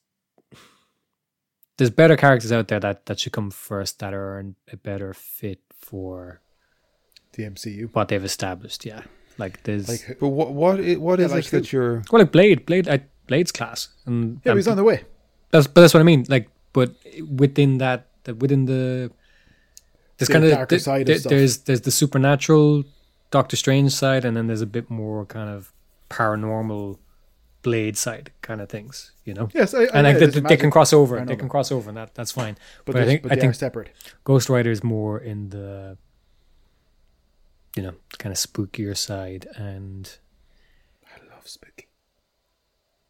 Speaker 2: there's better characters out there that that should come first that are an- a better fit for
Speaker 3: The MCU.
Speaker 2: what they've established. Yeah, like there's
Speaker 3: Like
Speaker 1: it? But what what i- what is
Speaker 3: like
Speaker 1: it that you're?
Speaker 2: well, like Blade, Blade, I, Blade's class, and,
Speaker 3: Yeah, but
Speaker 2: and
Speaker 3: he's on the way.
Speaker 2: that's but that's what I mean. Like, but within that, that within the there's
Speaker 3: The
Speaker 2: kind of
Speaker 3: darker side of stuff.
Speaker 2: there's there's the supernatural Doctor Strange side, and then there's a bit more kind of paranormal Blade side kind of things, you know.
Speaker 3: Yes, I, I
Speaker 2: And like
Speaker 3: know,
Speaker 2: they,
Speaker 3: there's
Speaker 2: they can
Speaker 3: magic,
Speaker 2: cross over, they
Speaker 3: paranormal.
Speaker 2: can cross over, and that, that's fine. But,
Speaker 3: but,
Speaker 2: I
Speaker 3: there's-
Speaker 2: think
Speaker 3: but
Speaker 2: I
Speaker 3: they are
Speaker 2: think
Speaker 3: separate.
Speaker 2: Ghost Rider is more in the you know kind of spookier side, and
Speaker 3: I love spooky.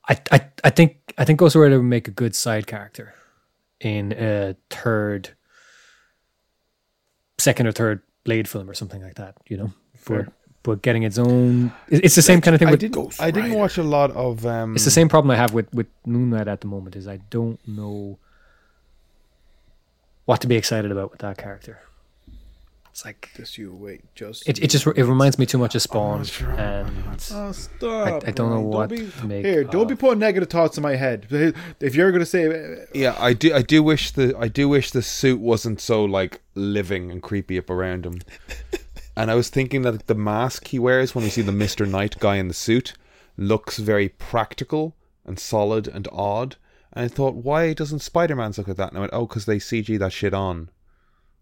Speaker 2: I, I, I think I think Ghost Rider would make a good side character in a third, second or third Blade film or something like that. You know, but but getting its own, it- it's the same kind of thing.
Speaker 1: I
Speaker 2: With,
Speaker 1: didn't I didn't watch a lot of. Um,
Speaker 2: it's the same problem I have with with Moon Knight at the moment is I don't know what to be excited about with that character. It's like
Speaker 3: Just you wait, just
Speaker 2: it, it just it reminds me too much of Spawn, and
Speaker 1: Ah,
Speaker 3: Oh,
Speaker 2: I,
Speaker 3: stop!
Speaker 2: I don't know
Speaker 3: Ryan,
Speaker 2: what
Speaker 3: be-
Speaker 2: to make.
Speaker 3: Here, don't
Speaker 2: of-
Speaker 3: be putting negative thoughts in my head. If you're gonna say, uh,
Speaker 1: yeah, I do I do wish the I do wish the suit wasn't so like living and creepy up around him. and I was thinking that the mask he wears when we see the Mister Knight guy in the suit looks very practical and solid and odd. And I thought, why doesn't Spider Man look like that? And I went, oh, because they CG that shit on.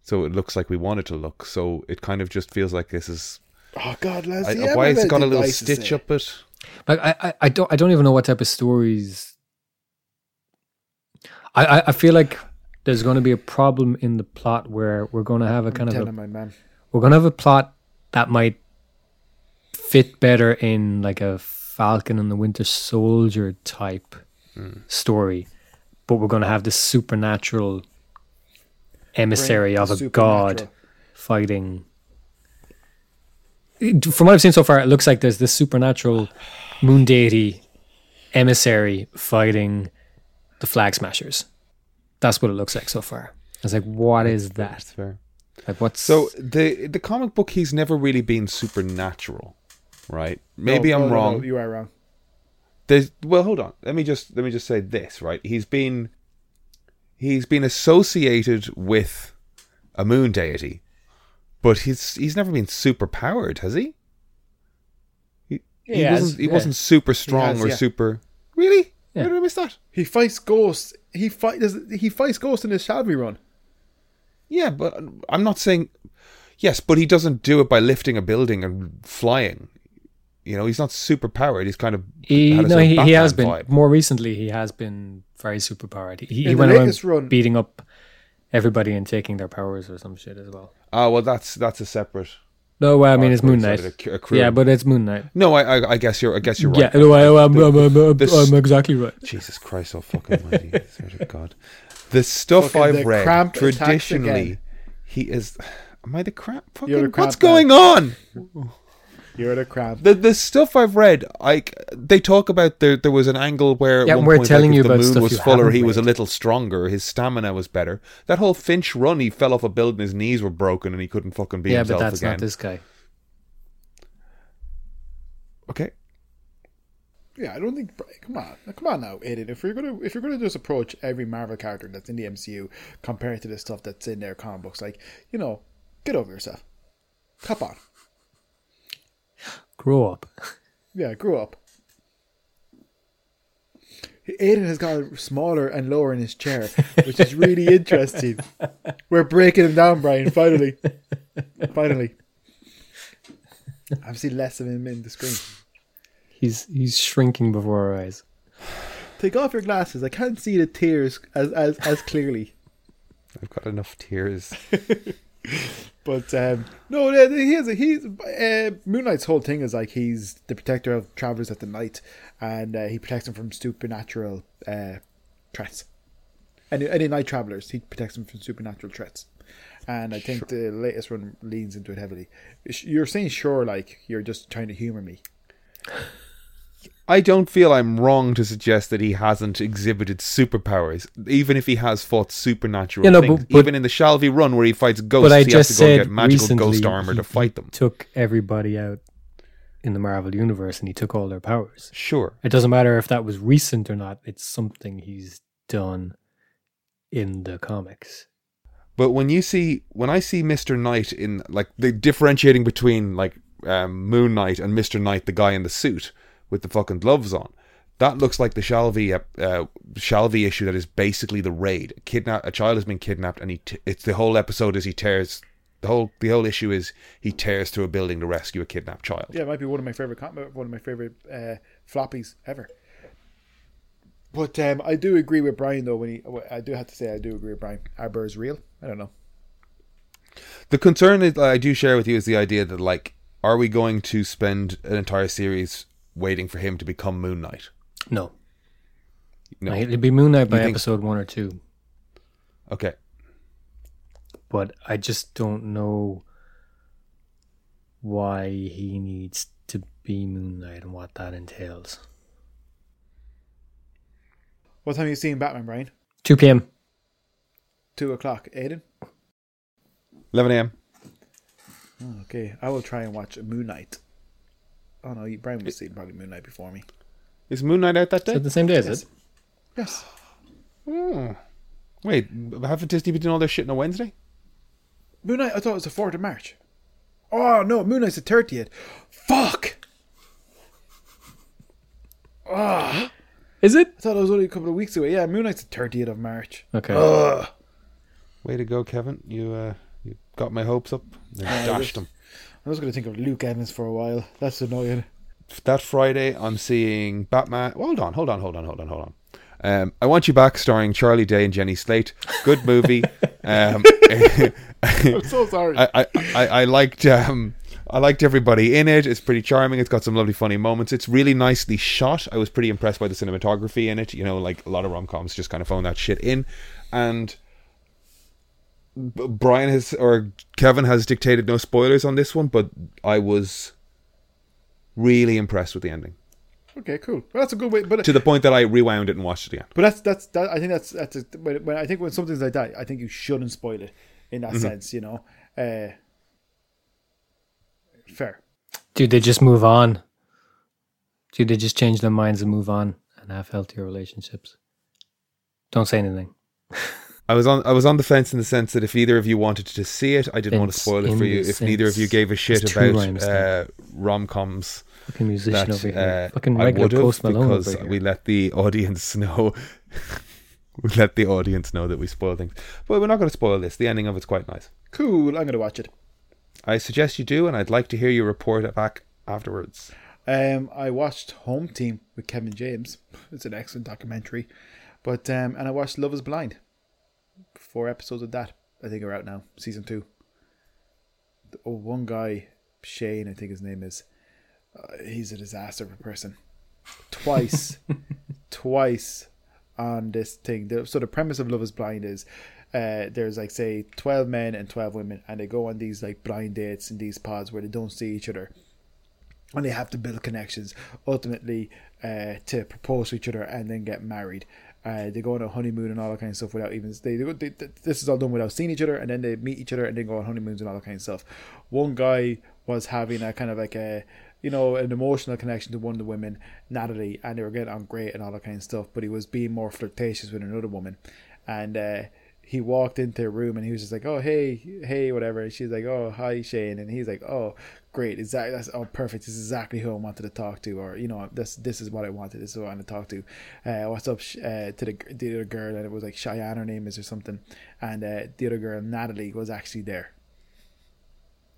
Speaker 1: So it looks like we want it to look. So it kind of just feels like this is.
Speaker 4: Oh God,
Speaker 1: I,
Speaker 4: Leslie.
Speaker 1: why it's got a little stitch up it.
Speaker 2: Like I, I, I don't I don't even know what type of stories. I, I, I feel like there's going to be a problem in the plot where we're going to have a kind of
Speaker 3: Tell
Speaker 2: a,
Speaker 3: him, my man.
Speaker 2: we're going to have a plot that might fit better in like a Falcon and the Winter Soldier type story, but we're going to have this supernatural emissary of a god
Speaker 3: supernatural.
Speaker 2: fighting. It- From what I've seen so far, it looks like there's this supernatural moon deity emissary fighting the Flag Smashers. That's what it looks like so far. I was like, what is that?
Speaker 1: That's fair.
Speaker 2: Like, what's
Speaker 1: So the the comic book, he's never really been supernatural, right? Maybe
Speaker 3: No,
Speaker 1: I'm
Speaker 3: no, no,
Speaker 1: wrong.
Speaker 3: no, you are wrong.
Speaker 1: there's well hold on let me just let me just say this right he's been he's been associated with a moon deity but he's he's never been super powered has he he, he
Speaker 2: He has,
Speaker 1: wasn't he
Speaker 2: yeah.
Speaker 1: wasn't super strong
Speaker 3: has,
Speaker 1: or
Speaker 3: yeah.
Speaker 1: super really
Speaker 2: Yeah.
Speaker 1: where did i miss that
Speaker 3: He fights ghosts. He fight. does- He fights ghosts in his Shalvey run.
Speaker 1: yeah but i'm not saying yes but he doesn't do it by lifting a building and flying you know he's not super powered he's kind of
Speaker 2: He,
Speaker 1: had a
Speaker 2: no,
Speaker 1: sort of
Speaker 2: he, he has been.
Speaker 1: Batman vibe.
Speaker 2: More recently, he has been very superpowered. He, he
Speaker 3: the
Speaker 2: went around
Speaker 3: latest run-
Speaker 2: beating up everybody and taking their powers or some shit as well.
Speaker 1: oh well that's that's a separate
Speaker 2: No, well, I mean,
Speaker 1: Arc
Speaker 2: it's Moon
Speaker 1: where
Speaker 2: Knight.
Speaker 1: he started accu- accruing.
Speaker 2: Yeah, but it's Moon Knight.
Speaker 1: no I, I i guess you're i guess you're right
Speaker 2: Yeah, no, I, I'm, I'm, I'm, I'm,
Speaker 1: This-
Speaker 2: I'm exactly right.
Speaker 1: Jesus Christ, oh fucking mighty, I swear to God. The stuff
Speaker 3: Fucking
Speaker 1: I've
Speaker 3: the
Speaker 1: read
Speaker 3: cramped attacks
Speaker 1: traditionally,
Speaker 3: again.
Speaker 1: he is. <sighs> Am I the crap? Fucking,
Speaker 3: You're the
Speaker 1: what's
Speaker 3: cramp man.
Speaker 1: going on?
Speaker 3: You're the crab.
Speaker 1: The the stuff I've read, like they talk about there there was an angle where at
Speaker 2: Yeah,
Speaker 1: one
Speaker 2: we're
Speaker 1: point,
Speaker 2: telling
Speaker 1: like,
Speaker 2: you
Speaker 1: if the
Speaker 2: about
Speaker 1: moon
Speaker 2: stuff
Speaker 1: was
Speaker 2: you
Speaker 1: fuller,
Speaker 2: haven't
Speaker 1: he was a
Speaker 2: read.
Speaker 1: little stronger, his stamina was better. That whole Finch run, he fell off a building, his knees were broken, and he couldn't fucking be
Speaker 2: Yeah, but
Speaker 1: himself
Speaker 2: that's
Speaker 1: again.
Speaker 2: not this guy.
Speaker 1: Okay,
Speaker 3: Yeah, I don't think. Come on, come on now, Aiden. If you're gonna if you're gonna just approach every Marvel character that's in the MCU compared to the stuff that's in their comic books, like you know, get over yourself. Cop on.
Speaker 2: Grow up. <laughs>
Speaker 3: Yeah, grew up. Aiden has gotten smaller and lower in his chair, which is really interesting. We're breaking him down, Brian. Finally, finally. I've seen less of him in the screen.
Speaker 2: He's he's shrinking before our eyes.
Speaker 3: Take off your glasses. I can't see the tears as as, as clearly.
Speaker 1: I've got enough tears.
Speaker 3: But um, no, the- the- he has a, he's uh, Moon Knight's whole thing is like he's the protector of travelers at the night, and uh, he protects them from supernatural uh, threats. Any any night travelers, he protects them from supernatural threats. And I think the latest one leans into it heavily. Sh- You're saying sure, like you're just trying to humor me.
Speaker 1: I don't feel I'm wrong to suggest that he hasn't exhibited superpowers, even if he has fought supernatural
Speaker 2: Yeah, no,
Speaker 1: things.
Speaker 2: but- but-
Speaker 1: even in the Shalvi run where he fights ghosts,
Speaker 2: But I
Speaker 1: he has
Speaker 2: just
Speaker 1: to go and
Speaker 2: said
Speaker 1: get magical
Speaker 2: recently
Speaker 1: ghost armor
Speaker 2: he-
Speaker 1: to fight them.
Speaker 2: Took everybody out in the Marvel universe, and he took all their powers.
Speaker 1: Sure.
Speaker 2: It doesn't matter if that was recent or not. It's something he's done in the comics.
Speaker 1: But when you see when I see Mr. Knight in like the differentiating between like um, Moon Knight and Mr. Knight, the guy in the suit with the fucking gloves on, that looks like the Shalvi uh, uh, Shalvey issue that is basically the raid. Kidnap a child has been kidnapped, and he t- it's the whole episode is he tears the whole the whole issue is he tears through a building to rescue a kidnapped child.
Speaker 3: Yeah, it might be one of my favorite com- one of my favorite uh, floppies ever. But um, I do agree with Brian though. When he, I do have to say, I do agree with Brian. Arbor is real. I don't know.
Speaker 1: The concern that I do share with you is the idea that like, are we going to spend an entire series waiting for him to become Moon Knight?
Speaker 2: No.
Speaker 1: No.
Speaker 2: Like, it'd be Moon Knight by
Speaker 1: think-
Speaker 2: episode one or two,
Speaker 1: Okay.
Speaker 2: but I just don't know why he needs to be Moon Knight and what that entails.
Speaker 3: What time are you seeing Batman, Brian?
Speaker 2: 2 p.m.
Speaker 3: Two o'clock, Aiden.
Speaker 1: 11 a.m.
Speaker 3: Okay, I will try and watch Moon Knight. Oh no, you- Brian was seeing probably Moon Knight before me.
Speaker 1: Is Moon Knight out that day?
Speaker 2: Is it the same day, is it?
Speaker 3: Yes,
Speaker 1: Hmm. Wait, haven't Disney been doing all their shit on a Wednesday?
Speaker 3: Moon Knight. I thought it was the fourth of March. Oh no, Moon Knight's the thirtieth. Fuck. Ah,
Speaker 2: Is it?
Speaker 3: I thought it was only a couple of weeks away. Yeah, Moon Knight's the 30th of March.
Speaker 2: Okay.
Speaker 3: Ugh.
Speaker 1: Way to go, Kevin. You uh, you got my hopes up. You dashed them.
Speaker 3: I was going to think of Luke Evans for a while. That's annoying.
Speaker 1: That Friday, I'm seeing Batman. well, Hold on, hold on, hold on, hold on, hold on. Um, I Want You Back, starring Charlie Day and Jenny Slate. Good movie. um, <laughs>
Speaker 3: I'm so sorry.
Speaker 1: I, I, I, I liked um, I liked everybody in it. It's pretty charming. It's got some lovely, funny moments. It's really nicely shot. I was pretty impressed by the cinematography in it. You know, like a lot of rom coms just kind of phone that shit in, and B- Brian has or Kevin has dictated no spoilers on this one, but I was really impressed with the ending
Speaker 3: okay, cool. Well, that's a good way. But
Speaker 1: to the point that I rewound it and watched it again.
Speaker 3: But that's that's that. I think that's that's a, when, when I think when something's like that, I think you shouldn't spoil it in
Speaker 1: Mm-hmm.
Speaker 3: that sense. You know, uh, fair.
Speaker 2: Dude, they just move on. Dude, they just change their minds and move on and have healthier relationships. Don't say anything.
Speaker 1: I was on I was on the fence in the sense that if either of you wanted to see it, I didn't want to
Speaker 2: Fence
Speaker 1: spoil it
Speaker 2: in
Speaker 1: for you.
Speaker 2: the
Speaker 1: If neither of you
Speaker 2: sense.
Speaker 1: gave a shit
Speaker 2: It's two
Speaker 1: about
Speaker 2: rhymes
Speaker 1: uh,
Speaker 2: there.
Speaker 1: rom coms,
Speaker 2: Fucking musician
Speaker 1: that
Speaker 2: over here.
Speaker 1: uh,
Speaker 2: Fucking
Speaker 1: I
Speaker 2: regular
Speaker 1: would have
Speaker 2: Post Malone
Speaker 1: because
Speaker 2: over here.
Speaker 1: we let the audience <laughs> know. we let the audience know that we spoil things, but we're not going to spoil this. The ending of it's quite nice.
Speaker 3: Cool. I'm gonna watch it.
Speaker 1: I suggest you do, and I'd like to hear your report back afterwards.
Speaker 3: Um, I watched Home Team with Kevin James. <laughs> It's an excellent documentary. But um, and I watched Love Is Blind. Four episodes of that I think are out now, season two. The- Oh, one guy, Shane, I think his name is. Uh, he's a disaster of a person. Twice, twice on this thing. The- So the premise of Love Is Blind is. Uh, there's like say 12 men and 12 women and they go on these like blind dates in these pods where they don't see each other and they have to build connections ultimately uh, to propose to each other and then get married. Uh, they go on a honeymoon and all that kind of stuff without even they, they, they this is all done without seeing each other and then they meet each other and then go on honeymoons and all that kind of stuff. One guy was having a kind of like a you know an emotional connection to one of the women, Natalie, and they were getting on great and all that kind of stuff, but he was being more flirtatious with another woman, and uh, he walked into her room and he was just like, "Oh hey, hey, whatever." And she's like, "Oh hi, Shane," and he's like, "Oh great, exactly. That's oh perfect. This is exactly who I wanted to talk to, or you know, this this is what I wanted. This is what I wanted to talk to. Uh, what's up sh- uh, to the g- the other girl? And it was like Cheyenne, her name is or something, and uh, the other girl Natalie was actually there.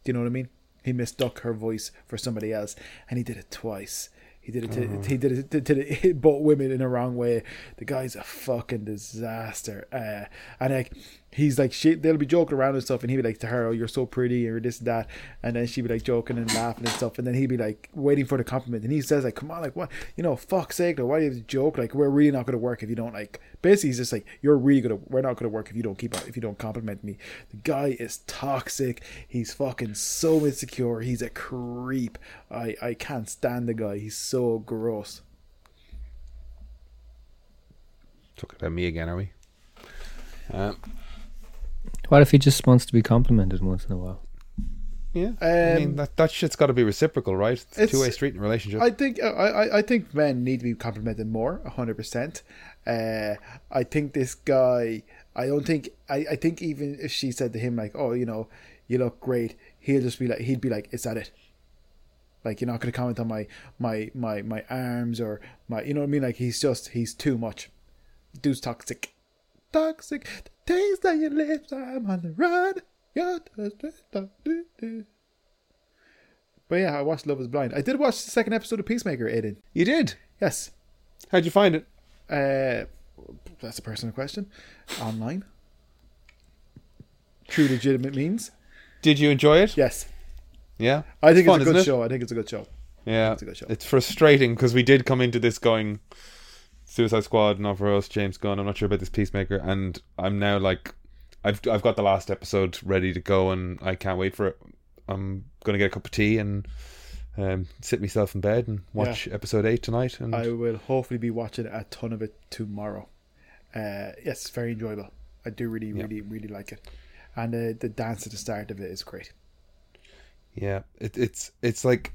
Speaker 3: Do you know what I mean? He mistook her voice for somebody else, and he did it twice. He did it. To, He did it <laughs> to, to the, he bought women in the wrong way. The guy's a fucking disaster. Uh, and like, he's like, she, they'll be joking around and stuff, and he'd be like to her, "Oh, you're so pretty," or this and that, and then she'd be like joking and laughing and stuff, and then he'd be like waiting for the compliment, and he says like, "Come on, like what? You know, fuck's sake, like, why do you have to joke? Like we're really not gonna work if you don't like." Basically, he's just like, "You're really gonna, we're not gonna work if you don't keep up, if you don't compliment me." The guy is toxic. He's fucking so insecure. He's a creep. I I can't stand the guy. He's so gross.
Speaker 1: Talking about me again, are we? Um,
Speaker 2: What if he just wants to be complimented once in a while?
Speaker 1: yeah, I mean
Speaker 3: Um,
Speaker 1: that that shit's got to be reciprocal, right? It's a
Speaker 3: It's-
Speaker 1: two way street in a relationship.
Speaker 3: I think uh, I, I, I think men need to be complimented more, hundred percent. Uh, I think this guy. I don't think I, I. think even if she said to him like, "Oh, you know, you look great," he'll just be like, he'd be like, "Is that it?" Like you're not gonna comment on my my my my arms or my, you know what I mean? Like he's just he's too much. Dude's toxic, toxic. The taste on your lips, I'm on the run. You're the- But yeah, I watched Love Is Blind. I did watch the second episode of Peacemaker, Aiden.
Speaker 1: you did.
Speaker 3: Yes.
Speaker 1: How'd you find it?
Speaker 3: Uh, that's a personal question. Online. True legitimate means.
Speaker 1: Did you enjoy it?
Speaker 3: Yes.
Speaker 1: Yeah,
Speaker 3: I think it's,
Speaker 1: fun,
Speaker 3: a
Speaker 1: isn't
Speaker 3: good
Speaker 1: it?
Speaker 3: show. I think it's a good show.
Speaker 1: Yeah,
Speaker 3: It's a good show.
Speaker 1: it's frustrating because we did come into this going Suicide Squad, not for us, James Gunn. I'm not sure about this Peacemaker, and I'm now like, I've I've got the last episode ready to go, and I can't wait for it. I'm gonna get a cup of tea and um, sit myself in bed and watch episode eight tonight. And
Speaker 3: I will hopefully be watching a ton of it tomorrow. Uh, yes, very enjoyable. I do really, really, really like it. And uh, the dance at the start of it is great.
Speaker 1: yeah, it, it's it's like.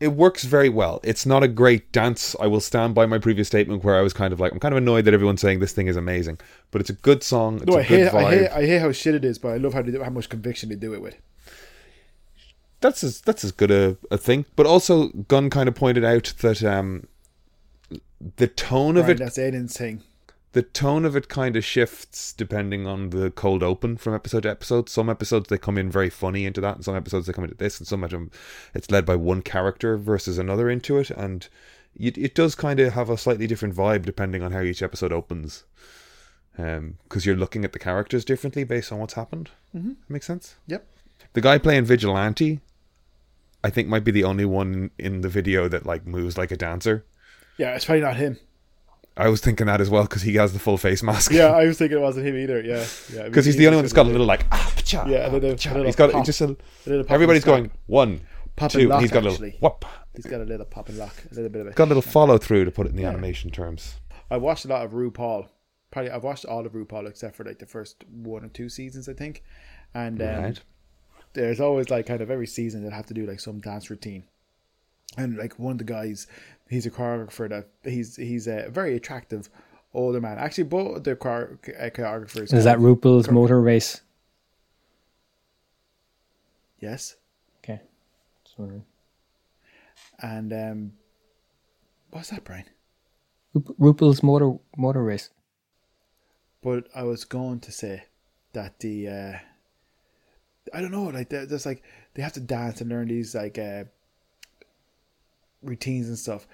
Speaker 1: It works very well. It's not a great dance. I will stand by my previous statement where I was kind of like, I'm kind of annoyed that everyone's saying this thing is amazing, but it's a good song. It's
Speaker 3: No,
Speaker 1: a
Speaker 3: I
Speaker 1: good
Speaker 3: hate,
Speaker 1: vibe.
Speaker 3: I hate, I hate how shit it is, but I love how they do, how much conviction they do it with.
Speaker 1: that's as that's as good a, a thing. But also, Gunn kind of pointed out that um, the tone of
Speaker 3: Right,
Speaker 1: it
Speaker 3: that's Aiden's thing.
Speaker 1: the tone of it kind of shifts depending on the cold open from episode to episode. Some episodes they come in very funny into that, and some episodes they come into this, and some of them it's led by one character versus another into it, and it, it does kind of have a slightly different vibe depending on how each episode opens, because you're looking at the characters differently based on what's happened. Mm-hmm. Makes sense.
Speaker 3: Yep.
Speaker 1: The guy playing vigilante, I think, might be the only one in the video that like moves like a dancer.
Speaker 3: Yeah, it's probably not him.
Speaker 1: I was thinking that as well because he has the full face mask.
Speaker 3: Yeah,
Speaker 1: <laughs>
Speaker 3: I was thinking it wasn't him either. Yeah, yeah.
Speaker 1: Because he's the only one that's got a little like ah, cha,
Speaker 3: Yeah, a little- a little
Speaker 1: he's got
Speaker 3: pop.
Speaker 1: just a,
Speaker 3: A little pop
Speaker 1: everybody's
Speaker 3: in the
Speaker 1: going one,
Speaker 3: Pop
Speaker 1: two,
Speaker 3: and lock,
Speaker 1: and he's got a
Speaker 3: actually.
Speaker 1: little whoop,
Speaker 3: He's got a little pop and lock, a little bit of it.
Speaker 1: got a little follow through to put it in the animation terms.
Speaker 3: I watched a lot of RuPaul. Probably I've watched all of RuPaul except for like the first one or two seasons, I think. And um,
Speaker 1: Right?
Speaker 3: there's always like kind of every season they'll have to do like some dance routine. And like one of the guys, he's a choreographer that he's he's a very attractive older man. Actually, both the chore- uh, choreographers.
Speaker 2: Is that RuPaul's motor race?
Speaker 3: Yes.
Speaker 2: Okay. Just wondering.
Speaker 3: And um, what's that, Brian?
Speaker 2: Ru- RuPaul's motor motor race.
Speaker 3: But I was going to say that the uh, I don't know, like they're just like they have to dance and learn these like uh, routines and stuff.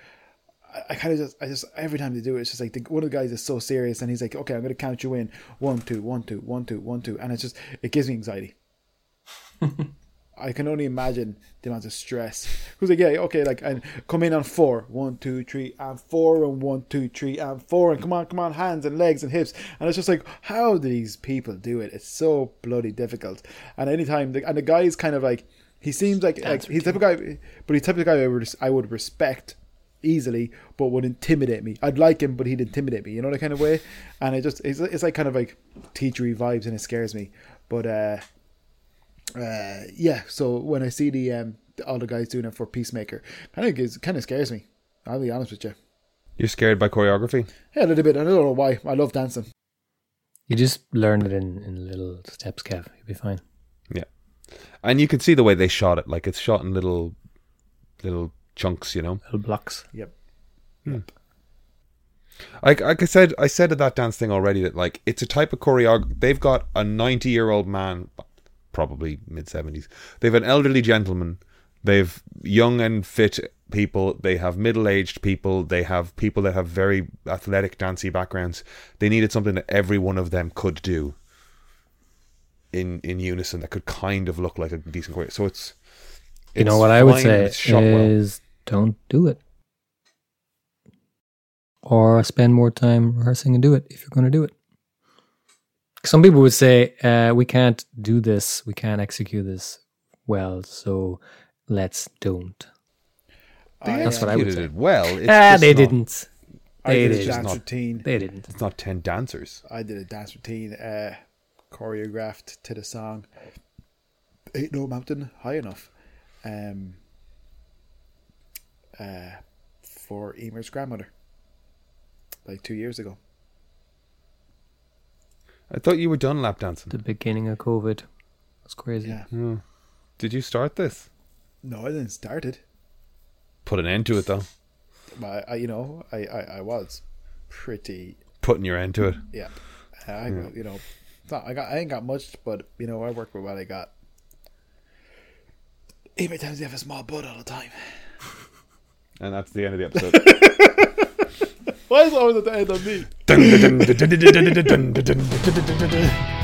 Speaker 3: I, I kind of just I just every time they do it, it's just like the, one of the guys is so serious and he's like, okay, I'm gonna count you in one two one two one two one two, and it's just it gives me anxiety. I can only imagine the amount of stress. Who's like, yeah, okay, like, and come in on four, one, two, three, and four, and one, two, three, and four, and come on, come on, hands and legs and hips. And it's just like, how do these people do it? It's so bloody difficult. And anytime, the, and the guy is kind of like, he seems like, like he's the type of guy, but he's the type of guy I would, I would respect easily, but would intimidate me. I'd like him, but he'd intimidate me. You know that kind of way. And it just, it's, it's like kind of like teachery vibes, and it scares me. But uh uh, yeah, so when I see the um, all the guys doing it for Peacemaker, kind of gives, kind of scares me. I'll be honest with you.
Speaker 1: You're scared by choreography.
Speaker 3: Yeah, a little bit. I don't know why. I love dancing.
Speaker 2: You just learn it in, in little steps, Kev. You'll be fine.
Speaker 1: Yeah, and you can see the way they shot it. Like it's shot in little, little chunks. You know.
Speaker 2: Little blocks.
Speaker 3: Yep.
Speaker 1: Like, like I said, I said at that dance thing already that like it's a type of choreography. They've got a ninety-year-old man, probably mid-seventies. They've an elderly gentleman. They've young and fit people. They have middle-aged people. They have people that have very athletic, dancey backgrounds. They needed something that every one of them could do. In in unison, that could kind of look like a decent choreo. So it's,
Speaker 2: You know
Speaker 1: it's
Speaker 2: what I would
Speaker 1: fine and
Speaker 2: say
Speaker 1: it's shot well.
Speaker 2: is don't do it. Or spend more time rehearsing and do it if you're going to do it. Some people would say, uh, we can't do this, we can't execute this well, so let's don't.
Speaker 3: Oh,
Speaker 1: They
Speaker 2: That's what I would
Speaker 1: executed
Speaker 2: say.
Speaker 1: it well. It's
Speaker 2: ah,
Speaker 1: just
Speaker 2: they
Speaker 1: not-
Speaker 2: didn't.
Speaker 3: I
Speaker 2: They
Speaker 3: did a
Speaker 2: didn't.
Speaker 3: dance
Speaker 1: not-
Speaker 3: routine.
Speaker 2: They didn't.
Speaker 1: It's not ten dancers.
Speaker 3: I did a dance routine uh, choreographed to the song "Ain't No Mountain High Enough" um, uh, for Emer's grandmother, like two years ago.
Speaker 1: I thought you were done lap dancing.
Speaker 2: The beginning of COVID. That's crazy.
Speaker 3: Yeah.
Speaker 1: Did you start this?
Speaker 3: No, I didn't start it.
Speaker 1: Put an end to it though.
Speaker 3: I, I you know, I, I, I was pretty
Speaker 1: Putting your end to it.
Speaker 3: Yeah, I I- you know, it's not, I got I ain't got much, but you know I work with what I got. Even times you have a small boat all the time.
Speaker 1: And that's the end of the episode.
Speaker 3: Why is it always at the end of me?
Speaker 1: Dun, dun, dun, dun, dun, dun, dun, dun, dun, dun, dun, dun, dun, dun, dun.